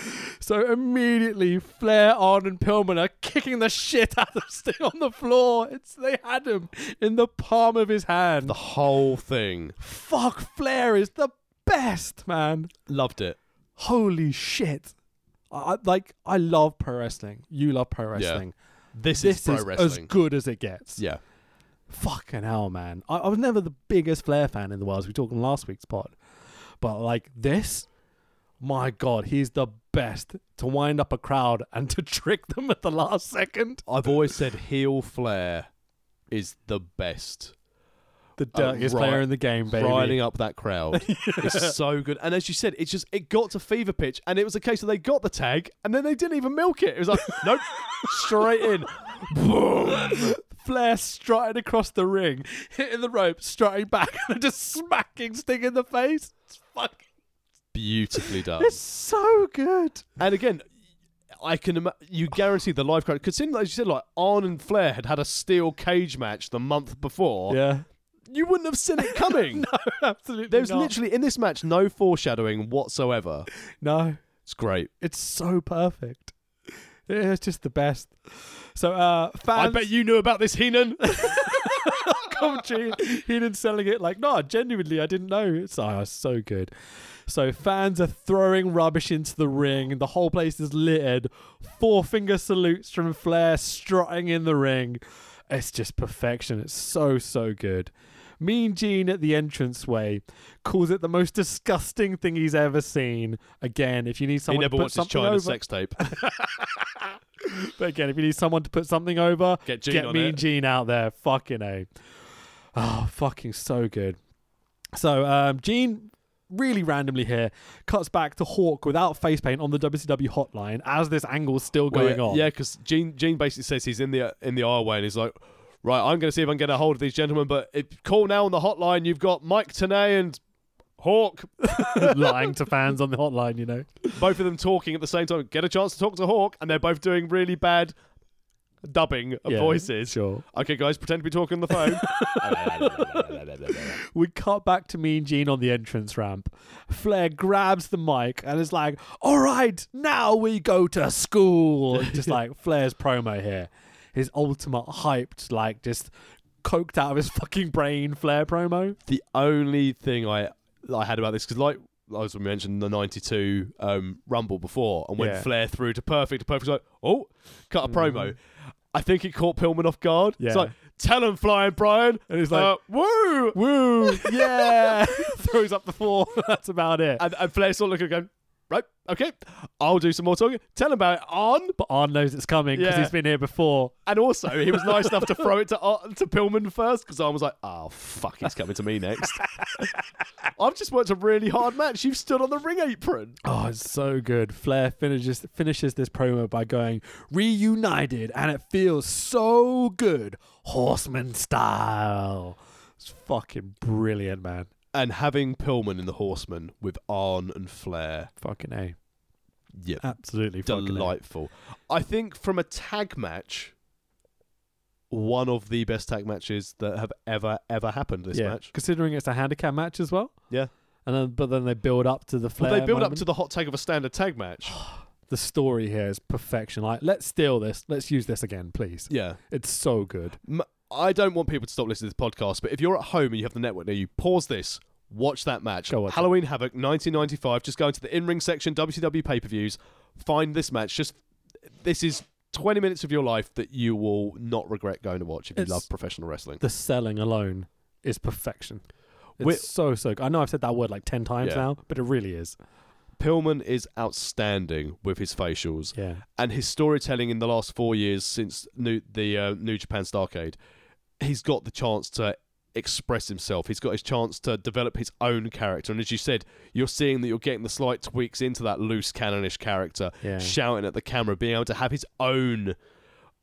Speaker 2: So immediately, Flair, Arn, and Pillman are kicking the shit out of Sting on the floor. It's they had him in the palm of his hand.
Speaker 1: The whole thing.
Speaker 2: Fuck, Flair is the best man.
Speaker 1: Loved it.
Speaker 2: Holy shit! I, I- like I love pro wrestling. You love pro wrestling.
Speaker 1: This,
Speaker 2: This
Speaker 1: is pro
Speaker 2: is as
Speaker 1: wrestling.
Speaker 2: good as it gets.
Speaker 1: yeah.
Speaker 2: fucking hell, man. I, I was never the biggest Flair fan in the world, as we talked on last week's pod. But like this, my God, he's the best to wind up a crowd and to <laughs> trick them at the last second.
Speaker 1: I've always said heel flair is the best.
Speaker 2: The
Speaker 1: Uh,
Speaker 2: dirtiest
Speaker 1: right-
Speaker 2: player in the game, baby.
Speaker 1: Riding up that <laughs> crowd is so good. And as you said, it's just it got to fever pitch, and it was a case of they got the tag, and then they didn't even milk it. It was like <laughs> nope, straight in.
Speaker 2: Boom! <laughs> Flair strutting across the ring, hitting the rope, strutting back, <laughs> and just smacking Sting in the face. It's fucking.
Speaker 1: Beautifully done.
Speaker 2: It's so good.
Speaker 1: And again, I can ima- you guarantee the live crowd because as you said, like Arn and Flair had had a steel cage match the month before.
Speaker 2: Yeah.
Speaker 1: You wouldn't have seen <laughs> it coming.
Speaker 2: <laughs> Absolutely.
Speaker 1: There was
Speaker 2: not.
Speaker 1: literally in this match no foreshadowing whatsoever.
Speaker 2: No.
Speaker 1: It's great.
Speaker 2: It's so perfect. It's just the best. So, uh,
Speaker 1: I
Speaker 2: fans. <laughs>
Speaker 1: bet you knew about this Heenan.
Speaker 2: commentary. Heenan selling it like, no, genuinely, I didn't know. It's oh, it's so good. So fans are throwing rubbish into the ring. The whole place is littered. Four finger salutes from Flair strutting in the ring. It's just perfection. It's so so good. Mean Gene at the entranceway calls it the most disgusting thing he's ever seen. Again, if you need
Speaker 1: he
Speaker 2: someone
Speaker 1: never
Speaker 2: to put
Speaker 1: watched his
Speaker 2: something
Speaker 1: China
Speaker 2: over,
Speaker 1: sex
Speaker 2: <laughs>
Speaker 1: tape.
Speaker 2: but again, if you need someone to put something over,
Speaker 1: Get Gene on
Speaker 2: Mean
Speaker 1: it.
Speaker 2: Gene out there. Fucking A. Oh, fucking so good. So, um, Gene, really randomly here, cuts back to Hawk without face paint on the WCW hotline as this angle's still going
Speaker 1: Well,
Speaker 2: on.
Speaker 1: Yeah, because Gene Gene basically says he's in the in the aisleway and he's like, right, I'm going to see if I can get a hold of these gentlemen. But if, call now on the hotline. You've got Mike Tanay and Hawk,
Speaker 2: lying to fans on the hotline, you know.
Speaker 1: both of them talking at the same time. Get a chance to talk to Hawk, and they're both doing really bad dubbing <laughs> of
Speaker 2: Yeah,
Speaker 1: voices.
Speaker 2: Sure.
Speaker 1: Okay, guys, pretend to be talking on the phone.
Speaker 2: We cut back to Mean Gene on the entrance ramp. Flair grabs the mic and is like, All right, now we go
Speaker 1: <laughs>
Speaker 2: to school. Just like Flair's promo here. His ultimate hyped, like just coked out of his fucking brain Flair promo.
Speaker 1: the only thing I I had about this because like as we mentioned the '92 um, Rumble before, and when
Speaker 2: Yeah. Mm.
Speaker 1: Flair threw to Perfect, to Perfect's like, oh, cut a promo. I think it caught Pillman off guard.
Speaker 2: Yeah.
Speaker 1: It's like, tell him, Flying Brian.
Speaker 2: And he's like,
Speaker 1: uh, woo!
Speaker 2: <laughs> Woo! Yeah! <laughs> Throws up the floor. <laughs> That's about it.
Speaker 1: And, and Flair sort of looking going, right, okay, I'll do some more talking. Tell him about it, Arn.
Speaker 2: But Arn knows it's coming because
Speaker 1: Yeah.
Speaker 2: he's been here before.
Speaker 1: And also, he was nice enough to throw it to Ar- to Pillman first because I was like, oh, fuck, it's coming to me
Speaker 2: <laughs>
Speaker 1: next. I've just worked a really hard match. You've stood on the ring apron.
Speaker 2: Oh, it's so good. Flair finishes finishes this promo by going reunited, and it feels so good, horseman style. It's fucking brilliant, man.
Speaker 1: and having Pillman in the Horseman with Arn and Flair,
Speaker 2: Fucking a,
Speaker 1: yeah,
Speaker 2: absolutely fucking A.
Speaker 1: delightful. I think from a tag match, one of the best tag matches that have ever ever happened. This
Speaker 2: yeah.
Speaker 1: match,
Speaker 2: considering it's a handicap match as well.
Speaker 1: Yeah.
Speaker 2: and then but then they build up to the Flair.
Speaker 1: well, they build up
Speaker 2: moment.
Speaker 1: to the hot tag of a standard tag
Speaker 2: <sighs>
Speaker 1: match.
Speaker 2: the story here is perfection. Like, let's steal this. Let's use this again, please.
Speaker 1: yeah,
Speaker 2: It's so good.
Speaker 1: M- I don't want people to stop listening to this podcast, but if you're at home and you have the network now, you pause this. Watch that match.
Speaker 2: Go watch it.
Speaker 1: Halloween Havoc 1995. Just go into the in ring section, WCW pay per views, find this match. Just This is 20 minutes of your life that you will not regret going to watch if you
Speaker 2: It's-
Speaker 1: love professional wrestling.
Speaker 2: The selling alone is perfection. It's
Speaker 1: We're-
Speaker 2: so so. Good. I know I've said that word like ten times
Speaker 1: Yeah.
Speaker 2: now, but it really is.
Speaker 1: Pillman is outstanding with his facials
Speaker 2: Yeah.
Speaker 1: and his storytelling in the last four years since new, the uh, New Japan Starcade. He's got the chance to express himself. He's got his chance to develop his own character. And as you said, you're seeing that you're getting the slight tweaks into that loose cannonish character,
Speaker 2: Yeah.
Speaker 1: shouting at the camera, being able to have his own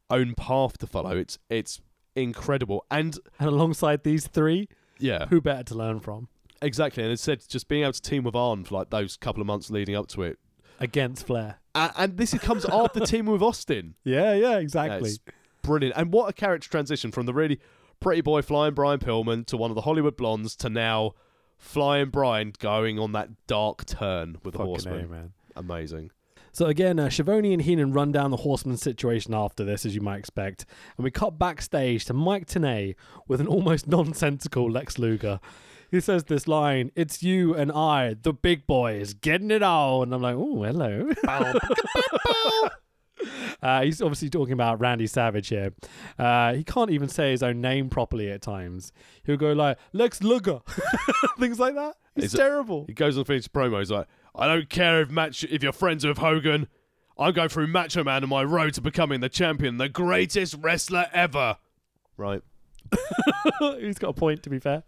Speaker 1: own path to follow. It's it's incredible. And
Speaker 2: And alongside these three,
Speaker 1: yeah,
Speaker 2: who better to learn from?
Speaker 1: exactly. And as said, just being able to team with Arn for like those couple of months leading up to it.
Speaker 2: Against Flair.
Speaker 1: A- and this comes after teaming with Austin.
Speaker 2: Yeah, yeah,
Speaker 1: Yeah,
Speaker 2: exactly.
Speaker 1: it's brilliant. And what a character transition from the really pretty boy flying Brian Pillman to one of the Hollywood blondes to now flying Brian going on that dark turn with the horseman.
Speaker 2: man.
Speaker 1: Amazing.
Speaker 2: So again, uh, Schiavone and Heenan run down the Horseman situation after this, as you might expect, and we cut backstage to Mike Tenay with an almost <laughs> nonsensical Lex Luger. He says this line, "It's you and I, the big boys, getting it on." And I'm like, "Oh, hello." <laughs> Uh, he's obviously talking about Randy Savage here. Uh, he can't even say his own name properly at times. He'll go like Lex Luger, <laughs> things like that. It's,
Speaker 1: It's a-
Speaker 2: terrible.
Speaker 1: He goes on for his promo. He's like, I don't care if match if you're friends with Hogan. I'm going through Macho Man on my road to becoming the champion, the greatest wrestler ever. Right.
Speaker 2: <laughs> he's got a point, to be fair.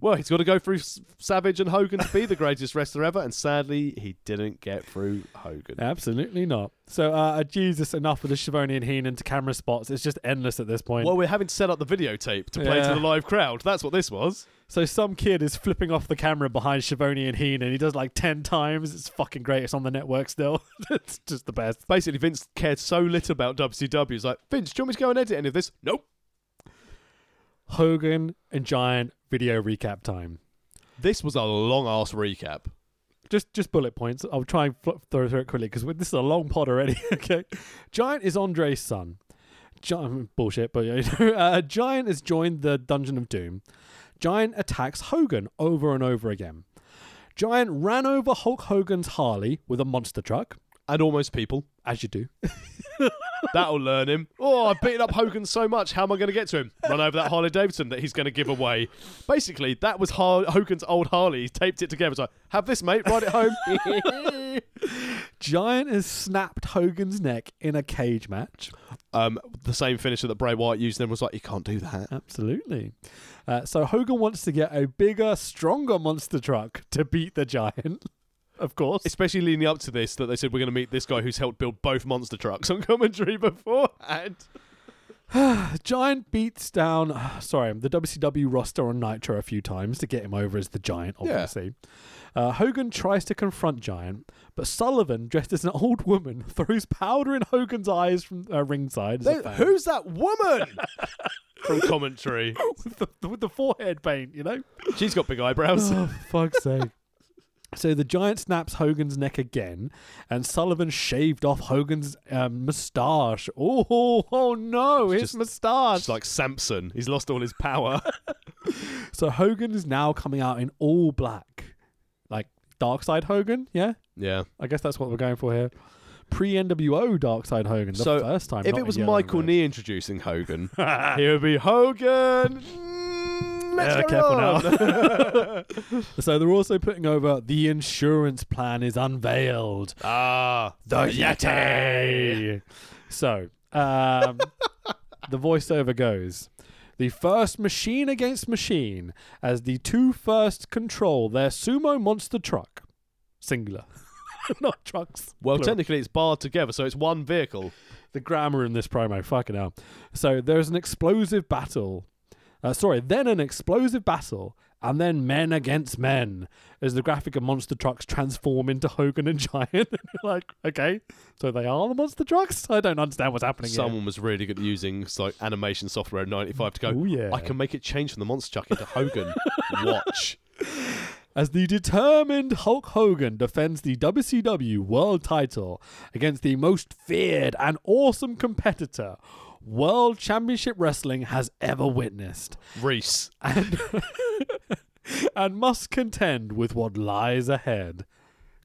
Speaker 1: Well, he's got to go through S- Savage and Hogan to be the greatest wrestler ever, and sadly, he didn't get through Hogan.
Speaker 2: Absolutely not. So, uh, Jesus, enough with the Shivani and Heenan to camera spots. It's just endless at this point.
Speaker 1: Well, we're having to set up the videotape to play
Speaker 2: Yeah.
Speaker 1: to the live crowd. That's what this was.
Speaker 2: So some kid is flipping off the camera behind Shivani and Heenan. He does like 10 times. It's fucking great. It's on the network still. <laughs> it's just the best.
Speaker 1: Basically, Vince cared so little about WCW. He's like, Vince, do you want me to go and edit any of this? Nope.
Speaker 2: Hogan and Giant video recap time.
Speaker 1: This was a long ass recap.
Speaker 2: Just just bullet points. I'll try and fl- throw through it quickly because this is a long pod already. <laughs> okay. Giant is Andre's son. Giant, bullshit, but you know, <laughs> uh, Giant has joined the Dungeon of Doom. Giant attacks Hogan over and over again. Giant ran over Hulk Hogan's Harley with a monster truck,
Speaker 1: And almost people.
Speaker 2: as you do. <laughs>
Speaker 1: That'll learn him. Oh, I've beaten up Hogan so much. How am I going to get to him? Run over that Harley Davidson that he's going to give away. Basically, that was Har- Hogan's old Harley. He taped it together. It's like, have this, mate. Ride it home.
Speaker 2: Giant has snapped Hogan's neck in a cage match.
Speaker 1: um, the same finisher that Bray Wyatt used then was like, you can't do that.
Speaker 2: Absolutely. Uh, so Hogan wants to get a bigger, stronger monster truck to beat the giant. Of course.
Speaker 1: Especially leading up to this, that they said we're going to meet this guy who's helped build both monster trucks on commentary beforehand.
Speaker 2: The giant beats down, <sighs> sorry, the WCW roster on Nitro a few times to get him over as the giant, obviously. Uh, Hogan tries to confront Giant, but Sullivan, <laughs> dressed as an old woman, throws powder in Hogan's eyes from uh, ringside. as a fan. <laughs>
Speaker 1: who's that woman <laughs> from commentary?
Speaker 2: with, the, with the forehead paint, you know?
Speaker 1: She's got big eyebrows.
Speaker 2: <laughs> Oh, for fuck's sake. So the giant snaps Hogan's neck again, and Sullivan shaved off Hogan's um, moustache. Oh, oh, oh no, his
Speaker 1: just-
Speaker 2: moustache!
Speaker 1: It's like Samson. He's lost all his power.
Speaker 2: so Hogan is now coming out in all black, like Dark Side Hogan. Yeah,
Speaker 1: <laughs> yeah.
Speaker 2: I guess that's what we're going for here. Pre NWO Dark Side Hogan, the
Speaker 1: So,
Speaker 2: first time.
Speaker 1: If
Speaker 2: not
Speaker 1: it
Speaker 2: in
Speaker 1: was
Speaker 2: yellow and
Speaker 1: Michael <laughs>
Speaker 2: red.
Speaker 1: Knee introducing <laughs> Hogan, he would be Hogan. Mm, let's
Speaker 2: Yeah,
Speaker 1: go
Speaker 2: careful
Speaker 1: on. <laughs>
Speaker 2: so they're also putting over the insurance plan is unveiled.
Speaker 1: ah,
Speaker 2: The Yeti. So,
Speaker 1: <laughs>
Speaker 2: um, the voiceover goes. The first machine against machine, as the two first control their sumo monster truck. Singular. <laughs> Not trucks.
Speaker 1: well,
Speaker 2: plural.
Speaker 1: technically it's barred together, so it's one vehicle.
Speaker 2: the grammar in this promo, fucking hell. So there's an explosive battle. Uh, sorry, then an explosive battle, and then men against men as the graphic of monster trucks transform into Hogan and <laughs> Giant. And you're like, okay, so they are the monster trucks? <laughs> I don't understand what's happening here.
Speaker 1: Someone was really good at using like animation software in '95 to go.
Speaker 2: Ooh, yeah.
Speaker 1: I can make it change from the monster chuck into Hogan. <laughs> Watch.
Speaker 2: As the determined Hulk Hogan defends the WCW World title against the most feared and awesome competitor World Championship Wrestling has ever witnessed.
Speaker 1: Reese.
Speaker 2: and, and must contend with what lies ahead.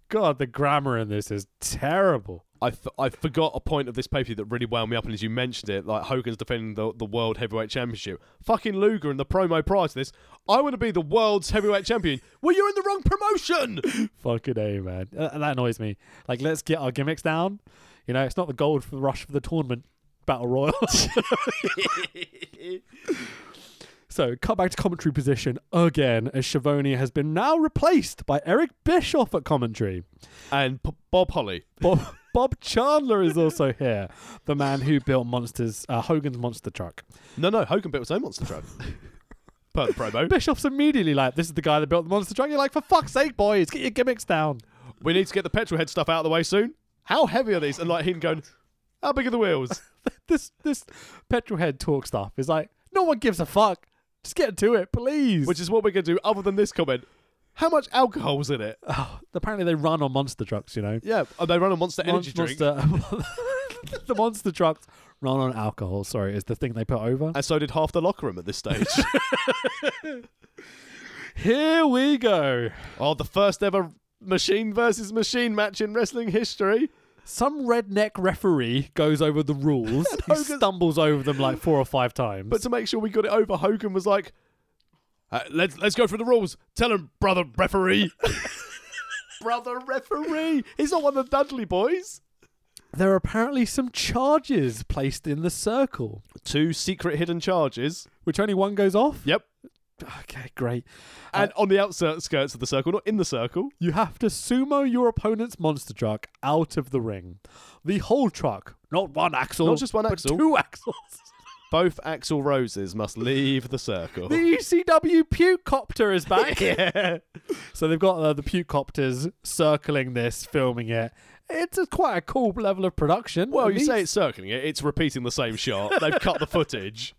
Speaker 2: God, the grammar in this is terrible.
Speaker 1: I, f- I forgot a point of this paper that really wound me up, and as you mentioned it, like Hogan's defending the, the World Heavyweight Championship. Fucking Luger in the promo prior to this, I want to be the world's heavyweight champion. Well, you're in the wrong
Speaker 2: <laughs>
Speaker 1: promotion!
Speaker 2: Fucking A, man. Uh, that annoys me. Like, let's get our gimmicks down. You know, it's not the gold for the rush for the tournament. Battle Royal. <laughs> so, cut back to commentary position again as Shavoni has been now replaced by Eric Bischoff at commentary.
Speaker 1: and P- Bob Holly.
Speaker 2: Bob, Bob Chandler is also here, the man who built Monsters, uh, Hogan's Monster Truck.
Speaker 1: No, no, Hogan built his own monster truck. <laughs> per the promo.
Speaker 2: Bishop's immediately like, this is the guy that built the monster truck. You're like, for fuck's sake, boys, get your gimmicks down.
Speaker 1: We need to get the petrol head stuff out of the way soon. How heavy are these? And like him going, how big are the wheels?
Speaker 2: This this petrolhead talk stuff is like, no one gives a fuck. Just get to it, please.
Speaker 1: Which is what we're going to do other than this comment. How much alcohol's in it?
Speaker 2: Oh, apparently they run on monster trucks, you know.
Speaker 1: Yeah, oh, they run a monster
Speaker 2: <laughs>
Speaker 1: energy
Speaker 2: Mon-
Speaker 1: drink.
Speaker 2: monster- <laughs> the monster trucks run on alcohol. Sorry, is the thing they put over.
Speaker 1: And so did half the locker room at this stage. <laughs>
Speaker 2: Here we go.
Speaker 1: Oh, the first ever machine versus machine match in wrestling history.
Speaker 2: Some redneck referee goes over the <laughs> rules. he
Speaker 1: Hogan's-
Speaker 2: stumbles over them like four or five times.
Speaker 1: But to make sure we got it over, Hogan was like, uh, "Let's let's go through the rules. Tell him, brother referee, brother referee. He's not one of the Dudley boys."
Speaker 2: there are apparently some charges placed in the circle,
Speaker 1: Two secret hidden charges.
Speaker 2: which only one goes off.
Speaker 1: Yep.
Speaker 2: Okay, great.
Speaker 1: And on the outskirts of the circle, not in the circle.
Speaker 2: You have to sumo your opponent's monster truck out of the ring. The whole truck, not one axle,
Speaker 1: Not just one
Speaker 2: but
Speaker 1: axle.
Speaker 2: two axles.
Speaker 1: <laughs> Both Axel Roses must leave the circle.
Speaker 2: The E ECW puke copter is
Speaker 1: <laughs>
Speaker 2: back.
Speaker 1: yeah.
Speaker 2: So they've got uh, the puke copters circling this, filming it. It's a, quite a cool level of production.
Speaker 1: Well,
Speaker 2: at
Speaker 1: you say
Speaker 2: least.
Speaker 1: it's circling it. It's repeating the same shot. They've cut the <laughs> footage,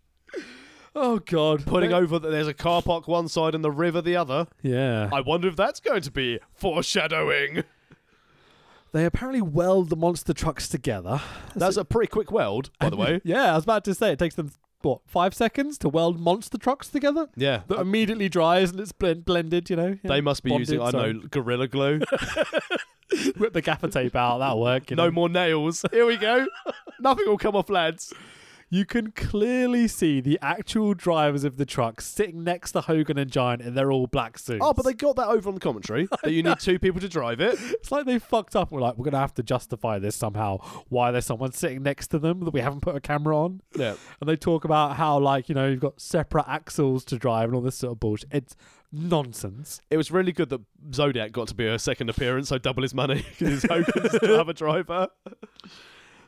Speaker 2: oh god,
Speaker 1: putting
Speaker 2: They-
Speaker 1: over that there's a car park one side and the river the other.
Speaker 2: Yeah,
Speaker 1: I wonder if that's going to be foreshadowing.
Speaker 2: they apparently weld the monster trucks together.
Speaker 1: That's a pretty quick weld, by the <laughs> way.
Speaker 2: <laughs> Yeah, I was about to say it takes them what five seconds to weld monster trucks together.
Speaker 1: Yeah.
Speaker 2: That immediately dries and it's blend- blended, you know. yeah.
Speaker 1: Uh, They must be using, I
Speaker 2: Bonded,
Speaker 1: know, Gorilla <laughs> Glue.
Speaker 2: sorry. Rip the gaffer tape out, that'll work. You,
Speaker 1: no
Speaker 2: know.
Speaker 1: more nails. Here we go. <laughs> Nothing will come off, lads.
Speaker 2: you can clearly see the actual drivers of the truck sitting next to Hogan and Giant in their all black suits.
Speaker 1: Oh, but they got that over on the <laughs> commentary that you need two people to drive <laughs> it.
Speaker 2: It's like they fucked up. We're like, we're gonna have to justify this somehow. Why there's someone sitting next to them that we haven't put a camera on?
Speaker 1: Yeah.
Speaker 2: And they talk about how like you know you've got separate axles to drive and all this sort of bullshit. It's nonsense.
Speaker 1: It was really good that Zodiac got to be her second appearance, so double his money <laughs> because he's Hogan's other driver.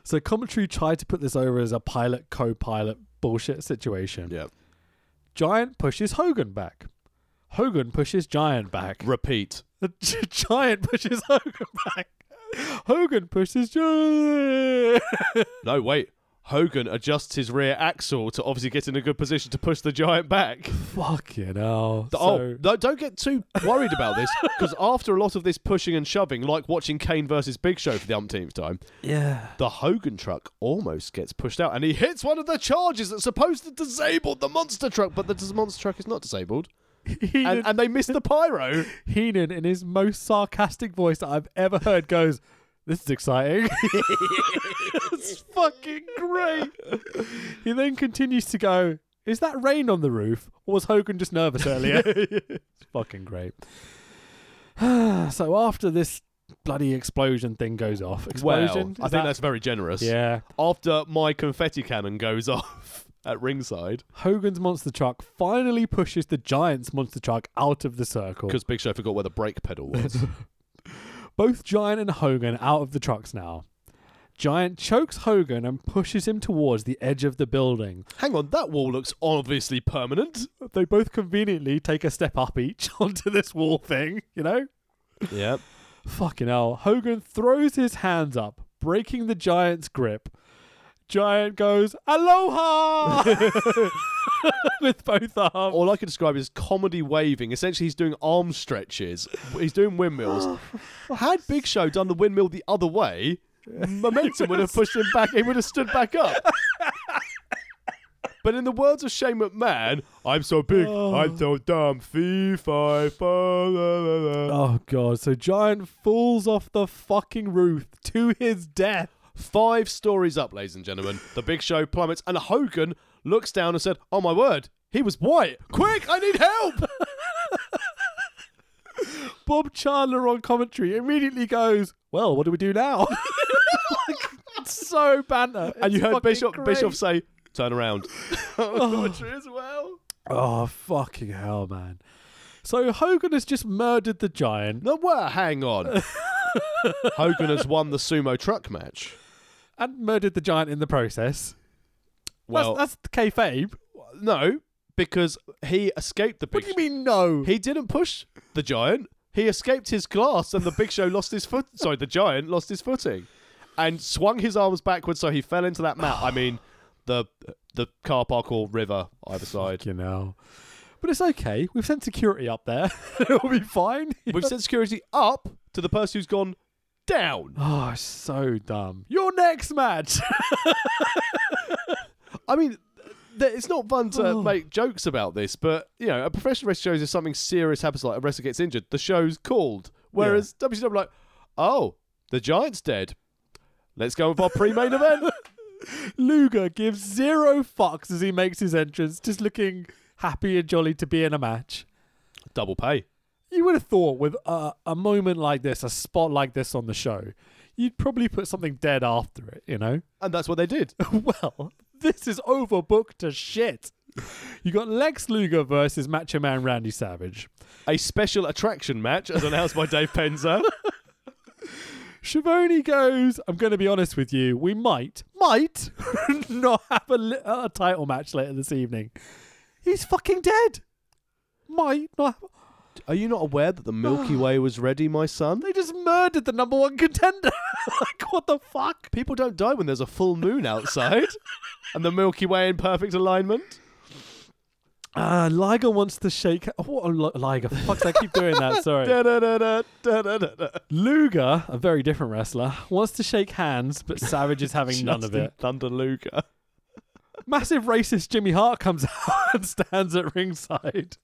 Speaker 2: So commentary tried to put this over as a pilot co-pilot bullshit situation.
Speaker 1: Yeah.
Speaker 2: Giant pushes Hogan back. Hogan pushes Giant back.
Speaker 1: Repeat.
Speaker 2: <laughs> Giant pushes Hogan back. Hogan pushes Giant.
Speaker 1: No, wait. Hogan adjusts his rear axle to obviously get in a good position to push the giant
Speaker 2: <laughs>
Speaker 1: back.
Speaker 2: <laughs> Fucking hell.
Speaker 1: oh,
Speaker 2: So-
Speaker 1: no, don't get too worried about this
Speaker 2: <laughs>
Speaker 1: because after a lot of this pushing and shoving, like watching Kane versus Big Show for the umpteenth time,
Speaker 2: yeah.
Speaker 1: The Hogan truck almost gets pushed out and he hits one of the charges that's supposed to disable the monster truck, but the dis- monster truck is not disabled.
Speaker 2: Heenan,
Speaker 1: And, and they miss the pyro.
Speaker 2: Heenan, in his most sarcastic voice that I've ever heard, goes, This is <laughs> exciting. it's fucking great. He then continues to go, Is that rain on the roof? Or was Hogan just nervous <laughs> earlier? it's fucking great. <sighs> so after this bloody explosion thing goes off, <laughs> explosion?
Speaker 1: I
Speaker 2: Is
Speaker 1: think
Speaker 2: that-
Speaker 1: that's very generous.
Speaker 2: Yeah.
Speaker 1: After my confetti cannon goes <laughs> off at ringside,
Speaker 2: Hogan's monster truck finally pushes the Giant's monster truck out of the circle.
Speaker 1: because Big Show forgot where the brake pedal was.
Speaker 2: both Giant and Hogan out of the trucks now. Giant chokes Hogan and pushes him towards the edge of the building.
Speaker 1: Hang on, that wall looks obviously permanent.
Speaker 2: They both conveniently take a step up each <laughs> onto this wall thing, you know?
Speaker 1: Yeah.
Speaker 2: Fucking hell. Hogan throws his hands up, breaking the Giant's grip. Giant goes, Aloha! <laughs> With both arms.
Speaker 1: All I can describe is comedy waving. Essentially, he's doing arm stretches. He's doing windmills. Had Big Show done the windmill the other way, momentum would have pushed him back. He would have stood back up. But in the words of Shane McMahon, I'm so big, I'm so dumb, fee, fi, fa, la, la, la.
Speaker 2: Oh, God. So Giant falls off the fucking roof to his death.
Speaker 1: Five stories up, ladies and gentlemen. The Big Show plummets, and Hogan looks down and said, "Oh my word, he was white. Quick, I need help."
Speaker 2: Bob Chandler on commentary immediately goes, "Well, what do we do now?" <laughs> Like, so banter,
Speaker 1: and you
Speaker 2: It's
Speaker 1: heard
Speaker 2: fucking
Speaker 1: Bishop
Speaker 2: great.
Speaker 1: Bishop say, "Turn
Speaker 2: <laughs>
Speaker 1: around." <sighs> Commentary as well.
Speaker 2: "Oh fucking hell, man!" So Hogan has just murdered the giant,
Speaker 1: No, well, hang
Speaker 2: <laughs>
Speaker 1: on. Hogan has won the sumo truck match.
Speaker 2: and murdered the giant in the process.
Speaker 1: Well,
Speaker 2: that's, that's kayfabe.
Speaker 1: no, because he escaped the
Speaker 2: What
Speaker 1: big.
Speaker 2: do you mean no?
Speaker 1: He didn't push the giant. He escaped his glass, and the Big Show lost his foot. Sorry, the giant lost his footing, and swung his arms backwards, so he fell into that mat. I mean, the the car park or river either
Speaker 2: <laughs>
Speaker 1: side.
Speaker 2: you know, but it's okay. We've sent security up there. <laughs> It'll be fine. <laughs>
Speaker 1: We've sent security up to the person who's gone down.
Speaker 2: Oh, so dumb. Your next match.
Speaker 1: I mean, th- it's not fun to make jokes about this, but you know, a professional wrestling shows if something serious happens, like a wrestler gets injured, the show's called. Whereas WCW, like, oh, the Giant's dead. Let's go with our pre-main event.
Speaker 2: Luger gives zero fucks as he makes his entrance, just looking happy and jolly to be in a match.
Speaker 1: <laughs> Double pay.
Speaker 2: You would have thought with a, a moment like this, a spot like this on the show, you'd probably put something dead after it, you know? <laughs>
Speaker 1: And that's what they did.
Speaker 2: well, this is overbooked to shit. You got Lex Luger versus Macho Man Randy Savage.
Speaker 1: <laughs> A special attraction match, as announced by Dave Penzer.
Speaker 2: Shavoni goes, I'm going to be honest with you, we might, might <laughs> not have a, li- a title match later this evening. He's fucking dead. Might not. Have-
Speaker 1: <laughs> Are you not aware that the <sighs> Milky Way was ready, my son?
Speaker 2: they just murdered the number one contender. <laughs> like, what the fuck?
Speaker 1: People don't die when there's a full moon <laughs> outside and the Milky Way in perfect alignment.
Speaker 2: Uh, Liger wants to shake. What a li- Liger. Fuck, I keep doing <laughs> that. Sorry.
Speaker 1: Da-da-da-da, da-da-da-da.
Speaker 2: Luger, a very different wrestler, wants to shake hands, but Savage is <laughs> having none of
Speaker 1: Justin
Speaker 2: it.
Speaker 1: Thunder Luger.
Speaker 2: Massive racist Jimmy Hart comes <laughs> out and stands at ringside.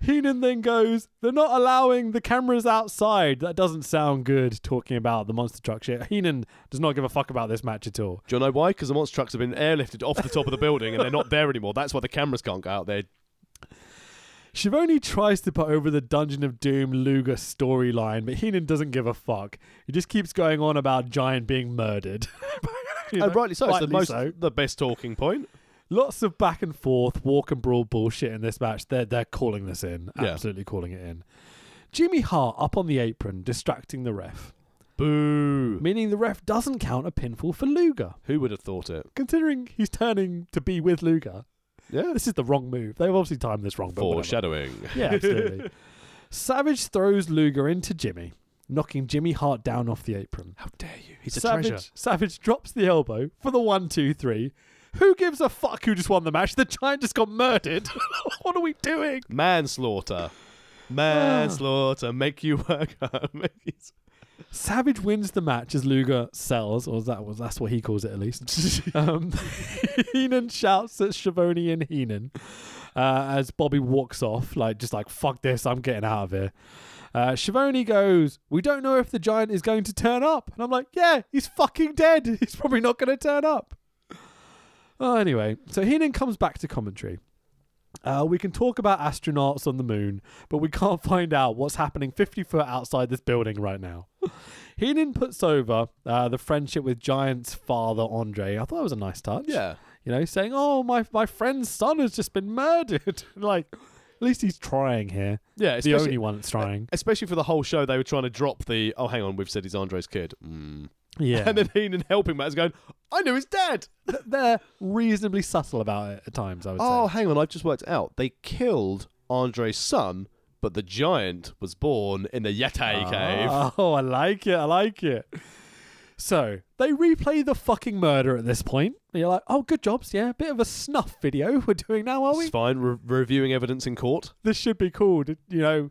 Speaker 2: Heenan then goes, They're not allowing the cameras outside. That doesn't sound good talking about the monster truck shit. Heenan does not give a fuck about this match at all.
Speaker 1: Do you know why? Because the monster trucks have been airlifted off the top of the building and they're not there anymore. That's why the cameras can't go out there.
Speaker 2: Shivani tries to put over the Dungeon of Doom Luger storyline, but Heenan doesn't give a fuck. He just keeps going on about Giant being murdered. <laughs> You know,
Speaker 1: and Oh, rightly so. It's the
Speaker 2: Oh, rightly
Speaker 1: most,
Speaker 2: so.
Speaker 1: the best talking point.
Speaker 2: Lots of back and forth, walk and brawl bullshit in this match. They're they're calling this in,
Speaker 1: Yeah.
Speaker 2: absolutely calling it in. Jimmy Hart up on the apron, distracting the ref,
Speaker 1: Boo.
Speaker 2: meaning the ref doesn't count a pinfall for Luger.
Speaker 1: Who would have thought it?
Speaker 2: Considering he's turning to be with Luger,
Speaker 1: Yeah.
Speaker 2: this is the wrong move. They've obviously timed this wrong. but whatever.
Speaker 1: Foreshadowing. <laughs>
Speaker 2: Yeah, absolutely. Savage throws Luger into Jimmy, knocking Jimmy Hart down off the apron.
Speaker 1: How dare you? Oh, He's a treasure.
Speaker 2: Savage, Savage drops the elbow for the one, two, three. Who gives a fuck who just won the match? The giant just got murdered. <laughs> what are we doing?
Speaker 1: Manslaughter. Manslaughter. Make you work. <laughs> Make
Speaker 2: Savage wins the match as Luger sells, or that was that's what he calls it at least. <laughs> um, Heenan shouts at Schiavone and Heenan uh, as Bobby walks off, like just like fuck this, I'm getting out of here. Uh, Schiavone goes, "We don't know if the giant is going to turn up," and I'm like, "Yeah, he's fucking dead. <laughs> He's probably not going to turn up." Oh, anyway, so Heenan comes back to commentary. Uh, we can talk about astronauts on the moon, but we can't find out what's happening 50 foot outside this building right now. <laughs> Heenan puts over uh, the friendship with Giant's father, Andre. I thought that was a nice touch.
Speaker 1: Yeah.
Speaker 2: You know, saying, oh, my, my friend's son has just been murdered. <laughs> like, at least he's trying here.
Speaker 1: Yeah.
Speaker 2: The
Speaker 1: Especially,
Speaker 2: only one <laughs> that's trying.
Speaker 1: especially for the whole show, they were trying to drop the. Oh, hang on. We've said he's Andre's kid. Mm.
Speaker 2: Yeah.
Speaker 1: And then Heenan helping Matt's going. I knew his dad.
Speaker 2: They're reasonably subtle about it at times, I would
Speaker 1: Oh,
Speaker 2: say.
Speaker 1: hang on. I've just worked out. They killed Andre's son, but the giant was born in the Yeti cave.
Speaker 2: Oh, I like it. I like it. So they replay the fucking murder at this point. And you're like, oh, good jobs. Yeah, bit of a snuff video <laughs> we're doing now, are
Speaker 1: It's
Speaker 2: we?
Speaker 1: fine. Re- reviewing evidence in court.
Speaker 2: This should be called, you know,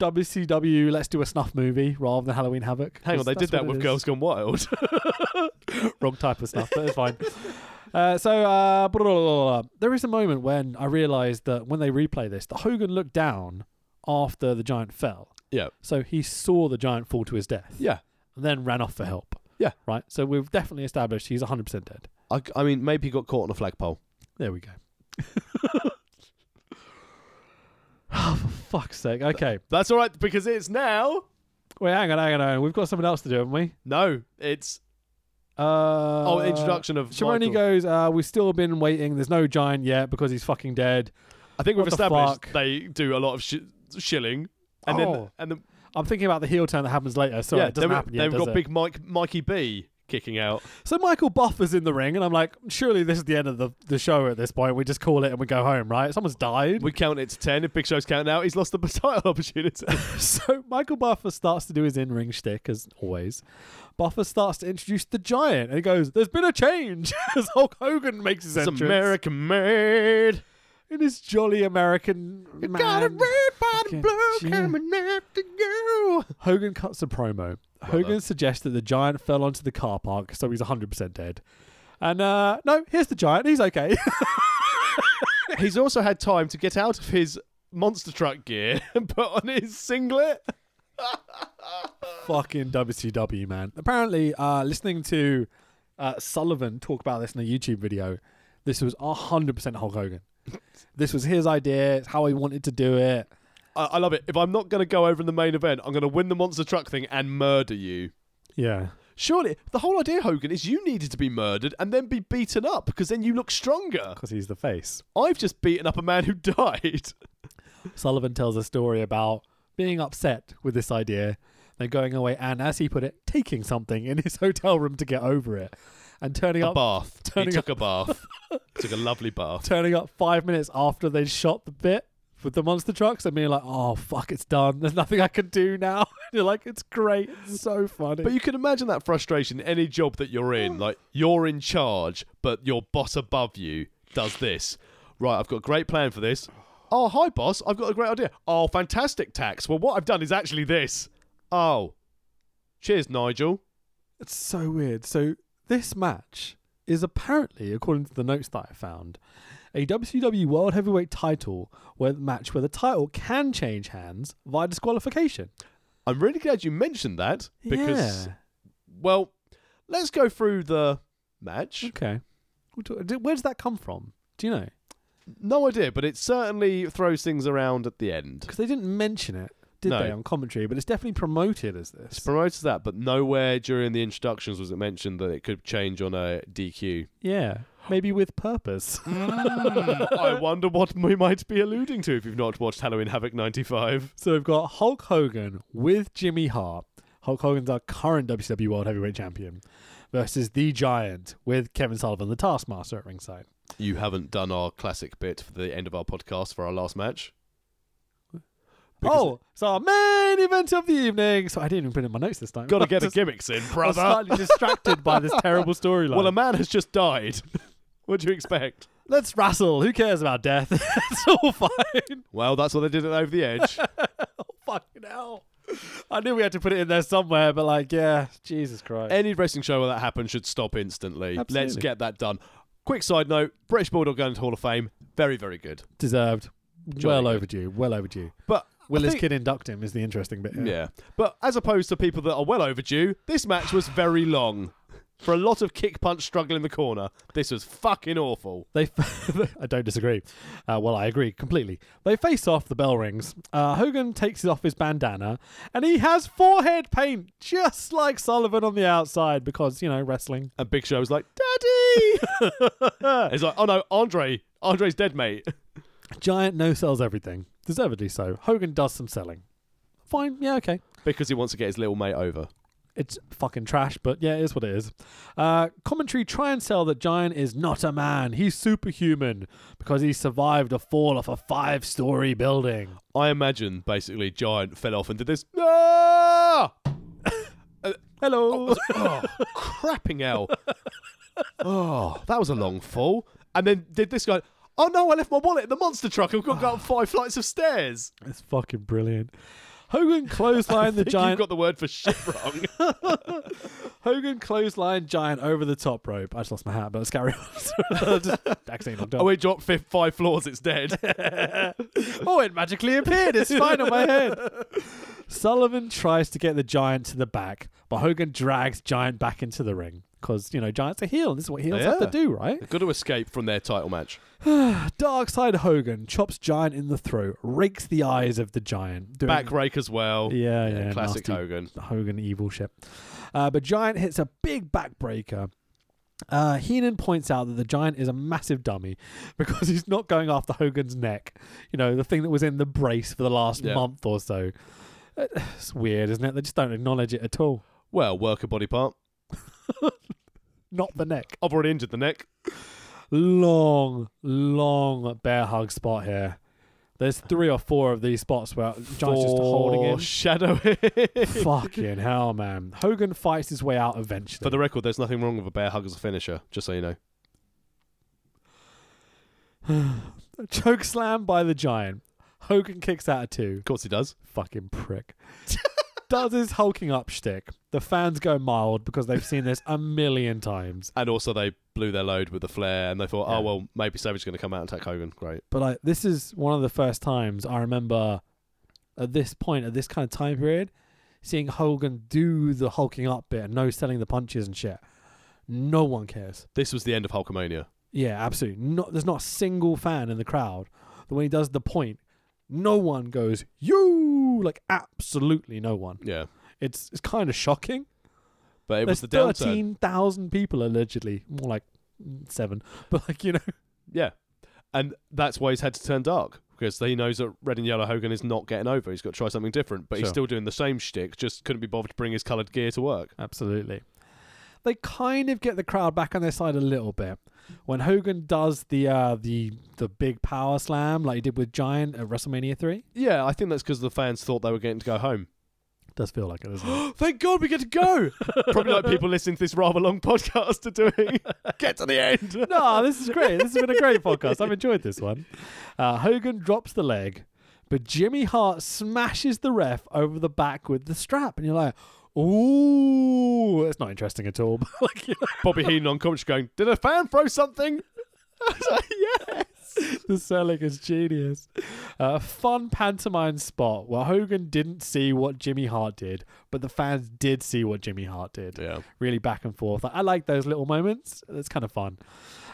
Speaker 2: WCW. Let's do a snuff movie rather than Halloween Havoc.
Speaker 1: Hang on,
Speaker 2: 'cause
Speaker 1: they
Speaker 2: that's
Speaker 1: did that
Speaker 2: what
Speaker 1: with
Speaker 2: it is.
Speaker 1: Girls Gone Wild. <laughs>
Speaker 2: Wrong type of snuff, but it's fine. Uh, so uh, blah, blah, blah, blah. there is a moment when I realised that when they replay this, that Hogan looked down after the giant fell.
Speaker 1: yeah,
Speaker 2: So he saw the giant fall to his death.
Speaker 1: yeah.
Speaker 2: and then ran off for help.
Speaker 1: Yeah.
Speaker 2: Right. So we've definitely established he's 100% dead.
Speaker 1: I, I mean, maybe he got caught on a flagpole.
Speaker 2: There we go. <laughs> oh, for fuck's sake. Okay.
Speaker 1: That's all right because it's now.
Speaker 2: Wait, hang on, hang on, hang on. We've got something else to do, haven't we?
Speaker 1: No, it's
Speaker 2: Uh,
Speaker 1: oh introduction of
Speaker 2: Sharoni
Speaker 1: Michael.
Speaker 2: goes, uh, we've still been waiting. There's no giant yet because he's fucking dead.
Speaker 1: I think we've
Speaker 2: what the
Speaker 1: established
Speaker 2: fuck?
Speaker 1: they do a lot of sh- shilling, and then
Speaker 2: Oh.
Speaker 1: and then
Speaker 2: I'm thinking about the heel turn that happens later. Sorry,
Speaker 1: yeah,
Speaker 2: it
Speaker 1: then,
Speaker 2: doesn't
Speaker 1: we-
Speaker 2: happen
Speaker 1: then
Speaker 2: yet.
Speaker 1: we've
Speaker 2: does
Speaker 1: got
Speaker 2: it?
Speaker 1: Big Mike Mikey B kicking out.
Speaker 2: So Michael Buffer's in the ring, and I'm like, surely this is the end of the, the show at this point. We just call it and we go home, right? Someone's died.
Speaker 1: We count it to ten. If Big Show's counting out, he's lost the <laughs> title opportunity.
Speaker 2: <laughs> So Michael Buffer starts to do his in-ring shtick as always. Buffer starts to introduce the giant and he goes, "There's been a change." <laughs> as Hulk Hogan makes his
Speaker 1: it's
Speaker 2: entrance
Speaker 1: American made.
Speaker 2: in his jolly American man.
Speaker 1: bottom
Speaker 2: Fucking blue shit. coming
Speaker 1: after you. <laughs>
Speaker 2: Hogan cuts a promo. Hogan suggests that the giant fell onto the car park, so he's 100% dead. And uh, no, here's the giant. He's okay. <laughs>
Speaker 1: He's <laughs> also had time to get out of his monster truck gear and put on his singlet.
Speaker 2: Fucking WCW, man. Apparently, uh, listening to uh, Sullivan talk about this in a YouTube video, this was 100% Hulk Hogan. this was his idea, it's how he wanted to do it.
Speaker 1: I, I love it. If I'm not going to go over in the main event, I'm going to win the monster truck thing and murder you.
Speaker 2: Yeah.
Speaker 1: Surely, the whole idea, Hogan, is you needed to be murdered and then be beaten up because then you look stronger.
Speaker 2: Because he's the face.
Speaker 1: I've just beaten up a man who <laughs> died.
Speaker 2: Sullivan tells a story about being upset with this idea, then going away and, as he put it, taking something in his <laughs> hotel room to get over it, and turning
Speaker 1: A
Speaker 2: up
Speaker 1: bath. He
Speaker 2: turning
Speaker 1: took a <laughs> bath. took a lovely bath.
Speaker 2: turning up five minutes after they'd shot the bit with the monster trucks and being like, "Oh fuck, it's done. There's nothing I can do now." <laughs> you're like, "It's great. It's so funny."
Speaker 1: But you can imagine that frustration in any job that you're
Speaker 2: Mm.
Speaker 1: in. Like, you're in charge, but your boss above you does this. Right, I've got a great plan for this. Oh, hi, boss. I've got a great idea. Oh, fantastic, Tax. Well, what I've done is actually this. Oh. Cheers, Nigel.
Speaker 2: it's so weird. So this match is apparently, according to the notes that I found, a WCW World Heavyweight Title where match where the title can change hands via disqualification.
Speaker 1: I'm really glad you mentioned that because,
Speaker 2: Yeah.
Speaker 1: well, let's go through the match.
Speaker 2: okay, We'll talk- d- where does that come from? Do you know?
Speaker 1: No idea, but it certainly throws things around at the end.
Speaker 2: Because they didn't mention it, did
Speaker 1: No.
Speaker 2: they, on commentary? But it's definitely promoted as this.
Speaker 1: It's promoted that, but nowhere during the introductions was it mentioned that it could change on a DQ.
Speaker 2: Yeah, maybe with purpose. <laughs>
Speaker 1: <laughs> I wonder what we might be alluding to if you've not watched Halloween Havoc 95.
Speaker 2: so we've got Hulk Hogan with Jimmy Hart. Hulk Hogan's our current WCW World Heavyweight Champion versus the Giant with Kevin Sullivan, the Taskmaster at ringside.
Speaker 1: You haven't done our classic bit for the end of our podcast for our last match. Because-
Speaker 2: oh, it's our main event of the evening. So I didn't even put it in my notes this time.
Speaker 1: Gotta get
Speaker 2: I
Speaker 1: <laughs> the
Speaker 2: was
Speaker 1: gimmicks in,
Speaker 2: I was
Speaker 1: brother.
Speaker 2: slightly distracted by
Speaker 1: <laughs>
Speaker 2: this terrible storyline.
Speaker 1: Well, a man has just died. <laughs> what do you expect?
Speaker 2: Let's wrestle. Who cares about death? <laughs> it's all fine. <laughs> Oh,
Speaker 1: Well, that's what they did at Over the <laughs> Edge.
Speaker 2: Fucking hell. I knew we had to put it in there somewhere, but like, yeah, Jesus Christ.
Speaker 1: Any wrestling show where that happens should stop instantly. Let's
Speaker 2: Absolutely.
Speaker 1: get that done. Quick side note British Bulldog going to Hall of Fame. Very, very good.
Speaker 2: Deserved.
Speaker 1: Jolly
Speaker 2: well
Speaker 1: good.
Speaker 2: overdue. Well overdue.
Speaker 1: But I
Speaker 2: Will this
Speaker 1: think-
Speaker 2: kid induct him is the interesting bit. here.
Speaker 1: Yeah. But as opposed to people that are well overdue, this match was very long. For a lot of kick punch struggle in the corner, this was fucking awful.
Speaker 2: They, f- <laughs> I don't disagree. Uh, well, I agree completely. They face off. The bell rings. Uh, Hogan takes off his bandana, and he has forehead paint, just like Sullivan on the outside, because you know wrestling.
Speaker 1: And Big Show was like, Daddy! it's like, oh no, Andre. Andre's dead, mate.
Speaker 2: Giant no sells everything, deservedly so. Hogan does some selling. Fine. Yeah. Okay.
Speaker 1: Because he wants to get his little mate over.
Speaker 2: It's fucking trash, but yeah, it is what it is. Uh, commentary try and sell that Giant is not a man. He's superhuman because he survived a fall off a five story building.
Speaker 1: I imagine basically Giant fell off and did this. No!
Speaker 2: Hello. <laughs>
Speaker 1: oh, crapping hell. Oh, that was a long fall. And then did this guy, oh no, I left my wallet in the monster truck. I've got to go up five flights of stairs.
Speaker 2: It's fucking brilliant. Hogan
Speaker 1: <laughs>
Speaker 2: clothesline the
Speaker 1: think
Speaker 2: giant.
Speaker 1: You've got the word for shit
Speaker 2: <laughs>
Speaker 1: wrong.
Speaker 2: Hogan clothesline giant over the top rope. I just lost my hat, but let's carry on. <laughs> just vaccine, I'm done.
Speaker 1: oh, we dropped fifth, five floors, it's <laughs> dead.
Speaker 2: oh, it magically appeared. It's
Speaker 1: <laughs>
Speaker 2: fine on my head. Sullivan tries to get the giant to the back, but Hogan drags Giant back into the ring because you know Giant's a heel. And this is what heels have to
Speaker 1: Yeah.
Speaker 2: do, right?
Speaker 1: They've got to escape from their title match.
Speaker 2: Dark side Hogan chops Giant in the throat, rakes the eyes of the Giant. Doing
Speaker 1: Back rake as well.
Speaker 2: Yeah, yeah,
Speaker 1: classic
Speaker 2: nasty
Speaker 1: Hogan.
Speaker 2: Hogan evil shit. Uh, but Giant hits a big backbreaker. Uh, Heenan points out that the Giant is a massive dummy <laughs> because he's not going after Hogan's neck. You know, the thing that was in the brace for the last
Speaker 1: Yeah.
Speaker 2: month or so. Uh, It's weird, isn't it? They just don't acknowledge it at all.
Speaker 1: Well, work a body part.
Speaker 2: Not the neck.
Speaker 1: I've already injured the neck.
Speaker 2: Long, long bear hug spot here. There's three or four of these spots where Giant's just holding
Speaker 1: Or
Speaker 2: him.
Speaker 1: shadow.
Speaker 2: <laughs>
Speaker 1: <laughs>
Speaker 2: Fucking hell, man. Hogan fights his way out eventually.
Speaker 1: For the record, there's nothing wrong with a bear hug as a finisher, just so you know.
Speaker 2: <sighs> Choke slam by the giant. Hogan kicks out of two.
Speaker 1: Of course he does.
Speaker 2: Fucking prick. Does his hulking up shtick. The fans go mild because they've seen this a million times.
Speaker 1: And also they blew their load with the flare and they thought,
Speaker 2: Yeah.
Speaker 1: oh, well, maybe Savage's going to come out and attack Hogan. Great.
Speaker 2: But like this is one of the first times I remember at this point, at this kind of time period, seeing Hogan do the hulking up bit and no selling the punches and shit. No one cares.
Speaker 1: This was the end of Hulkamania.
Speaker 2: Yeah, absolutely. Not there's not a single fan in the crowd that when he does the point, no one goes you like absolutely no one.
Speaker 1: Yeah.
Speaker 2: It's it's kind of shocking.
Speaker 1: But it
Speaker 2: There's
Speaker 1: was the downturn.
Speaker 2: thirteen thousand people allegedly, more like seven, <laughs> but like you know,
Speaker 1: Yeah. And that's why he's had to turn dark because he knows that Red and Yellow Hogan is not getting over. He's got to try something different, but he's
Speaker 2: Sure.
Speaker 1: still doing the same shtick, just couldn't be bothered to bring his coloured gear to work.
Speaker 2: Absolutely. They kind of get the crowd back on their side a little bit. When Hogan does the uh, the the big power slam like he did with Giant at WrestleMania 3,
Speaker 1: Yeah, I think that's because the fans thought they were getting to go home.
Speaker 2: does feel like it, doesn't
Speaker 1: <gasps>
Speaker 2: it?
Speaker 1: Thank God we get to <laughs> go! Probably like people listening to this rather long <laughs> podcast are doing. <laughs> get to the <laughs> end!
Speaker 2: no, this is great. This has been a great podcast. I've enjoyed this one. Uh, Hogan drops the leg, but Jimmy Hart smashes the ref over the back with the strap, and you're like, "Ooh, that's not interesting at all." <laughs> But like, you know,
Speaker 1: Bobby Heenan on commentary going, Did a fan throw something? I was like, yes!
Speaker 2: the selling is genius. Uh, fun pantomime spot where Hogan didn't see what Jimmy Hart did, but the fans did see what Jimmy Hart did.
Speaker 1: Yeah.
Speaker 2: Really back and forth. I like those little moments. That's kind of fun.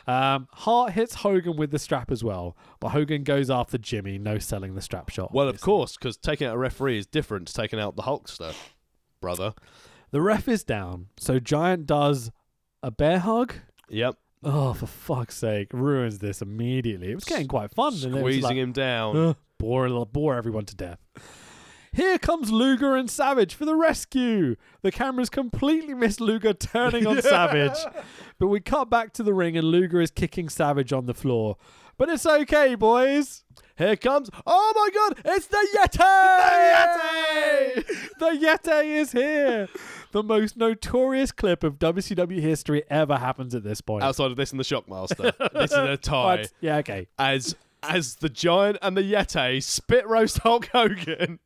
Speaker 2: Um, Hart hits Hogan with the strap as well, but Hogan goes after Jimmy, no selling the strap shot.
Speaker 1: Well, of
Speaker 2: obviously.
Speaker 1: course, because taking out a referee is different to taking out the Hulkster, brother.
Speaker 2: The ref is down, so Giant does a bear hug.
Speaker 1: Yep.
Speaker 2: Oh, for fuck's sake. Ruins this immediately. It was getting quite fun. and then it was
Speaker 1: Squeezing
Speaker 2: like,
Speaker 1: him down.
Speaker 2: Ugh, bore, bore everyone to death. Here comes Luger and Savage for the rescue. The cameras completely miss Luger turning on Savage. But we cut back to the ring and Luger is kicking Savage on the floor. But it's okay, boys.
Speaker 1: Here comes. Oh my god, it's the Yeti!
Speaker 2: The Yeti is here. The most notorious clip of WCW history ever happens at this point.
Speaker 1: Outside of this and the Shockmaster, this is <laughs> a tie.
Speaker 2: But- yeah, okay.
Speaker 1: As as the Giant and the Yeti spit roast Hulk Hogan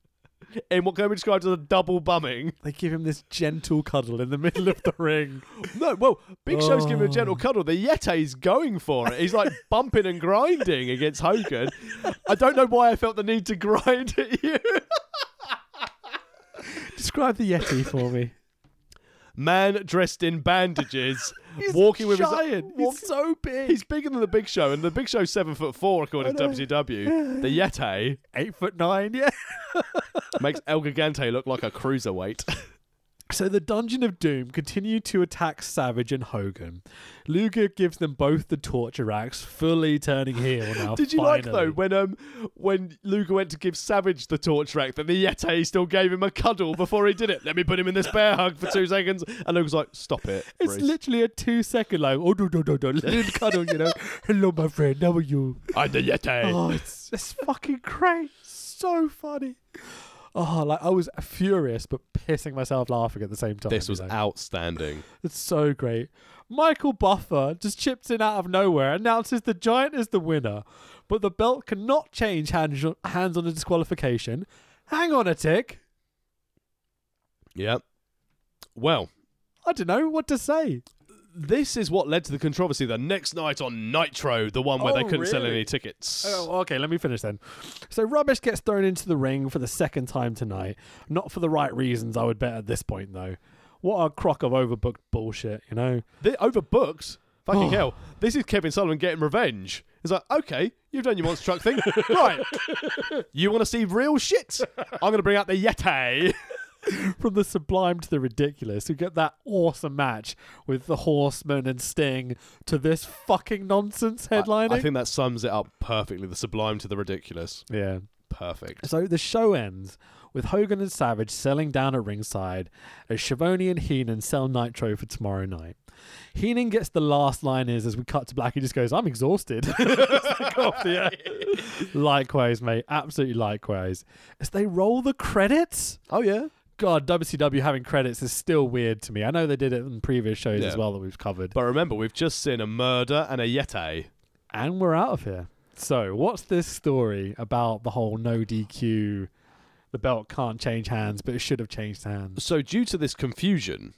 Speaker 1: in what can be described as a double bumming.
Speaker 2: They give him this gentle cuddle in the middle of the ring.
Speaker 1: No, well, Big Show's giving him a gentle cuddle. The Yeti's going for it. He's <laughs> like bumping and grinding against Hogan. I don't know why I felt the need to grind at you.
Speaker 2: Describe the Yeti for me.
Speaker 1: Man dressed in bandages, <laughs> walking with
Speaker 2: giant.
Speaker 1: his walk-
Speaker 2: He's so big.
Speaker 1: He's bigger than the Big Show, and the Big Show's seven foot four according to WCW. The Yeti
Speaker 2: eight foot nine. Yeah. <laughs>
Speaker 1: <laughs> makes El Gigante look like a cruiserweight.
Speaker 2: So the Dungeon of Doom continue to attack Savage and Hogan. Luger gives them both the torture axe, fully turning heel <laughs> now.
Speaker 1: Did you like though
Speaker 2: finally.
Speaker 1: when um when Luger went to give Savage the torch rack that the Yeti still gave him a cuddle before he did it? Let me put him in this bear hug for two seconds, and Luger's like, "Stop it,
Speaker 2: It's
Speaker 1: Bruce.
Speaker 2: literally a two second like, oh no no no no, little cuddle, <laughs> you know. Hello, my friend. How are you?
Speaker 1: I'm the Yeti."
Speaker 2: <laughs> Oh, it's it's fucking great. So funny. Oh, like I was furious but pissing myself laughing at the same time.
Speaker 1: This
Speaker 2: you
Speaker 1: was
Speaker 2: know.
Speaker 1: outstanding.
Speaker 2: It's so great. Michael Buffer just chips in out of nowhere, announces the Giant is the winner, but the belt cannot change hands, hands on a disqualification. Hang on a tick.
Speaker 1: Yep. Well,
Speaker 2: I don't know what to say.
Speaker 1: this is what led to the controversy the next night on Nitro, the one where
Speaker 2: Oh,
Speaker 1: they couldn't sell
Speaker 2: really?
Speaker 1: any tickets.
Speaker 2: Oh, okay, let me finish then. So rubbish gets thrown into the ring for the second time tonight. Not for the right reasons, I would bet at this point though. What a crock of overbooked bullshit, you know?
Speaker 1: They're overbooked. Fucking hell. This is Kevin Sullivan getting revenge. It's like, okay, you've done your monster truck thing. <laughs> right. You want to see real shit? I'm going to bring out the Yeti.
Speaker 2: from the sublime to the ridiculous. We get that awesome match with the Horseman and Sting to this fucking nonsense headlining.
Speaker 1: I think that sums it up perfectly. The sublime to the ridiculous.
Speaker 2: yeah.
Speaker 1: Perfect.
Speaker 2: So the show ends with Hogan and Savage selling down at ringside as Schiavone and Heenan sell Nitro for tomorrow night. Heenan gets the last line is as we cut to black, he just goes, I'm exhausted. <laughs> It's like off the
Speaker 1: <laughs>
Speaker 2: air. Likewise, mate. Absolutely likewise. As they roll the credits.
Speaker 1: Oh, yeah.
Speaker 2: God, WCW having credits is still weird to me. I know they did it in previous shows
Speaker 1: Yeah.
Speaker 2: as well that we've covered.
Speaker 1: But remember, we've just seen a murder and a Yeti.
Speaker 2: and we're out of here. So, what's this story about the whole no DQ? The belt can't change hands, but it should have changed hands.
Speaker 1: So, due to this confusion,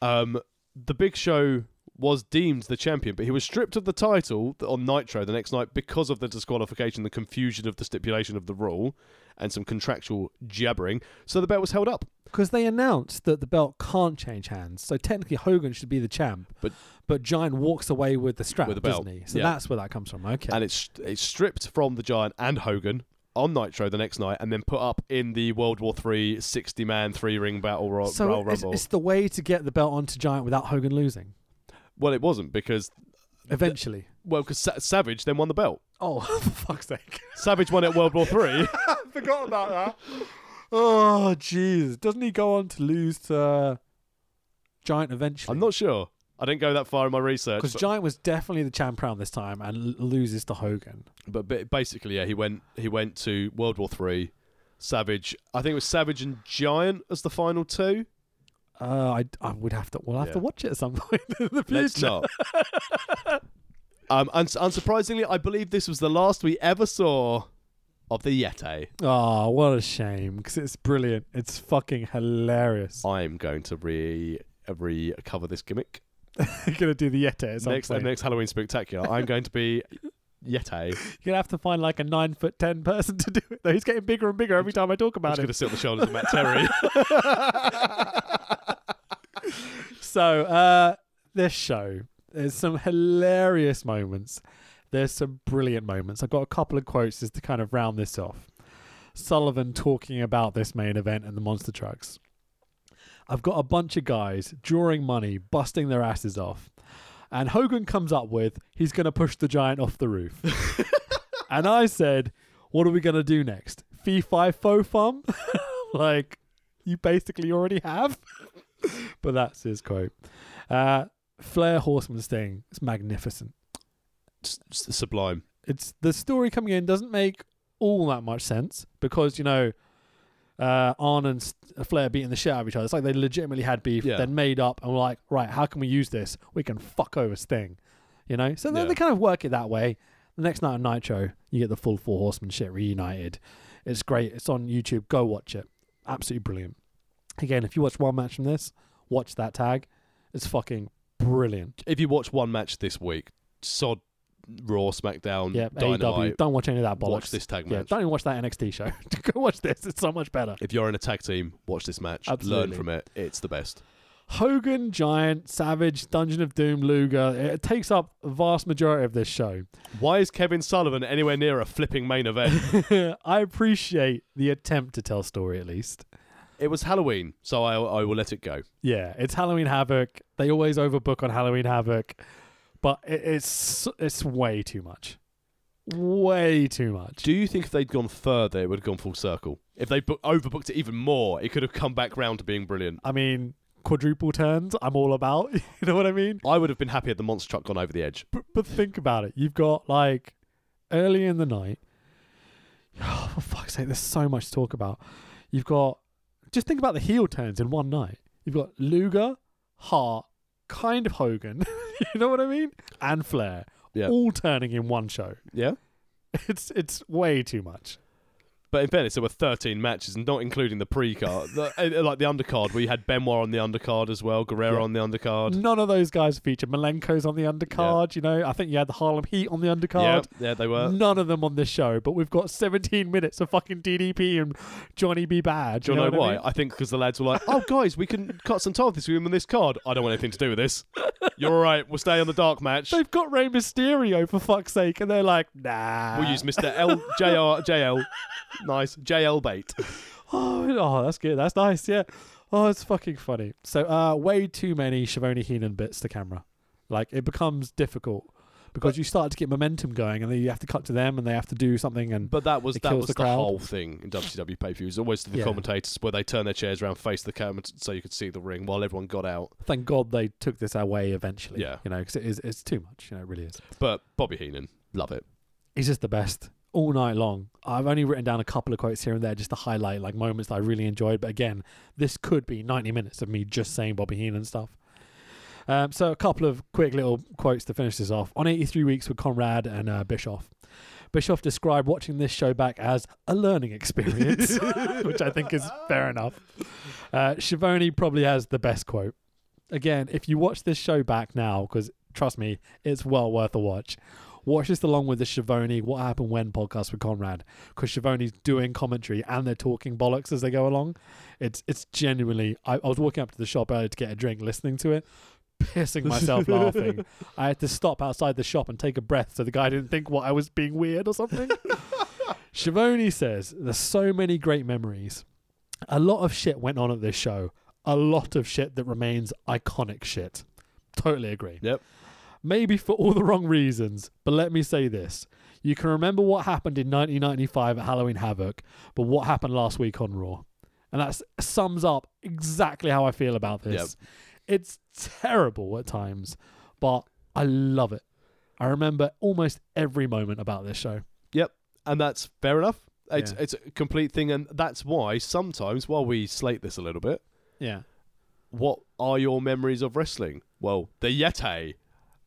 Speaker 1: um, the Big Show was deemed the champion, but he was stripped of the title th- on Nitro the next night because of the disqualification, the confusion of the stipulation of the rule, and some contractual jabbering. So the belt was held up.
Speaker 2: Because they announced that the belt can't change hands, so technically Hogan should be the champ.
Speaker 1: But-
Speaker 2: but Giant walks away with the strap,
Speaker 1: With the belt,
Speaker 2: doesn't he? So
Speaker 1: yeah.
Speaker 2: that's where that comes from. Okay.
Speaker 1: and it's it's stripped from the Giant and Hogan on Nitro the next night, and then put up in the World War Three 60 man three ring battle royal,
Speaker 2: so
Speaker 1: Royal
Speaker 2: it's,
Speaker 1: Rumble.
Speaker 2: it's the way to get the belt onto Giant without Hogan losing
Speaker 1: well, it wasn't because
Speaker 2: eventually.
Speaker 1: well because Sa- Savage then won the belt.
Speaker 2: Oh, <laughs> for fuck's sake!
Speaker 1: Savage won at World War Three. <laughs>
Speaker 2: I forgot about that. Oh, jeez! Doesn't he go on to lose to uh, Giant eventually?
Speaker 1: I'm not sure. I didn't go that far in my research,
Speaker 2: because
Speaker 1: but,
Speaker 2: Giant was definitely the champ round this time and l- loses to Hogan.
Speaker 1: but ba- basically, yeah, he went he went to World War Three. Savage, I think it was Savage and Giant as the final two.
Speaker 2: Uh, I, I would have to. We'll have to
Speaker 1: Yeah.
Speaker 2: watch it at some <laughs> point in the
Speaker 1: Let's
Speaker 2: future.
Speaker 1: not.
Speaker 2: <laughs>
Speaker 1: um, uns- unsurprisingly, I believe this was the last we ever saw of the Yeti.
Speaker 2: Oh, what a shame! Because it's brilliant. It's fucking hilarious.
Speaker 1: I'm going to re recover this gimmick
Speaker 2: You're <laughs> gonna do the Yeti at some
Speaker 1: Oh. next
Speaker 2: point.
Speaker 1: next Halloween spectacular. I'm going to be
Speaker 2: <laughs>
Speaker 1: Yeti.
Speaker 2: You're gonna have to find like a nine foot ten person <laughs> to do it. Though he's getting bigger and bigger every time I talk
Speaker 1: I'm
Speaker 2: about
Speaker 1: just going
Speaker 2: it.
Speaker 1: to sit on the shoulders of Matt
Speaker 2: <laughs>
Speaker 1: Terry.
Speaker 2: <laughs> So uh, this show, there's some hilarious moments. There's some brilliant moments. I've got a couple of quotes just to kind of round this off. Sullivan talking about this main event and the monster trucks. I've got a bunch of guys drawing money, busting their asses off. And Hogan comes up with, he's going to push the giant off the roof. and I said, what are we going to do next? Fee fi fo fum? <laughs> like, you basically already have. <laughs> but that's his quote. Uh, Flair Horseman's thing is magnificent.
Speaker 1: S- s- Sublime.
Speaker 2: It's the story coming in doesn't make all that much sense because you know uh, Arn and S- Flair beating the shit out of each other. It's like they legitimately had beef,
Speaker 1: Yeah.
Speaker 2: then made up, and were like, right, how can we use this? We can fuck over Sting, you know. So then
Speaker 1: Yeah.
Speaker 2: they kind of work it that way. The next night on Nitro, you get the full Four Horsemen shit reunited. It's great. It's on YouTube. Go watch it. Absolutely brilliant. Again, if you watch one match from this, watch that tag. It's fucking brilliant.
Speaker 1: If you watch one match this week, sod Raw, SmackDown,
Speaker 2: Yeah, AEW.
Speaker 1: Dynamite.
Speaker 2: Don't watch any of that E bollocks.
Speaker 1: Watch this tag
Speaker 2: yeah,
Speaker 1: match.
Speaker 2: don't even watch that NXT show. <laughs> Go watch this. It's so much better.
Speaker 1: if you're in a tag team, watch this match.
Speaker 2: Absolutely.
Speaker 1: Learn from it. It's the best.
Speaker 2: Hogan, Giant, Savage, Dungeon of Doom, Luger. It takes up a vast majority of
Speaker 1: <laughs>
Speaker 2: this show.
Speaker 1: Why is Kevin Sullivan anywhere near a flipping main
Speaker 2: <laughs>
Speaker 1: event?
Speaker 2: I appreciate the attempt to tell story at least.
Speaker 1: it was Halloween, so I, I will let it go.
Speaker 2: Yeah, it's Halloween Havoc. They always overbook on Halloween Havoc, but it, it's it's way too much. Way too much.
Speaker 1: Do you think if they'd gone further, it would have gone full circle? If they bu- overbooked it even more, it could have come back round to being brilliant.
Speaker 2: I mean, quadruple turns. I'm all about. <laughs> You know what I mean?
Speaker 1: I would have been happy had the monster truck gone over the edge.
Speaker 2: but, but think about it. You've got like early in the night. <sighs> Oh, for fuck's sake, there's so much to talk about. You've got just think about the heel turns in one night. You've got Luger, Hart, kind of Hogan. <laughs> you know what I mean? And Flair,
Speaker 1: Yeah.
Speaker 2: all turning in one show. <laughs>
Speaker 1: Yeah.
Speaker 2: It's it's way too much.
Speaker 1: But in fairness, there were 13 matches, and not including the pre-card, the, uh, like the undercard, where you had Benoit on the undercard as well, Guerrero
Speaker 2: Yeah.
Speaker 1: on the undercard.
Speaker 2: None of those guys feature. Malenko's on the undercard. You know, I think you had the Harlem Heat on the undercard.
Speaker 1: Yeah, yeah, they were.
Speaker 2: None of them on this show, but we've got 17 minutes of fucking DDP and Johnny B. Bad.
Speaker 1: Do you
Speaker 2: know,
Speaker 1: know
Speaker 2: what
Speaker 1: why?
Speaker 2: I
Speaker 1: I, think because the lads were like, "Oh, guys, we can cut some time off this game on this card. I don't want anything to do with this. You're all right. We'll stay on the dark match.
Speaker 2: mean? They've got Rey Mysterio for fuck's sake, and they're like, nah.
Speaker 1: We'll
Speaker 2: <laughs>
Speaker 1: use Mr. L JR JL. Nice JL bait.
Speaker 2: oh, oh, that's good. That's nice. Yeah. Oh, it's fucking funny. So, uh, way too many Shavoni Heenan bits to camera. Like, it becomes difficult because you start to get momentum going, and then you have to cut to them, and they have to do something. And
Speaker 1: But that was
Speaker 2: It
Speaker 1: that
Speaker 2: kills
Speaker 1: was
Speaker 2: the
Speaker 1: the,
Speaker 2: crowd.
Speaker 1: whole thing in WCW pay per views. Always the
Speaker 2: Yeah.
Speaker 1: commentators where they turn their chairs around, face the camera, t- so you could see the ring while everyone got out.
Speaker 2: thank God they took this away eventually.
Speaker 1: Yeah.
Speaker 2: You know, because it is it's too much. You know, it really is.
Speaker 1: But Bobby Heenan, love
Speaker 2: <laughs>
Speaker 1: it.
Speaker 2: he's just the best all night long. I've only written down a couple of quotes here and there just to highlight like moments that I really enjoyed. But again, this could be 90 minutes of me just saying Bobby Heenan stuff. Um, so a couple of quick little quotes to finish this off. On 83 weeks with Conrad and uh, Bischoff. Bischoff described watching this show back as a learning experience, <laughs> which I think is fair enough. Uh, Shivani probably has the best quote. again, if you watch this show back now, because trust me, it's well worth a watch. Watch this along with the Shavoni What Happened When podcast with Conrad, because Shavoni's doing commentary and they're talking bollocks as they go along. It's it's genuinely. I, I was walking up to the shop earlier to get a drink, listening to it, pissing myself laughing. I had to stop outside the shop and take a breath so the guy didn't think what I was being weird or something. Shavoni says there's so many great memories. A lot of shit went on at this show. A lot of shit that remains iconic shit. Totally agree.
Speaker 1: Yep.
Speaker 2: Maybe for all the wrong reasons, but let me say this. You can remember what happened in 1995 at Halloween Havoc, but what happened last week on Raw. And that sums up exactly how I feel about this. It's terrible at times, but I love it. I remember almost every moment about this show.
Speaker 1: Yep, and that's fair enough. It's
Speaker 2: Yeah.
Speaker 1: it's a complete thing, and that's why sometimes while we slate this a little bit,
Speaker 2: Yeah.
Speaker 1: what are your memories of wrestling? Well, the Yeti.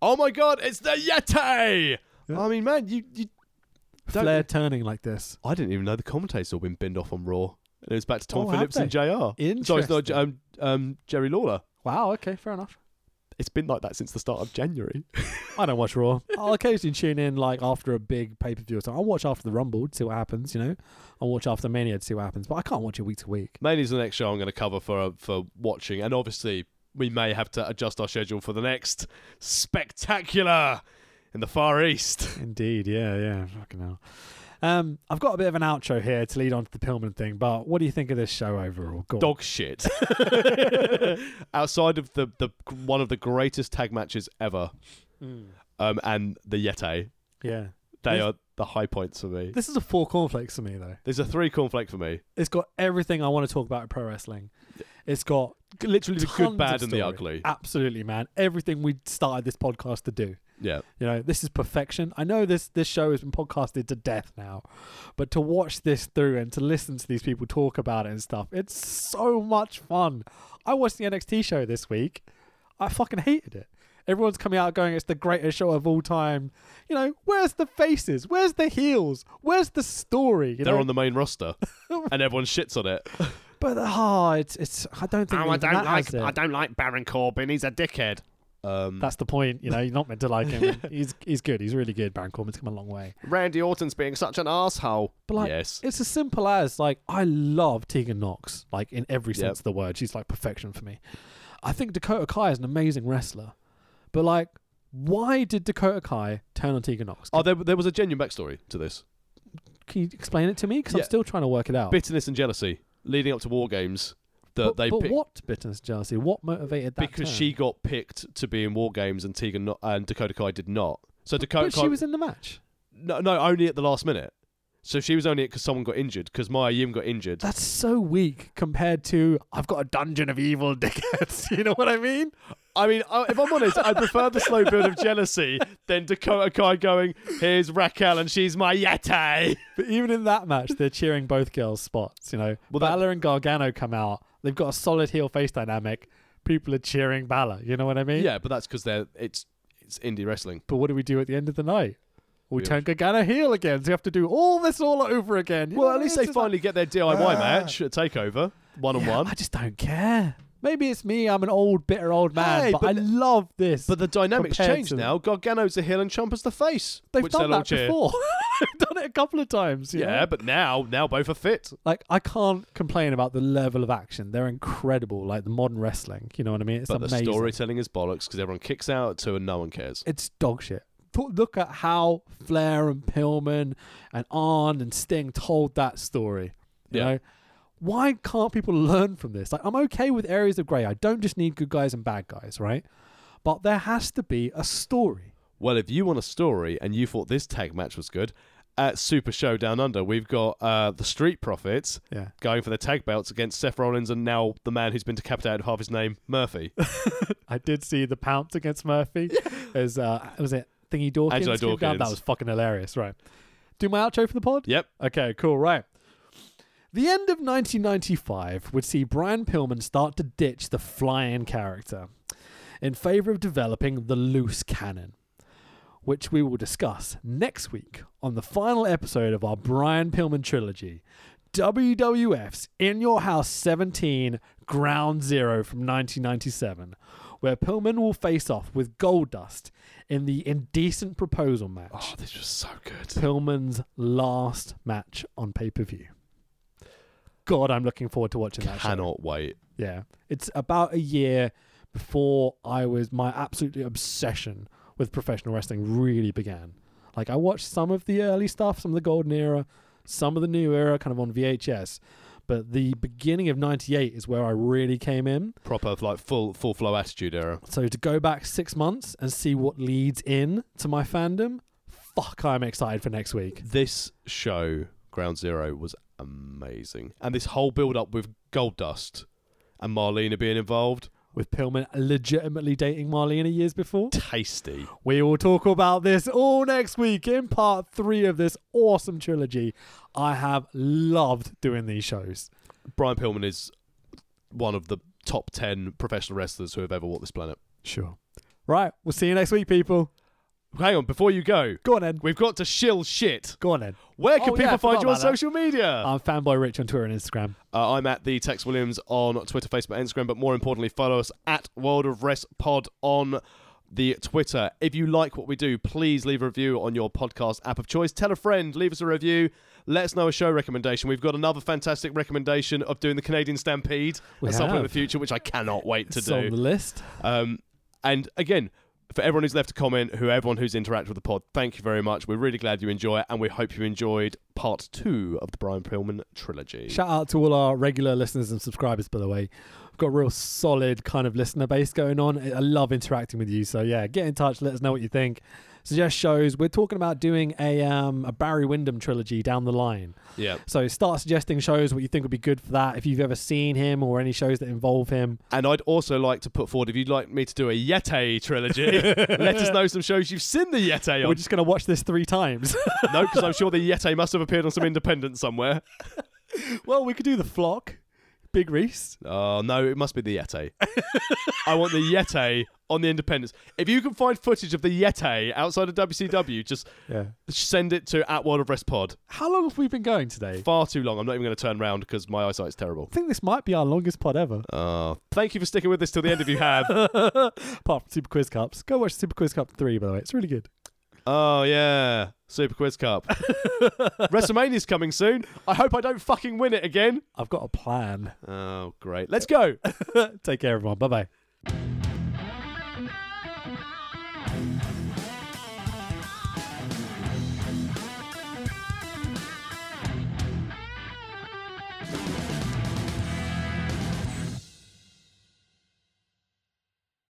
Speaker 1: Oh my God, it's the Yeti! I mean, man, you, you don't.
Speaker 2: Flair turning like this.
Speaker 1: I didn't even know the commentators all been binned off on Raw. And it was back to Tom
Speaker 2: Oh, have
Speaker 1: Phillips and Jr. Sorry, it's not
Speaker 2: Interesting.
Speaker 1: um, um, Jerry Lawler.
Speaker 2: Wow, okay, fair enough.
Speaker 1: It's been like that since the start of January.
Speaker 2: I don't watch Raw. <laughs> I'll occasionally tune in like after a big pay per view or something. I'll watch after the Rumble to see what happens, you know. I'll watch after Mania to see what happens, but I can't watch it week to week.
Speaker 1: Mainly's the next show I'm going to cover for uh, for watching, and obviously we may have to adjust our schedule for the next spectacular in the Far East.
Speaker 2: Indeed, yeah, yeah, fucking hell. Um, I've got a bit of an outro here to lead on to the Pillman thing, but what do you think of this show overall? Go on.
Speaker 1: Dog shit. <laughs> Outside of the, the one of the greatest tag matches ever, um, and the Yeti,
Speaker 2: Yeah.
Speaker 1: they
Speaker 2: This-
Speaker 1: are the high points for me.
Speaker 2: This is a four cornflakes for me though.
Speaker 1: There's a three cornflake for me.
Speaker 2: It's got everything I want to talk about in pro wrestling. It's got
Speaker 1: Literally the
Speaker 2: tons
Speaker 1: good,
Speaker 2: of
Speaker 1: bad, and the
Speaker 2: story.
Speaker 1: ugly.
Speaker 2: Absolutely, man. Everything we started this podcast to do.
Speaker 1: Yeah.
Speaker 2: You know, this is perfection. I know this this show has been podcasted to death now, but to watch this through and to listen to these people talk about it and stuff, it's so much fun. I watched the NXT show this week. I fucking hated it. Everyone's coming out going, it's the greatest show of all time. You know, where's the faces? Where's the heels? Where's the story? You
Speaker 1: They're
Speaker 2: know,
Speaker 1: on the main <laughs> roster, and everyone shits on it.
Speaker 2: but ah, it's it's. I don't think. even that has it.
Speaker 1: Oh, Um, don't like Baron Corbin. He's a dickhead. Um,
Speaker 2: That's the point. You know, you're not meant to like <laughs> him. He's he's good. He's really good. Baron Corbin's come a long way.
Speaker 1: Randy Orton's being such an asshole.
Speaker 2: But like,
Speaker 1: yes.
Speaker 2: it's as simple as like I love Tegan Knox, like in every
Speaker 1: Yep.
Speaker 2: sense of the word. She's like perfection for me. I think Dakota Kai is an amazing wrestler, but like, why did Dakota Kai turn on Tegan Knox? Can,
Speaker 1: Oh, there, there was a genuine backstory to this.
Speaker 2: can you explain it to me? Because
Speaker 1: Yeah.
Speaker 2: I'm still trying to work it out.
Speaker 1: Bitterness and jealousy leading up to War Games that
Speaker 2: Oh. but
Speaker 1: they
Speaker 2: but
Speaker 1: picked
Speaker 2: what bitterness, and jealousy? What motivated that?
Speaker 1: because
Speaker 2: turn?
Speaker 1: she got picked to be in War Games and Tegan not, and Dakota Kai did not. So Dakota
Speaker 2: but
Speaker 1: Kai
Speaker 2: she was in the match.
Speaker 1: no, no, only at the last minute. So she was only because someone got injured because Maya Yim got injured.
Speaker 2: That's so weak compared to I've got a dungeon of evil <laughs> dickheads. you know what I mean?
Speaker 1: I mean, I, if I'm honest, I prefer the slow build of jealousy than Dakota Kai going, "Here's Raquel and she's my yeti."
Speaker 2: But even in that match, they're cheering both girls' spots. You know,
Speaker 1: Well,
Speaker 2: well,
Speaker 1: that-
Speaker 2: Balor and Gargano come out. They've got a solid heel face dynamic. People are cheering Balor. You know what I mean?
Speaker 1: Yeah, but that's because they're it's it's indie wrestling.
Speaker 2: But what do we do at the end of the night? We
Speaker 1: Yeah.
Speaker 2: turn Gargano heel again. So we have to do all this all over again. You know
Speaker 1: Well,
Speaker 2: what
Speaker 1: at
Speaker 2: I
Speaker 1: least
Speaker 2: mean?
Speaker 1: they
Speaker 2: It's just like- uh,
Speaker 1: finally get their DIY match at Takeover, one on
Speaker 2: Yeah,
Speaker 1: one.
Speaker 2: I just don't care. Maybe it's me. I'm an old, bitter old man.
Speaker 1: Hey,
Speaker 2: but,
Speaker 1: but
Speaker 2: I
Speaker 1: the-
Speaker 2: love this.
Speaker 1: But the dynamics
Speaker 2: Compared
Speaker 1: changed
Speaker 2: to-
Speaker 1: now. Gargano's the heel and Chumpa's the face.
Speaker 2: they've
Speaker 1: which
Speaker 2: done
Speaker 1: they'll all
Speaker 2: that
Speaker 1: cheer.
Speaker 2: before. <laughs> they've done it a couple of times. you know?
Speaker 1: Yeah, but now now both are fit.
Speaker 2: like I can't complain about the level of action. They're incredible. Like the modern wrestling. You know what I mean? It's
Speaker 1: But
Speaker 2: amazing.
Speaker 1: the storytelling is bollocks because everyone kicks out at two and no one cares.
Speaker 2: it's dog shit. Th- Look at how Flair and Pillman and Arn and Sting told that story. You
Speaker 1: Yeah.
Speaker 2: know, why can't people learn from this? Like, I'm okay with areas of grey. I don't just need good guys and bad guys, right? But there has to be a story.
Speaker 1: Well, if you want a story and you thought this tag match was good, at Super Show Down Under, we've got uh, the Street Profits
Speaker 2: Yeah.
Speaker 1: going for their tag belts against Seth Rollins and now the man who's been decapitated of half his name, Murphy.
Speaker 2: <laughs> I did see the pounce against Murphy. As uh, was it Thingy Dawkins?
Speaker 1: Angelo
Speaker 2: came down?
Speaker 1: Dawkins.
Speaker 2: That was fucking hilarious, right? Do my outro for the pod.
Speaker 1: yep.
Speaker 2: Okay, cool, right. The end of 1995 would see Brian Pillman start to ditch the fly-in character in favor of developing the loose cannon, which we will discuss next week on the final episode of our Brian Pillman trilogy, WWF's In Your House 17 Ground Zero from 1997, where Pillman will face off with Goldust in the indecent proposal match,
Speaker 1: Oh, this was so good.
Speaker 2: Pillman's last match on pay per view. God, I'm looking forward to watching that. show.
Speaker 1: Cannot wait.
Speaker 2: Yeah. It's about a year before I was my absolute obsession with professional wrestling really began. Like I watched some of the early stuff, some of the golden era, some of the new era kind of on VHS. But the beginning of 98 is where I really came in.
Speaker 1: Proper like full full flow attitude era.
Speaker 2: So to go back 6 months and see what leads in to my fandom, fuck I'm excited for next week.
Speaker 1: This show, Ground Zero, was amazing. And this whole build up with Gold Dust and Marlena being involved,
Speaker 2: With Pillman legitimately dating Marlena years before.
Speaker 1: tasty.
Speaker 2: We will talk about this all next week in part three of this awesome trilogy. I have loved doing these shows.
Speaker 1: Brian Pillman is one of the top 10 professional wrestlers who have ever walked this planet.
Speaker 2: Sure. Right, we'll see you next week, people.
Speaker 1: Hang on, before you go,
Speaker 2: Go on then.
Speaker 1: we've got to shill shit.
Speaker 2: Go on then.
Speaker 1: Where can
Speaker 2: Oh,
Speaker 1: people
Speaker 2: yeah, I
Speaker 1: find
Speaker 2: forgot
Speaker 1: you on
Speaker 2: about that.
Speaker 1: social media?
Speaker 2: I'm fanboy Rich on Twitter and Instagram.
Speaker 1: Uh, I'm at the Tex Williams on Twitter, Facebook, and Instagram, but more importantly, follow us at World of Rest Pod on the Twitter. If you like what we do, please leave a review on your podcast app of choice. Tell a friend, leave us a review. Let us know a show recommendation. We've got another fantastic recommendation of doing the Canadian Stampede
Speaker 2: We
Speaker 1: at some point in the
Speaker 2: have.
Speaker 1: future, which I cannot wait to
Speaker 2: it's
Speaker 1: do.
Speaker 2: on the list.
Speaker 1: Um, and again, for everyone who's left a comment, who everyone who's interacted with the pod, thank you very much. We're really glad you enjoy it, and we hope you enjoyed part two of the Brian Pillman trilogy.
Speaker 2: Shout out to all our regular listeners and subscribers, by the way. We've got a real solid kind of listener base going on. I I love interacting with you. So yeah, get in touch. Let us know what you think. Suggest shows. We're talking about doing a um, a Barry Windham trilogy down the line.
Speaker 1: yeah,
Speaker 2: So start suggesting shows what you think would be good for that. If you've ever seen him or any shows that involve him,
Speaker 1: and I'd also like to put forward if you'd like me to do a Yeti trilogy, let us know some shows you've seen the Yeti
Speaker 2: we're
Speaker 1: on.
Speaker 2: just going to watch this three times. <laughs>
Speaker 1: no, because I'm sure the Yeti must have appeared on some Independent somewhere.
Speaker 2: well, we could do the flock, Big Reese.
Speaker 1: Oh no, it must be the Yeti. <laughs> I want the Yeti on the Independence. If you can find footage of the Yeti outside of WCW, just
Speaker 2: Yeah.
Speaker 1: send it to at World of Rest Pod.
Speaker 2: How long have we been going today?
Speaker 1: far too long. I'm not even going to turn around because my eyesight's <laughs> terrible.
Speaker 2: I think this might be our longest pod ever,
Speaker 1: Uh, thank you for sticking with us till the end if you <laughs> have.
Speaker 2: <laughs> apart from Super Quiz Cups. Go watch Super Quiz Cup three, by the way. It's really good.
Speaker 1: oh, yeah. Super Quiz <laughs> Cup. WrestleMania's coming soon. I hope I don't fucking win it again.
Speaker 2: I've got a plan. <laughs>
Speaker 1: Oh, great. Let's go.
Speaker 2: Take care, everyone. Bye bye.